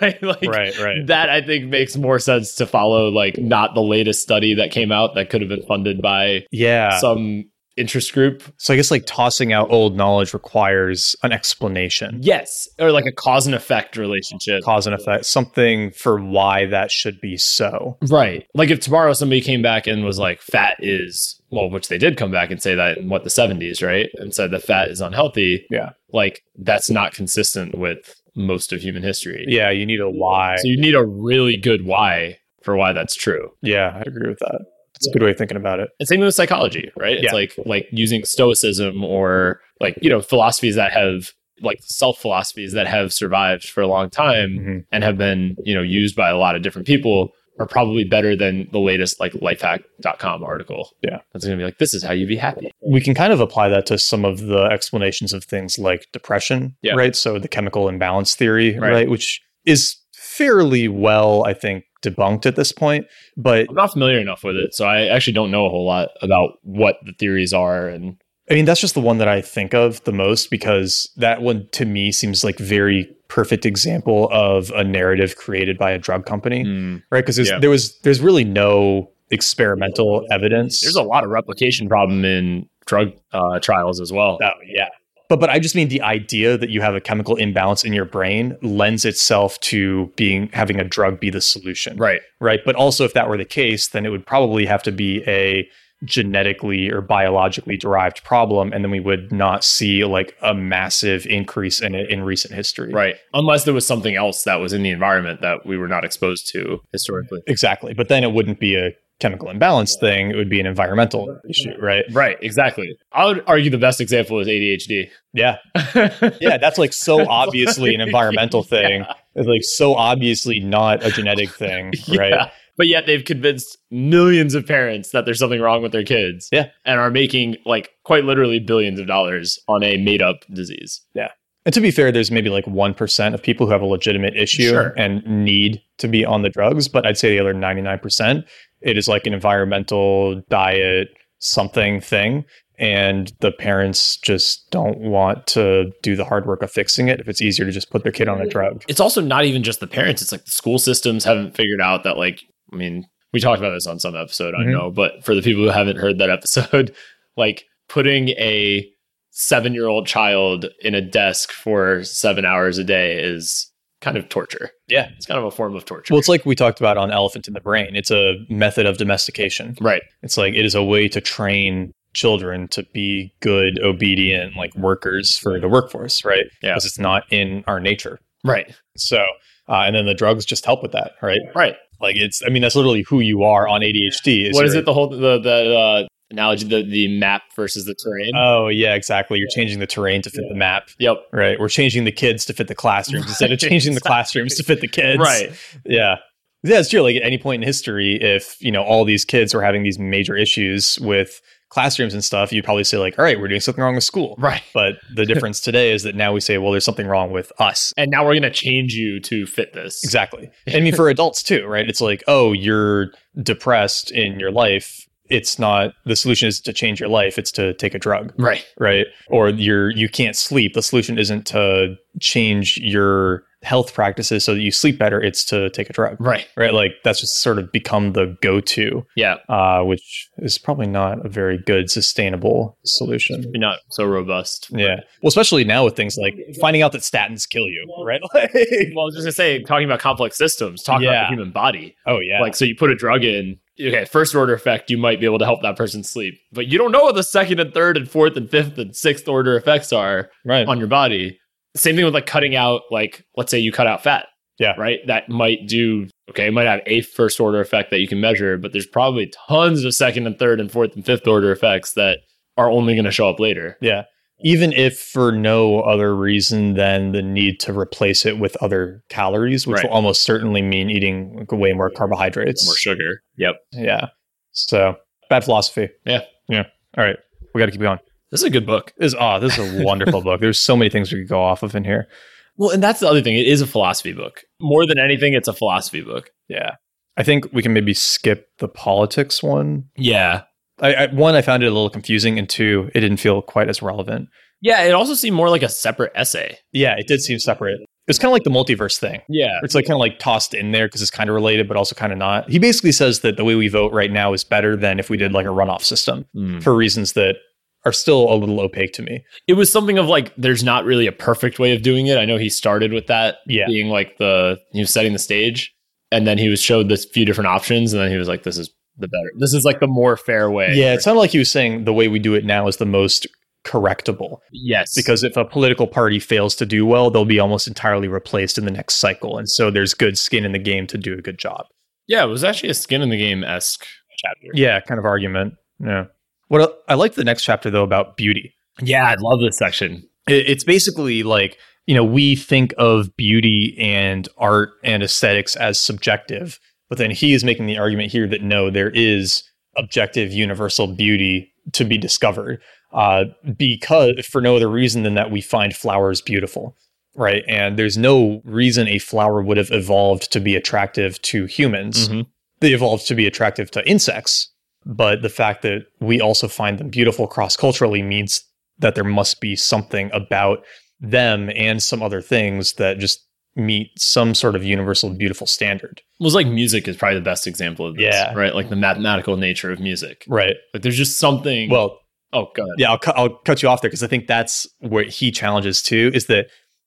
S1: right. Like,
S2: right. Right.
S1: that I think makes more sense to follow, like, not the latest study that came out that could have been funded by
S2: Yeah. So,
S1: some interest group
S2: I guess like tossing out old knowledge requires an explanation,
S1: Yes, or like a cause and effect relationship.
S2: cause and effect, something for why that should be so.
S1: Right. Like if tomorrow somebody came back and was like, fat is, well, which they did come back and say that in what the 70s, right? And said that fat is unhealthy.
S2: Yeah.
S1: Like that's not consistent with most of human history.
S2: Yeah, you need a why.
S1: So you need a really good why for why that's true.
S2: Yeah, I agree with that. It's a good way of thinking about it.
S1: And same with psychology, right? It's
S2: Yeah.
S1: like like using stoicism or like, you know, philosophies that have like self philosophies that have survived for a long time.
S2: Mm-hmm.
S1: and have been you know used by a lot of different people are probably better than the latest like lifehack.com article.
S2: Yeah.
S1: That's going to be like this is how you be happy.
S2: we can kind of apply that to some of the explanations of things like depression,
S1: Yeah.
S2: right? So the chemical imbalance theory,
S1: Right.
S2: right. which is fairly well, I think, debunked at this point. But
S1: I'm not familiar enough with it, so I actually don't know a whole lot about what the theories are and
S2: I mean, that's just the one that I think of the most because that one to me seems like very perfect example of a narrative created by a drug company, right? Because
S1: Mm. Yeah.
S2: there was there's really no experimental evidence.
S1: there's a lot of replication problem in drug uh, trials as well.
S2: Oh, yeah. But but I just mean the idea that you have a chemical imbalance in your brain lends itself to being having a drug be the solution.
S1: right.
S2: Right. But also if that were the case, then it would probably have to be a genetically or biologically derived problem. And then we would not see like a massive increase in it in recent history.
S1: Right. Unless there was something else that was in the environment that we were not exposed to historically.
S2: Exactly. But then it wouldn't be a chemical imbalance thing. It would be an environmental issue, right?
S1: Right, exactly. I would argue the best example is ADHD.
S2: Yeah. Yeah. That's like so obviously an environmental thing.
S1: Yeah.
S2: It's like so obviously not a genetic thing, right?
S1: Yeah. But yet they've convinced millions of parents that there's something wrong with their kids.
S2: Yeah.
S1: And are making like quite literally billions of dollars on a made up disease.
S2: And to be fair, there's maybe like 1% of people who have a legitimate issue
S1: Sure.
S2: and need to be on the drugs, but I'd say the other 99%, it is like an environmental diet something thing. And the parents just don't want to do the hard work of fixing it if it's easier to just put their kid on a drug.
S1: It's also not even just the parents, it's like the school systems haven't figured out that, like, I mean, we talked about this on some episode, I
S2: Mhm.
S1: know, but for the people who haven't heard that episode, like putting a seven year old child in a desk for seven hours a day is kind of torture.
S2: Yeah.
S1: It's kind of a form of torture.
S2: Well, it's like we talked about on Elephant in the Brain. It's a method of domestication.
S1: right.
S2: It's like it is a way to train children to be good, obedient, like workers for the workforce, right?
S1: Yeah.
S2: Because it's not in our nature.
S1: Right.
S2: So, uh, and then the drugs just help with that, right?
S1: Right.
S2: Like it's, I mean, that's literally who you are on ADHD.
S1: What is
S2: your-
S1: it? The whole the the uh, analogy the the map versus the terrain.
S2: Oh yeah, exactly. You're changing the terrain to fit the map,
S1: yep.
S2: right? We're changing the kids to fit the classrooms instead of
S1: Right,
S2: changing the
S1: exactly.
S2: classrooms to fit the kids,
S1: right.
S2: Yeah. Yeah, it's true. Like at any point in history, if you know all these kids were having these major issues with classrooms and stuff, you'd probably say like, all right, we're doing something wrong with school.
S1: Right.
S2: But the difference today is that now we say, well, there's something wrong with us.
S1: And now we're going to change you to fit this.
S2: Exactly. I mean, for adults too, right? It's like, oh, you're depressed in your life. It's not the solution is to change your life. It's to take a drug,
S1: Right.
S2: right? Or you're you can't sleep. The solution isn't to change your health practices so that you sleep better. It's to take a drug,
S1: Right.
S2: right? Like that's just sort of become the go-to,
S1: Yeah.
S2: uh, which is probably not a very good sustainable solution.
S1: Maybe not so robust.
S2: Yeah. Well, especially now with things like finding out that statins kill you, right? Like,
S1: Well, I was just gonna say, talking about complex systems, talking about
S2: Yeah.
S1: the human body.
S2: oh yeah.
S1: Like, so you put a drug in. Okay, first order effect, you might be able to help that person sleep, but you don't know what the second and third and fourth and fifth and sixth order effects are
S2: right.
S1: on your body. Same thing with like cutting out, like let's say you cut out fat.
S2: Yeah.
S1: Right. That might do. Okay, it might have a first order effect that you can measure, but there's probably tons of second and third and fourth and fifth order effects that are only going to show up later.
S2: Yeah. Even if for no other reason than the need to replace it with other calories, which
S1: Right.
S2: will almost certainly mean eating like, way more carbohydrates.
S1: More sugar. Yep.
S2: Yeah. So bad philosophy.
S1: Yeah.
S2: Yeah. All right. We got to keep going.
S1: This is a good book.
S2: This, oh, this is a wonderful book. There's so many things we could go off of in here.
S1: Well, and that's the other thing. It is a philosophy book. More than anything, it's a philosophy book.
S2: Yeah. I think we can maybe skip the politics one.
S1: Yeah.
S2: I, I one, I found it a little confusing, and two, it didn't feel quite as relevant.
S1: Yeah. It also seemed more like a separate essay.
S2: Yeah, it did seem separate. It's kind of like the multiverse thing.
S1: Yeah.
S2: It's like kind of like tossed in there because it's kind of related, but also kind of not. He basically says that the way we vote right now is better than if we did like a runoff system
S1: Hmm.
S2: for reasons that are still a little opaque to me.
S1: It was something of like, there's not really a perfect way of doing it. I know he started with that
S2: Yeah.
S1: being like the, he was setting the stage. And then he was showed this few different options. And then he was like, this is the better. This is like the more fair way.
S2: Yeah, it sounded like he was saying the way we do it now is the most correctable
S1: yes.
S2: because if a political party fails to do well, they'll be almost entirely replaced in the next cycle. And so there's good skin in the game to do a good job.
S1: yeah, it was actually a skin in the game esque chapter.
S2: Yeah, kind of argument. Yeah. What el- I liked the next chapter though about beauty.
S1: Yeah. I love this section.
S2: it, it's basically like you know we think of beauty and art and aesthetics as subjective but then he is making the argument here that no there is objective universal beauty to be discovered uh, because for no other reason than that we find flowers beautiful right and there's no reason a flower would have evolved to be attractive to humans
S1: Mhm.
S2: they evolved to be attractive to insects but the fact that we also find them beautiful cross culturally means that there must be something about them and some other things that just meet some sort of universal beautiful standard.
S1: was like music is probably the best example of this.
S2: Yeah.
S1: Right. Like the mathematical nature of music.
S2: Right.
S1: Like there's just something.
S2: Well,
S1: oh god,
S2: yeah, I'll, cu- I'll cut you off there because I think that's what he challenges too is that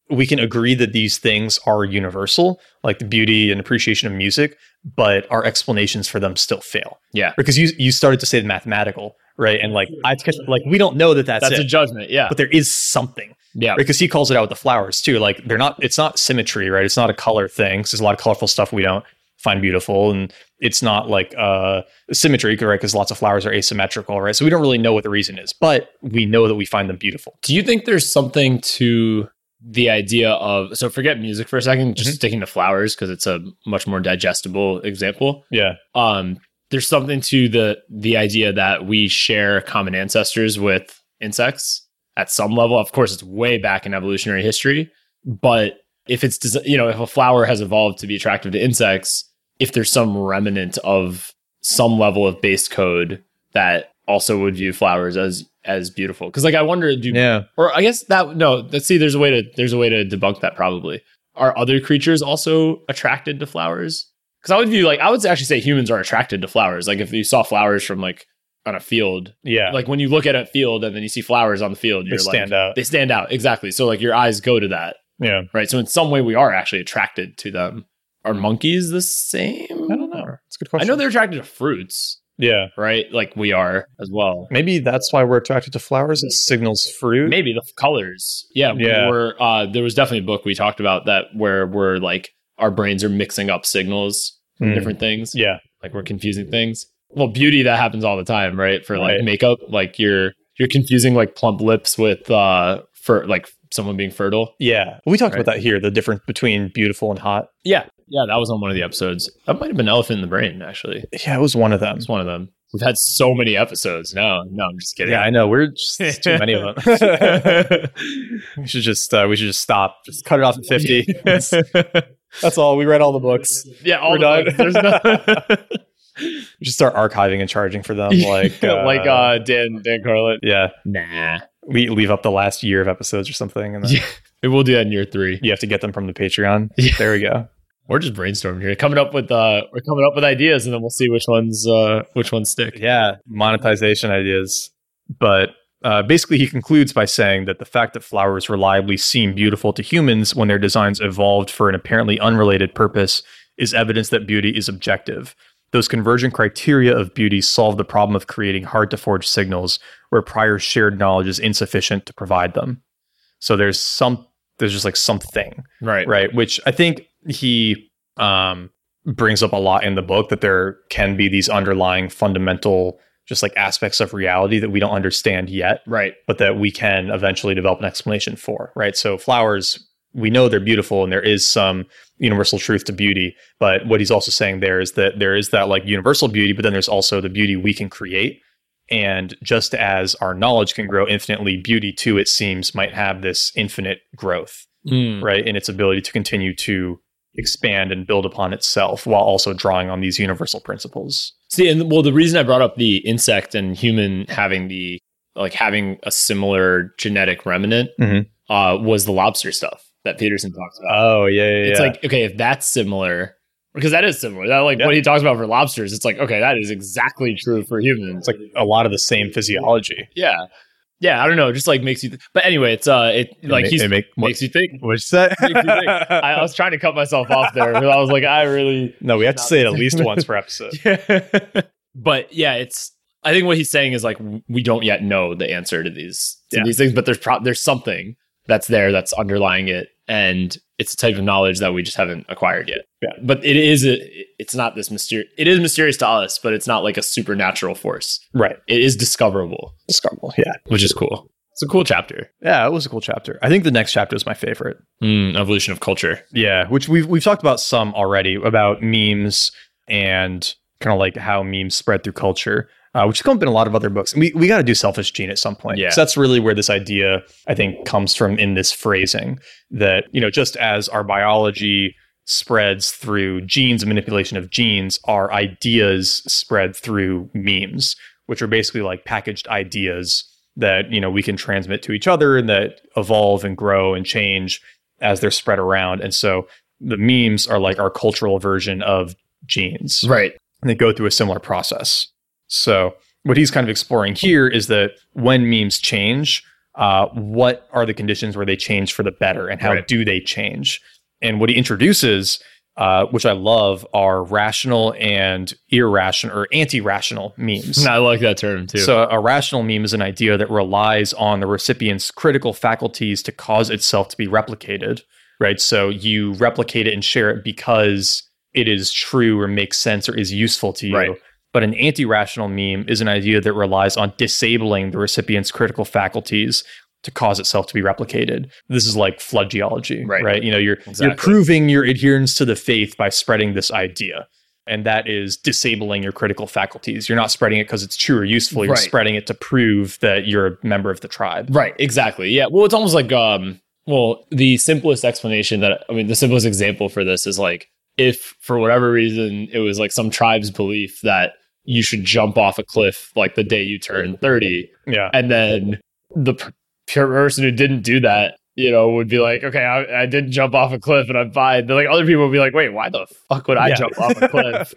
S2: we can agree that these things are universal, like the beauty and appreciation of music, but our explanations for them still fail.
S1: Yeah.
S2: Because you you started to say the mathematical, right? And like I like we don't know that that's,
S1: that's, a
S2: it,
S1: judgment. Yeah,
S2: but there is something.
S1: yeah,
S2: because he calls it out with the flowers too. Like they're not, it's not symmetry, right? It's not a color thing. 'cause there's a lot of colorful stuff we don't find beautiful, and it's not like uh, symmetry, right? Because lots of flowers are asymmetrical, right? So we don't really know what the reason is, but we know that we find them beautiful.
S1: Do you think there's something to the idea of so forget music for a second, just
S2: Mhm.
S1: sticking to flowers because it's a much more digestible example.
S2: Yeah,
S1: Um, there's something to the the idea that we share common ancestors with insects at some level. Of course, it's way back in evolutionary history, but if it's desi- you know if a flower has evolved to be attractive to insects, if there's some remnant of some level of base code that also would view flowers as as beautiful because like i wonder do
S2: yeah.
S1: or I guess that no, let's see. There's a way to there's a way to debunk that. Probably are other creatures also attracted to flowers? Because I would view like I would actually say humans are attracted to flowers. Like if you saw flowers from like on a field,
S2: Yeah,
S1: like when you look at a field and then you see flowers on the field,
S2: they
S1: you're like
S2: stand out.
S1: they stand out exactly. So like your eyes go to that,
S2: yeah,
S1: right? So in some way we are actually attracted to them. Are monkeys the same?
S2: I don't know. It's a
S1: I
S2: good question.
S1: know they're attracted to fruits,
S2: Yeah,
S1: right? Like we are as well.
S2: maybe that's why we're attracted to flowers. It signals fruit.
S1: maybe the colors yeah,
S2: Hmm? Yeah.
S1: We're, uh, there was definitely a book we talked about that where we're like our brains are mixing up signals from
S2: Mm.
S1: different things
S2: Yeah,
S1: like we're confusing things well beauty that happens all the time right for like
S2: Right.
S1: makeup like you're you're confusing like plump lips with uh for like someone being fertile
S2: yeah. We talked
S1: Right.
S2: about that here. The difference between beautiful and hot.
S1: yeah yeah that was on one of the episodes that might have been elephant in the brain actually
S2: Yeah, it was one of them.
S1: that's one of them We've had so many episodes. No, no, I'm just kidding.
S2: Yeah, I know. We're just it's too many of them. we should just uh, we should just stop. Just cut it off at fifty. That's, that's all. We read all the books.
S1: yeah, all
S2: We're
S1: the
S2: done.
S1: books. There's no-
S2: We should start archiving and charging for them. Like uh,
S1: like uh, Dan Dan Carlin.
S2: yeah,
S1: Nah,
S2: we leave up the last year of episodes or something, and then
S1: Yeah. we'll do that in year three.
S2: you have to get them from the Patreon.
S1: Yeah.
S2: There we go.
S1: We're just brainstorming here, coming up with uh, we're coming up with ideas, and then we'll see which ones uh, which ones stick.
S2: Yeah, monetization ideas. But uh, basically, he concludes by saying that the fact that flowers reliably seem beautiful to humans when their designs evolved for an apparently unrelated purpose is evidence that beauty is objective. Those convergent criteria of beauty solve the problem of creating hard to forge signals where prior shared knowledge is insufficient to provide them. So there's some, there's just like something
S1: Right.
S2: right which i think he um brings up a lot in the book that there can be these underlying fundamental just like aspects of reality that we don't understand yet
S1: Right.
S2: but that we can eventually develop an explanation for right so flowers we know they're beautiful and there is some universal truth to beauty but what he's also saying there is that there is that like universal beauty but then there's also the beauty we can create and just as our knowledge can grow infinitely beauty too it seems might have this infinite growth
S1: Mm.
S2: right in its ability to continue to expand and build upon itself while also drawing on these universal principles
S1: See, and well, the reason I brought up the insect and human having the like having a similar genetic remnant
S2: Mhm.
S1: uh, was the lobster stuff that Peterson talks about.
S2: oh yeah, yeah
S1: it's like okay, if that's similar, because that is similar. That like
S2: Yeah.
S1: what he talks about for lobsters, it's like okay, that is exactly true for humans.
S2: it's like a lot of the same physiology
S1: yeah, yeah. I don't know, it just like makes you. Th- but anyway, it's uh, it like
S2: ma-
S1: he's
S2: it make- what-
S1: makes you think.
S2: what's that
S1: Makes you think. I, I was trying to cut myself off there. but I was like, I really
S2: no we have to say it at least once per episode
S1: but yeah, it's. I think what he's saying is like w- we don't yet know the answer to these to
S2: Yeah.
S1: these things, but there's pro- there's something that's there that's underlying it, and it's a type of knowledge that we just haven't acquired yet.
S2: Yeah.
S1: But it is a, it's not this mysterious. It is mysterious to us, but it's not like a supernatural force.
S2: right
S1: It is discoverable,
S2: discoverable yeah
S1: which is cool. It's a cool chapter.
S2: yeah it was a cool chapter i think the next chapter is my favorite
S1: Mm, evolution of culture.
S2: yeah which we've we've talked about some already about memes and kind of like how memes spread through culture uh, which has come up in a lot of other books. We, we got to do Selfish Gene at some point.
S1: Yeah.
S2: So that's really where this idea, I think, comes from in this phrasing that, you know, just as our biology spreads through genes, manipulation of genes, our ideas spread through memes, which are basically like packaged ideas that, you know, we can transmit to each other and that evolve and grow and change as they're spread around. And so the memes are like our cultural version of genes
S1: Right.
S2: and they go through a similar process. So, what he's kind of exploring here is that when memes change, uh, what are the conditions where they change for the better and how
S1: Right.
S2: do they change? And what he introduces, uh, which I love, are rational and irrational or anti rational memes.
S1: I like that term too.
S2: So, a rational meme is an idea that relies on the recipient's critical faculties to cause itself to be replicated, right? So, you replicate it and share it because it is true or makes sense or is useful to you.
S1: Right.
S2: But an anti rational meme is an idea that relies on disabling the recipient's critical faculties to cause itself to be replicated. This is like flood geology,
S1: Right.
S2: right? You know, you're
S1: Exactly.
S2: you're proving your adherence to the faith by spreading this idea. And that is disabling your critical faculties. You're not spreading it because it's true or useful. You're
S1: Right.
S2: spreading it to prove that you're a member of the tribe.
S1: Right, exactly. Yeah. Well, it's almost like um well, the simplest explanation that I mean, the simplest example for this is like if for whatever reason it was like some tribe's belief that you should jump off a cliff like the day you turn 30
S2: Yeah.
S1: and then the per- person who didn't do that, you know, would be like, "Okay, I, I didn't jump off a cliff and I'm fine." Then like other people would be like, "Wait, why the fuck would I
S2: Yeah.
S1: jump off a cliff?"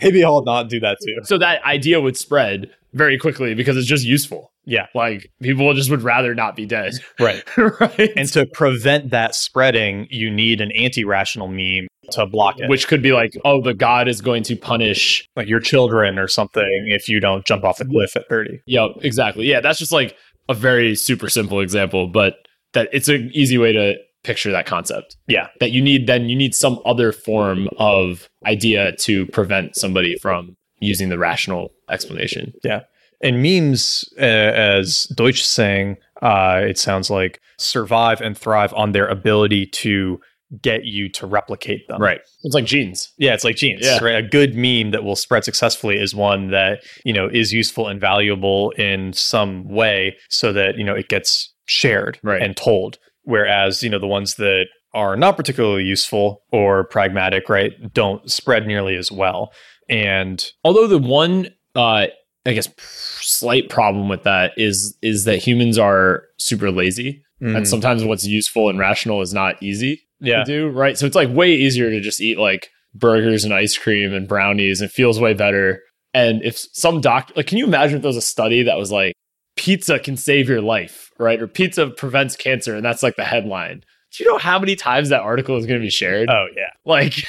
S2: Maybe I'll not do that too.
S1: so that idea would spread very quickly because it's just useful.
S2: Yeah.
S1: Like people just would rather not be dead.
S2: Right.
S1: right?
S2: And to prevent that spreading, you need an anti rational meme to block it,
S1: which could be like, oh, the god is going to punish.
S2: like your children or something if you don't jump off the cliff at 30.
S1: Yeah, exactly. Yeah, that's just like a very super simple example, but that it's an easy way to picture that concept.
S2: Yeah.
S1: That you need then you need some other form of idea to prevent somebody from using the rational explanation.
S2: And memes, uh, as Deutsch is saying, uh, it sounds like survive and thrive on their ability to get you to replicate them.
S1: Right. It's like genes.
S2: Yeah, it's like genes,
S1: Yeah.
S2: right? A good meme that will spread successfully is one that, you know, is useful and valuable in some way so that, you know, it gets shared
S1: Right.
S2: and told. Whereas, you know, the ones that are not particularly useful or pragmatic, right, don't spread nearly as well. And
S1: Although the one, uh, I guess, slight problem with that is is that humans are super lazy, and
S2: that's
S1: sometimes what's useful and rational is not easy
S2: yeah.
S1: to do. Right. So it's like way easier to just eat like burgers and ice cream and brownies. It feels way better. And if some doctor, like, can you imagine if there was a study that was like, pizza can save your life, right? Or pizza prevents cancer, and that's like the headline. Do you know how many times that article is going to be shared?
S2: Oh yeah.
S1: Like,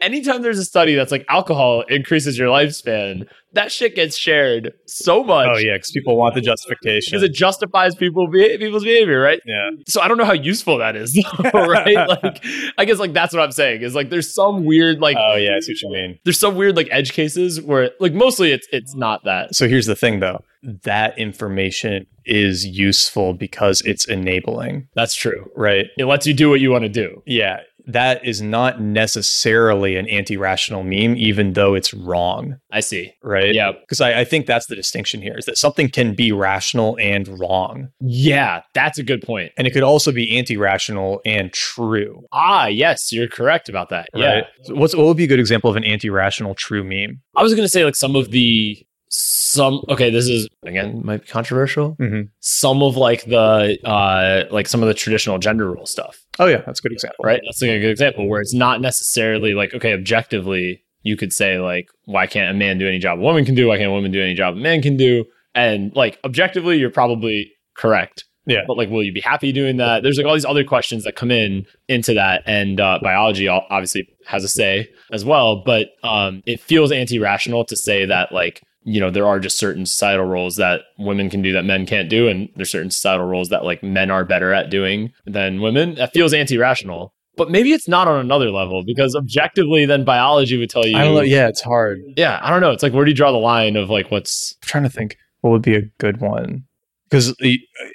S1: anytime there's a study that's like alcohol increases your lifespan, that shit gets shared so much
S2: Oh yeah, cuz people want the
S1: because
S2: justification.
S1: it justifies people be- people's behavior, right?
S2: yeah.
S1: So I don't know how useful that is, though, right? like, I guess like that's what I'm saying is like there's some weird like
S2: Oh yeah, I see what you mean.
S1: there's some weird like edge cases where like mostly it's it's not that.
S2: So here's the thing though. That information is useful because it's enabling,
S1: That's true.
S2: right?
S1: It lets you do what you want to do.
S2: Yeah, that is not necessarily an anti rational meme, even though it's wrong,
S1: I see.
S2: right?
S1: Yeah.
S2: Because I, I think that's the distinction here is that something can be rational and wrong.
S1: Yeah, that's a good point.
S2: And it could also be anti rational and true.
S1: Ah, yes, you're correct about that. Yeah.
S2: Right? So what's, what would be a good example of an anti rational true meme?
S1: I was gonna say like some of the some okay, this is again might be controversial.
S2: Mhm.
S1: Some of like the uh like some of the traditional gender rule stuff,
S2: Oh, yeah, that's a good example.
S1: right? That's like a good example where it's not necessarily like okay, objectively you could say like why can't a man do any job a woman can do? Why can't a woman do any job a man can do? And like objectively, you're probably correct.
S2: Yeah.
S1: But like, will you be happy doing that? There's like all these other questions that come in into that, and uh, biology al- obviously has a say as well. But um, it feels anti-rational to say that like you know there are just certain societal roles that women can do that men can't do, and there's certain societal roles that like men are better at doing than women. That feels anti-rational. But maybe it's not on another level because objectively, then biology would tell you.
S2: I don't know. Yeah, it's hard. I'm
S1: Yeah, I don't know. It's like where do you draw the line of like what's
S2: trying to think what would be a good one. Because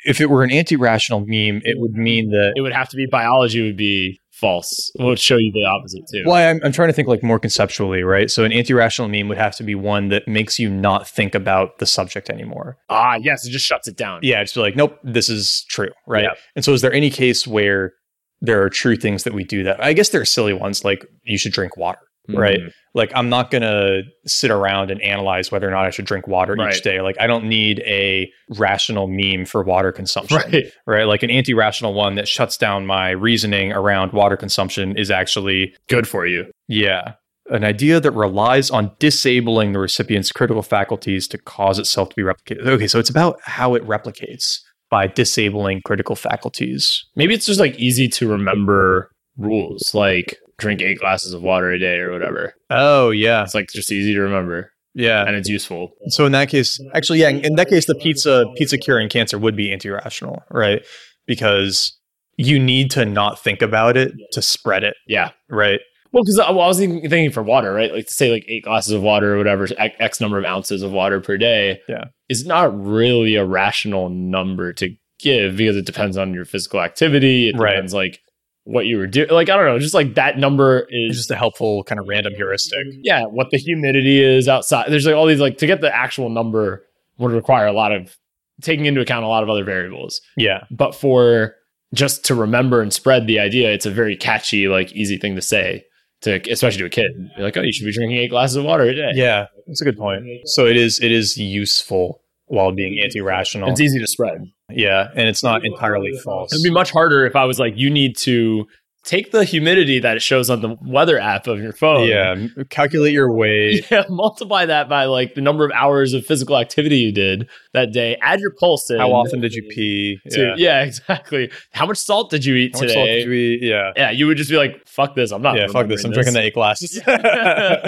S2: if it were an anti rational meme, it would mean that
S1: it would have to be biology would be false. We'll show you the opposite too.
S2: Well, I'm, I'm trying to think like more conceptually, right? So an anti-rational meme would have to be one that makes you not think about the subject anymore.
S1: Ah, yes, it just shuts it down.
S2: Yeah, just be like, nope, this is true, right?
S1: Yeah.
S2: And so, is there any case where there are true things that we do that? I guess there are silly ones like you should drink water, right?
S1: Mm-hmm.
S2: Like I'm not gonna sit around and analyze whether or not I should drink water each
S1: Right.
S2: day. Like I don't need a rational meme for water consumption
S1: Right.
S2: right? Like an anti rational one that shuts down my reasoning around water consumption is actually
S1: Good for you.
S2: yeah. An idea that relies on disabling the recipient's critical faculties to cause itself to be replicated. Okay, so it's about how it replicates by disabling critical faculties.
S1: Maybe it's just like easy to remember rules, like drink eight glasses of water a day or whatever.
S2: Oh, yeah.
S1: That's like just easy to remember
S2: Yeah.
S1: and it's useful.
S2: So in that case, actually, yeah, in that case, the pizza pizza curing cancer would be anti-rational, right? Because you need to not think about it to spread it,
S1: Yeah.
S2: right?
S1: Well, because I was even thinking for water, right? Like to say like eight glasses of water or whatever, X X number of ounces of water per day.
S2: Yeah.
S1: Is not really a rational number to give because it depends on your physical activity. It
S2: Right.
S1: depends like what you were doing. Like, I don't know, just like that number is
S2: It's just a helpful kind of random heuristic.
S1: yeah, what the humidity is outside. There's like all these like to get the actual number would require a lot of taking into account a lot of other variables.
S2: Yeah.
S1: But for just to remember and spread the idea, it's a very catchy, like easy thing to say to especially to a kid. You're like, oh, you should be drinking eight glasses of water a day.
S2: Yeah, that's a good point. So it is it is useful while being anti-rational.
S1: It's easy to spread.
S2: yeah, and it's not entirely false.
S1: It'd be much harder if I was like, you need to take the humidity that it shows on the weather app of your phone.
S2: Oh, yeah, calculate your weight.
S1: Yeah, multiply that by like the number of hours of physical activity you did that day. Add your pulse in.
S2: How often did you pee?
S1: to- yeah. exactly. How much salt did you eat
S2: How much
S1: today?
S2: salt did you eat? Yeah.
S1: yeah, you would just be like, "Fuck this, I'm not."
S2: yeah, fuck this. I'm drinking the eight glasses.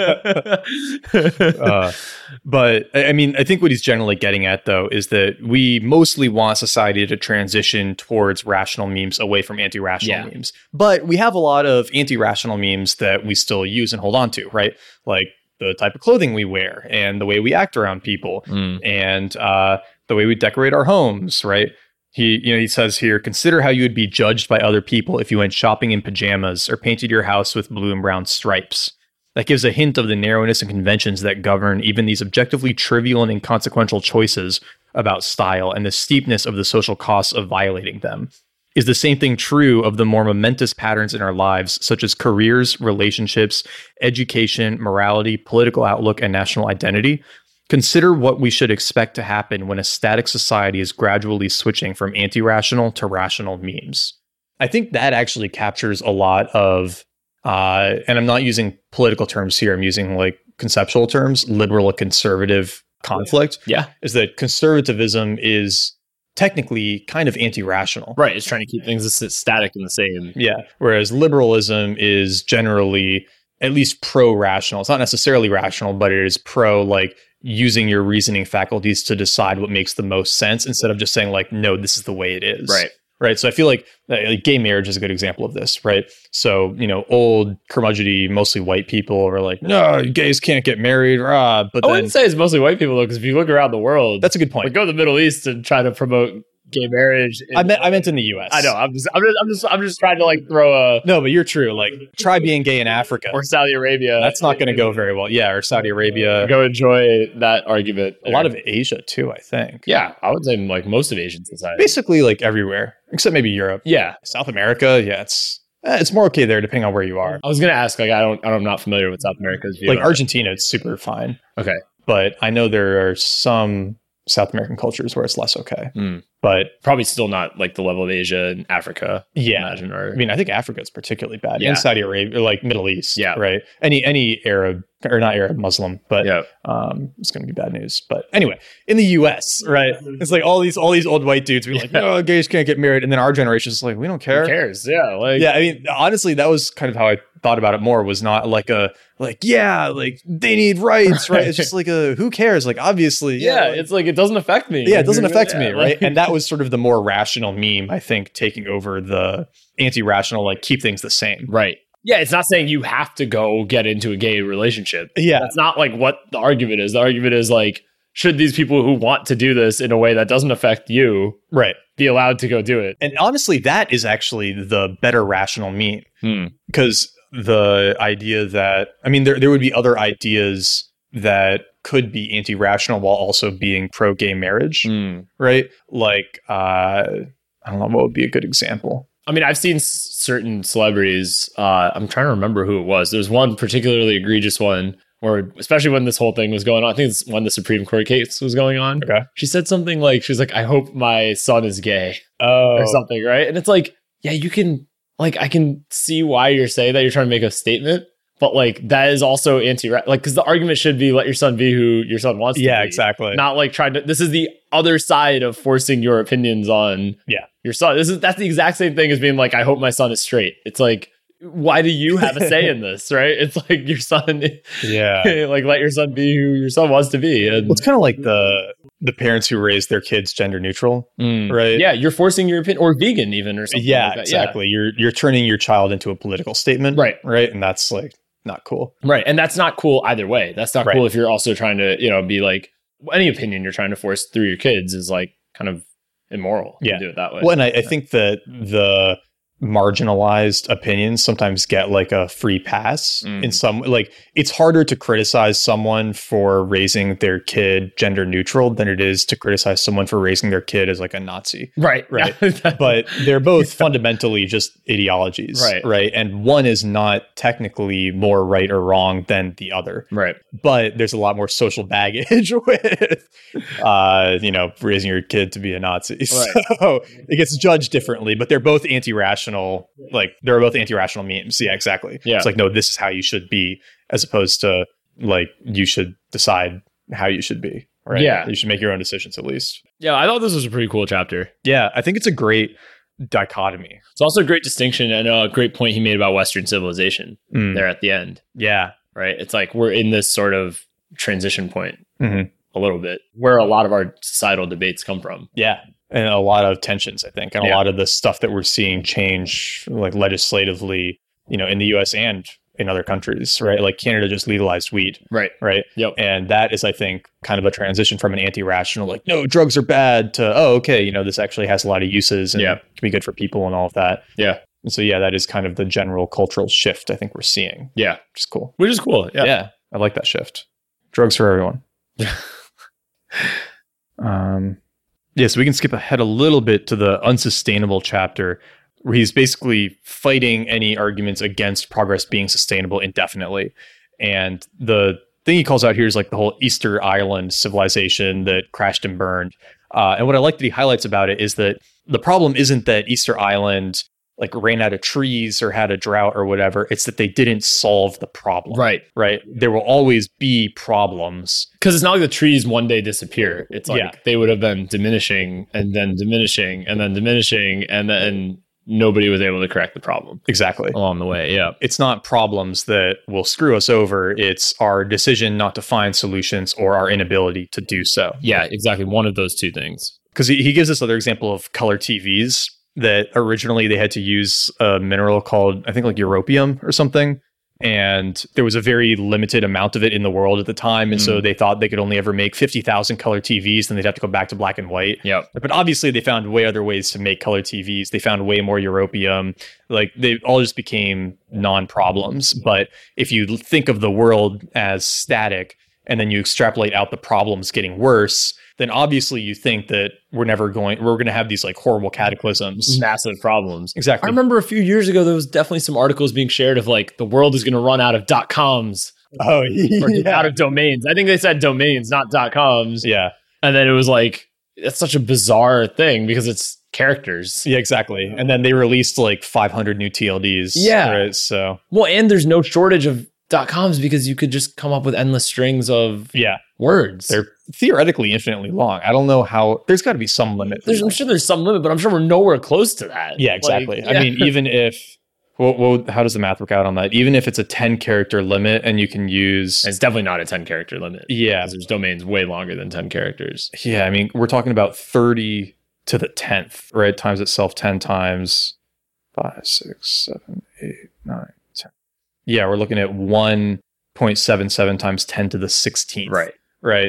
S1: that.
S2: uh, but I I mean, I think what he's generally getting at though is that we mostly want society to transition towards rational memes away from anti-rational
S1: Yeah.
S2: memes. But we have a lot of anti-rational memes that we still use and hold on to, right? Like the type of clothing we wear Mm. and the way we act around people and uh, the way we decorate our homes, right? He, you know, he says here, consider how you would be judged by other people if you went shopping in pajamas or painted your house with blue and brown stripes. That gives a hint of the narrowness and conventions that govern even these objectively trivial and inconsequential choices about style and the steepness of the social costs of violating them. Is the same thing true of the more momentous patterns in our lives, such as careers, relationships, education, morality, political outlook, and national identity? Consider what we should expect to happen when a static society is gradually switching from anti rational to rational memes. I think that actually captures a lot of, uh, and I'm not using political terms here, I'm using like conceptual terms, liberal and conservative conflict.
S1: Yeah.
S2: Is that conservatism is technically kind of anti rational.
S1: Right. It's trying to keep things s- static and the same.
S2: Yeah. Whereas liberalism is generally at least pro rational. It's not necessarily rational, but it is pro like using your reasoning faculties to decide what makes the most sense instead of just saying like, no, this is the way it is.
S1: Right.
S2: Right. So I feel like, uh, like gay marriage is a good example of this. Right. So, you know, old curmudgeon, mostly white people are like, no, gays can't get married. Rah. But
S1: I
S2: then
S1: wouldn't say it's mostly white people though, because if you look around the world,
S2: that's a good
S1: like
S2: point.
S1: go to the Middle East and try to promote gay marriage.
S2: I meant, I meant in the U.S.
S1: I know. I'm just, I'm just, I'm just, I'm just trying to like throw a
S2: No, but you're true. Like try being gay in Africa.
S1: or Saudi Arabia.
S2: That's not going to go very well. Yeah, or Saudi Arabia.
S1: Go enjoy that argument.
S2: A lot of Asia too, I think.
S1: yeah, I would say like most of Asian society.
S2: Basically, like everywhere except maybe Europe,
S1: Yeah,
S2: South America. Yeah, it's eh, it's more okay there depending on where you are.
S1: I was gonna ask. Like, I don't, I'm not familiar with South America's view.
S2: Like
S1: on it.
S2: Argentina, it's super fine.
S1: Okay.
S2: but I know there are some South American cultures where it's less okay.
S1: Hmm.
S2: But
S1: probably still not like the level of Asia and Africa. I
S2: yeah,
S1: imagine or
S2: I mean, I think Africa is particularly bad,
S1: Yeah.
S2: and Saudi Arabia, or like Middle East,
S1: Yeah.
S2: right. Any any Arab or not Arab Muslim, but
S1: Yeah.
S2: um, it's going to be bad news. But anyway, in the U.S., right, it's like all these all these old white dudes be like,
S1: Yeah.
S2: "No, gays can't get married," and then our generation is like, "We don't
S1: who
S2: care."
S1: cares? Yeah, like
S2: Yeah, I mean, honestly, that was kind of how I thought about it more. Was not like a like, yeah, like they need rights, right? It's just like a who cares? Like obviously,
S1: yeah,
S2: like-
S1: it's like it doesn't affect me.
S2: yeah, it doesn't affect
S1: Yeah,
S2: me,
S1: like-
S2: right? and that was sort of the more rational meme, I think, taking over the anti-rational, like keep things the same.
S1: Right. Yeah, it's not saying you have to go get into a gay relationship.
S2: Yeah,
S1: That's not like what the argument is. The argument is like, should these people who want to do this in a way that doesn't affect you
S2: right.
S1: be allowed to go do it?
S2: And honestly, that is actually the better rational meme. because the idea that I mean, there there would be other ideas that could be anti-rational while also being pro-gay marriage, right? Like uh, I don't know what would be a good example.
S1: I mean, I've seen s- certain celebrities. Uh, I'm trying to remember who it was. There's one particularly egregious one, or especially when this whole thing was going on. I think it's when the Supreme Court case was going on.
S2: Okay.
S1: She said something like, "She's like, I hope my son is gay."
S2: Oh,
S1: or something, right? And it's like, yeah, you can like I can see why you're saying that you're trying to make a statement, but like that is also anti like because the argument should be let your son be who your son wants. to
S2: yeah,
S1: be,
S2: exactly.
S1: Not like trying to. This is the other side of forcing your opinions on
S2: Yeah.
S1: your son. This is that's the exact same thing as being like, I hope my son is straight. It's like, why do you have a say in this, right? It's like your son,
S2: yeah,
S1: like let your son be who your son wants to be, and
S2: Well, it's kind of like the the parents who raise their kids gender neutral,
S1: Mm.
S2: right?
S1: yeah, you're forcing your opinion or vegan even or something.
S2: yeah,
S1: like that.
S2: exactly. You're you're turning your child into a political statement,
S1: Right.
S2: Right, and that's like not cool.
S1: Right. And that's not cool either way. That's not
S2: Right.
S1: cool if you're also trying to, you know, be like any opinion you're trying to force through your kids is like kind of immoral. to
S2: Yeah.
S1: do it that way.
S2: Well, and I, I think that
S1: Mm.
S2: the marginalized opinions sometimes get like a free pass
S1: Mm.
S2: in some like it's harder to criticize someone for raising their kid gender neutral than it is to criticize someone for raising their kid as like a Nazi.
S1: Right.
S2: Right.
S1: Yeah.
S2: But they're both fundamentally just ideologies.
S1: Right.
S2: Right. And one is not technically more right or wrong than the other.
S1: right.
S2: But there's a lot more social baggage with uh, you know, raising your kid to be a Nazi.
S1: Right.
S2: So it gets judged differently, but they're both anti-rational. Like they're both anti-rational memes. Yeah, exactly.
S1: Yeah.
S2: It's like, no, this is how you should be, as opposed to like you should decide how you should be. Right.
S1: Yeah.
S2: You should make your own decisions at least.
S1: Yeah. I thought this was a pretty cool chapter.
S2: Yeah. I think it's a great dichotomy.
S1: It's also a great distinction and a great point he made about Western civilization
S2: Mm.
S1: there at the end.
S2: Yeah.
S1: Right. It's like we're in this sort of transition point
S2: Mhm.
S1: a little bit where a lot of our societal debates come from.
S2: Yeah. And a lot of tensions, I think, and a
S1: Yeah.
S2: lot of the stuff that we're seeing change like legislatively, you know, in the US and in other countries, right? Like Canada just legalized weed,
S1: Right.
S2: right?
S1: Yep.
S2: And that is, I think, kind of a transition from an anti-rational, like no drugs are bad, to oh, okay, you know, this actually has a lot of uses and
S1: Yeah.
S2: can be good for people and all of that.
S1: Yeah.
S2: And so yeah, that is kind of the general cultural shift I think we're seeing,
S1: Yeah.
S2: which is cool.
S1: Which is cool. Yeah.
S2: yeah I like that shift. Drugs for everyone. um, yeah, so we can skip ahead a little bit to the unsustainable chapter where he's basically fighting any arguments against progress being sustainable indefinitely. And the thing he calls out here is like the whole Easter Island civilization that crashed and burned. Uh, and what I like that he highlights about it is that the problem isn't that Easter Island like ran out of trees or had a drought or whatever. It's that they didn't solve the problem
S1: Right.
S2: right? There will always be problems.
S1: Because it's not like the trees one day disappear. It's like
S2: Yeah.
S1: they would have been diminishing and then diminishing and then diminishing and then nobody was able to correct the problem
S2: Exactly.
S1: along the way. Yeah.
S2: It's not problems that will screw us over. It's our decision not to find solutions or our inability to do so.
S1: Yeah. Exactly. One of those two things.
S2: Because he, he gives this other example of color TVs that originally they had to use a mineral called, I think, like europium or something. And there was a very limited amount of it in the world at the time. And so they thought they could only ever make 50,000 color TVs, then they'd have to go back to black and white.
S1: Yep.
S2: But obviously, they found way other ways to make color TVs. They found way more europium. Like they all just became non-problems. But if you think of the world as static, and then you extrapolate out the problems getting worse, then obviously you think that we're never going. We're going to have these like horrible cataclysms.
S1: Massive problems. I
S2: Exactly.
S1: remember a few years ago there was definitely some articles being shared of like the world is going to run out of dot coms
S2: Oh
S1: or out of domains. I think they said domains, not dot coms.
S2: yeah,
S1: And then it was like that's such a bizarre thing because it's characters.
S2: yeah, exactly. And then they released like 500 new TLDs.
S1: Yeah.
S2: right? so
S1: Well, and there's no shortage of dot coms because you could just come up with endless strings of
S2: yeah,
S1: words.
S2: they're theoretically infinitely long. I don't know how. There's got to be some limit.
S1: There's- I'm sure there's some limit, but I'm sure we're nowhere close to that.
S2: Yeah,
S1: Like,
S2: exactly.
S1: yeah.
S2: I mean, even if well, well, how does the math work out on that? Even if it's a ten character limit, and you can use
S1: it's definitely not a 10 character limit.
S2: yeah,
S1: 'cause There's domains way longer than 10 characters.
S2: yeah. I mean, we're talking about thirty to the tenth, right? Times itself ten times five, six, seven, eight, nine, ten. Yeah, we're looking at one point seven seven times ten to the sixteenth. Right.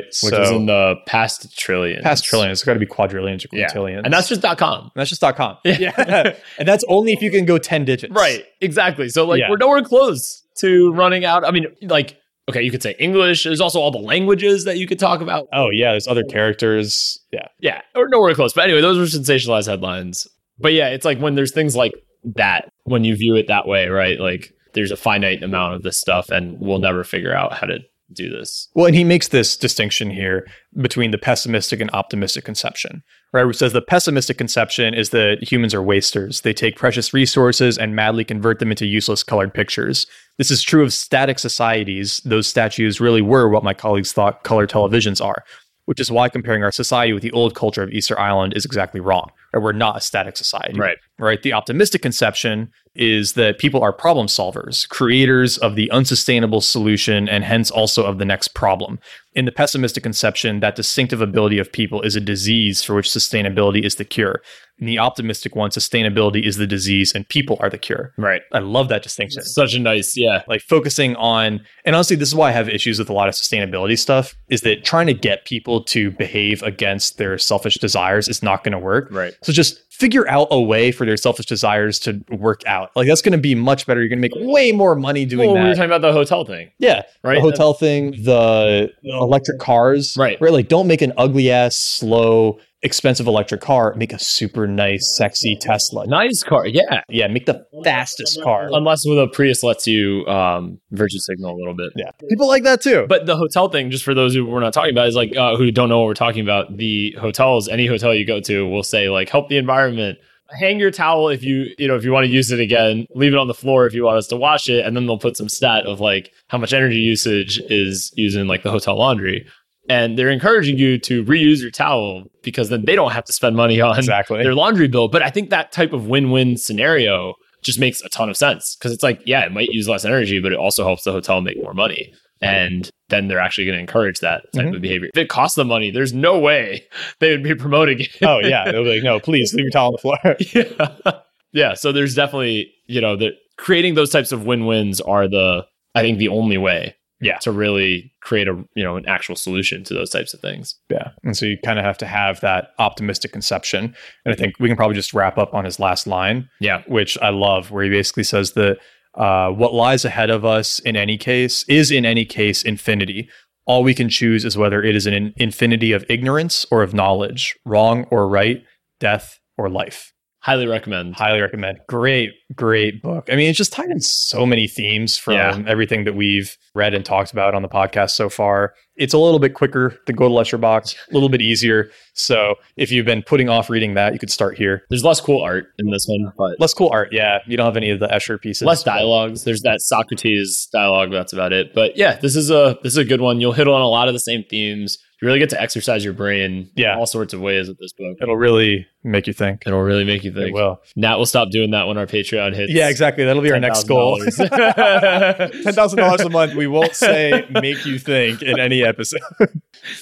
S1: Which
S2: so
S1: is in the past trillion.
S2: past trillion, it's got to be quadrillions or
S1: Yeah.
S2: quintillions,
S1: And that's just dot com.
S2: And that's just dot com.
S1: Yeah.
S2: and that's only if you can go ten digits.
S1: Right. Exactly. So like
S2: Yeah.
S1: we're nowhere close to running out. I mean, like, okay, you could say English. There's also all the languages that you could talk about.
S2: Oh yeah, there's other characters. Yeah.
S1: Yeah, or nowhere close. But anyway, those were sensationalized headlines. But yeah, it's like when there's things like that, when you view it that way, right? Like there's a finite amount of this stuff, and we'll never figure out how to do this.
S2: Well, and he makes this distinction here between the pessimistic and optimistic conception, right? Which says the pessimistic conception is that humans are wasters. They take precious resources and madly convert them into useless colored pictures. This is true of static societies. Those statues really were what my colleagues thought color televisions are, which is why comparing our society with the old culture of Easter Island is exactly wrong. Right? We're not a static society right? The optimistic conception is that people are problem solvers, creators of the unsustainable solution, and hence also of the next problem. In the pessimistic conception, that distinctive ability of people is a disease for which sustainability is the cure. In the optimistic one, sustainability is the disease and people are the cure.
S1: Right.
S2: I love that distinction
S1: Such a nice, yeah.
S2: like focusing on and honestly this is why i have issues with a lot of sustainability stuff is that trying to get people to behave against their selfish desires is not going to work
S1: Right.
S2: so just figure out a way for their selfish desires to work out like that's going to be much better you're going to make way more money doing
S1: Well, we were
S2: that
S1: talking about the hotel thing,
S2: yeah
S1: right?
S2: the hotel thing the electric cars
S1: Right.
S2: right like don't make an ugly ass slow expensive electric car make a super nice sexy tesla
S1: nice car, yeah.
S2: yeah make the fastest car
S1: Unless with a Prius lets you um, virtue signal a little bit.
S2: yeah people like that too
S1: But the hotel thing, just for those who we're not talking about, is like uh, who don't know what we're talking about. The hotels, any hotel you go to, will say like help the environment. Hang your towel if you you know if you want to use it again. Leave it on the floor if you want us to wash it, and then they'll put some stat of like how much energy usage is using like the hotel laundry, and they're encouraging you to reuse your towel because then they don't have to spend money on
S2: exactly
S1: their laundry bill. But I think that type of win-win scenario just makes a ton of sense because it's like, yeah, it might use less energy, but it also helps the hotel make more money. And then they're actually going to encourage that type
S2: Mhm.
S1: of behavior. If it costs them money, there's no way they would be promoting it.
S2: oh yeah, they'll be like, no, please leave your towel on the floor.
S1: yeah. yeah. So there's definitely, you know, the creating those types of win-wins are the I think the only way
S3: Yeah.
S1: to really create a you know an actual solution to those types of things.
S2: Yeah. And so you kind of have to have that optimistic conception. And I think we can probably just wrap up on his last line.
S1: Yeah.
S2: Which I love, where he basically says that uh, what lies ahead of us in any case is in any case infinity. All we can choose is whether it is an infinity of ignorance or of knowledge, wrong or right, death or life.
S1: Highly recommend.
S2: Highly recommend. Great, great book. I mean, it's just tied in so many themes from
S1: Yeah.
S2: everything that we've read and talked about on the podcast so far. It's a little bit quicker than Go to Letterbox, a little bit easier. So if you've been putting off reading that, you could start here.
S1: There's less cool art in this one, but
S2: Less cool art, yeah. You don't have any of the Escher pieces.
S1: less dialogues. There's that Socrates dialogue. but That's about it. But yeah, this is a this is a good one. You'll hit on a lot of the same themes. You really get to exercise your brain,
S2: Yeah.
S1: in all sorts of ways with this book.
S2: It'll really make you think.
S1: It'll really make you
S2: It
S1: think.
S2: will.
S1: Nat will stop doing that when our Patreon hits.
S2: Yeah, exactly. That'll be our next goal.
S1: $10,000.
S2: Ten thousand dollars a month. We won't say make you think in any episode.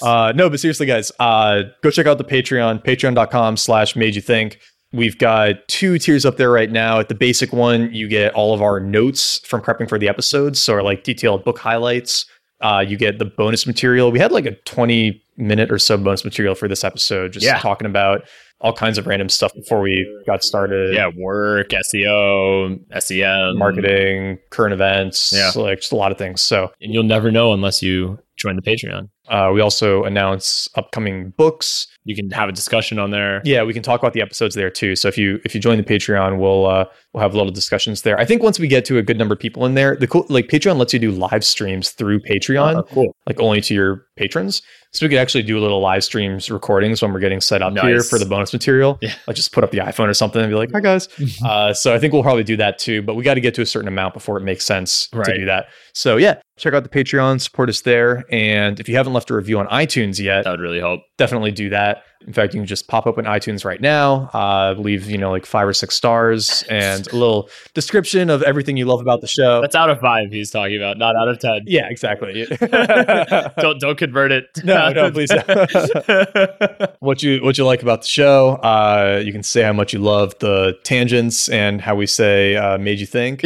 S2: Uh, no, but seriously, guys, uh, go check out the Patreon, patreon.com slash made you think. We've got two tiers up there right now. At the basic one, you get all of our notes from prepping for the episodes. So our like detailed book highlights. Uh, you get the bonus material. We had like a 20 minute or so bonus material for this episode, just
S1: Yeah.
S2: talking about all kinds of random stuff before we got started
S1: Yeah, work, E SEO, SEM,
S2: marketing, current events,
S1: Um, Yeah.
S2: like just a lot of things. So
S1: and you'll never know unless you join the Patreon.
S2: uh, we also announce upcoming books.
S1: You can have a discussion on there.
S2: Yeah, we can talk about the episodes there too. So if you if you join the Patreon, we'll uh, we'll have little discussions there. I think once we get to a good number of people in there, the cool like Patreon lets you do live streams through Patreon,
S1: Uh, cool.
S2: like only to your patrons. So we could actually do little live streams recordings when we're getting set up here
S1: Nice.
S2: for the bonus material.
S1: Yeah.
S2: Like just put up the iPhone or something and be like, hi guys. uh, so I think we'll probably do that too, but we got to get to a certain amount before it makes sense to
S1: Right.
S2: do that. So yeah, check out the Patreon, support us there. And if you haven't left a review on iTunes yet,
S1: That would really help.
S2: definitely do that. In fact, you can just pop open iTunes right now, uh, leave, you know, like five or six stars and a little description of everything you love about the show.
S1: That's out of five he's talking about, not out of ten.
S2: yeah, exactly.
S1: don't don't convert it.
S2: No, no, please don't. what you what you like about the show? Uh, you can say how much you love the tangents and how we say uh, made you think.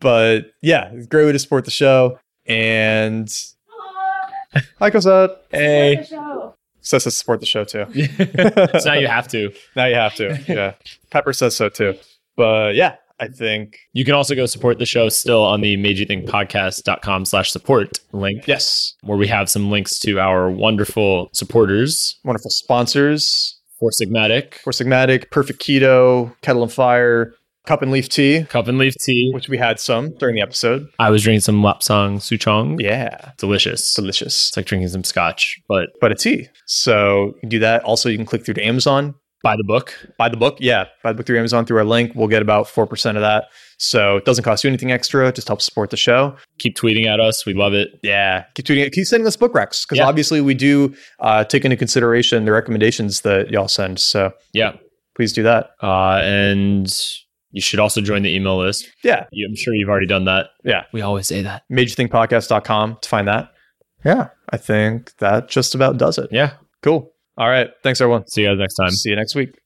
S2: but yeah, it's a great way to support the show. And hi, Cosette. Hey, says to support the show too.
S1: so now you have to.
S2: now you have to. Yeah, Pepper says so too. But yeah, I think
S1: You can also go support the show still on the made you think podcast.com slash support link,
S2: yes,
S1: where we have some links to our wonderful supporters
S2: wonderful sponsors.
S1: for Sigmatic,
S2: For Sigmatic, Perfect Keto, Kettle and Fire, Cup and Leaf Tea,
S1: Cup and Leaf Tea.
S2: which we had some during the episode.
S1: I was drinking some Lapsang Souchong.
S2: Yeah,
S1: Delicious.
S2: delicious.
S1: It's like drinking some scotch, but
S2: But a tea. So you can do that. Also, you can click through to Amazon,
S1: by the book.
S2: buy the book. Yeah, buy the book through Amazon through our link. We'll get about 4% of that. So it doesn't cost you anything extra. It just helps support the show.
S1: Keep tweeting at us. We love it.
S2: Yeah. Keep doing it. Keep sending us book recs because
S1: Yeah.
S2: obviously we do uh, take into consideration the recommendations that y'all send. So
S1: Yeah.
S2: please do that.
S1: Uh, and you should also join the email list.
S2: Yeah.
S1: You, I'm sure you've already done that.
S2: Yeah.
S1: We always say that.
S2: MajorThinkPodcast.com to find that. Yeah. I think that just about does it.
S1: Yeah.
S2: Cool. All right. Thanks, everyone.
S1: See you guys next time.
S2: See you next week.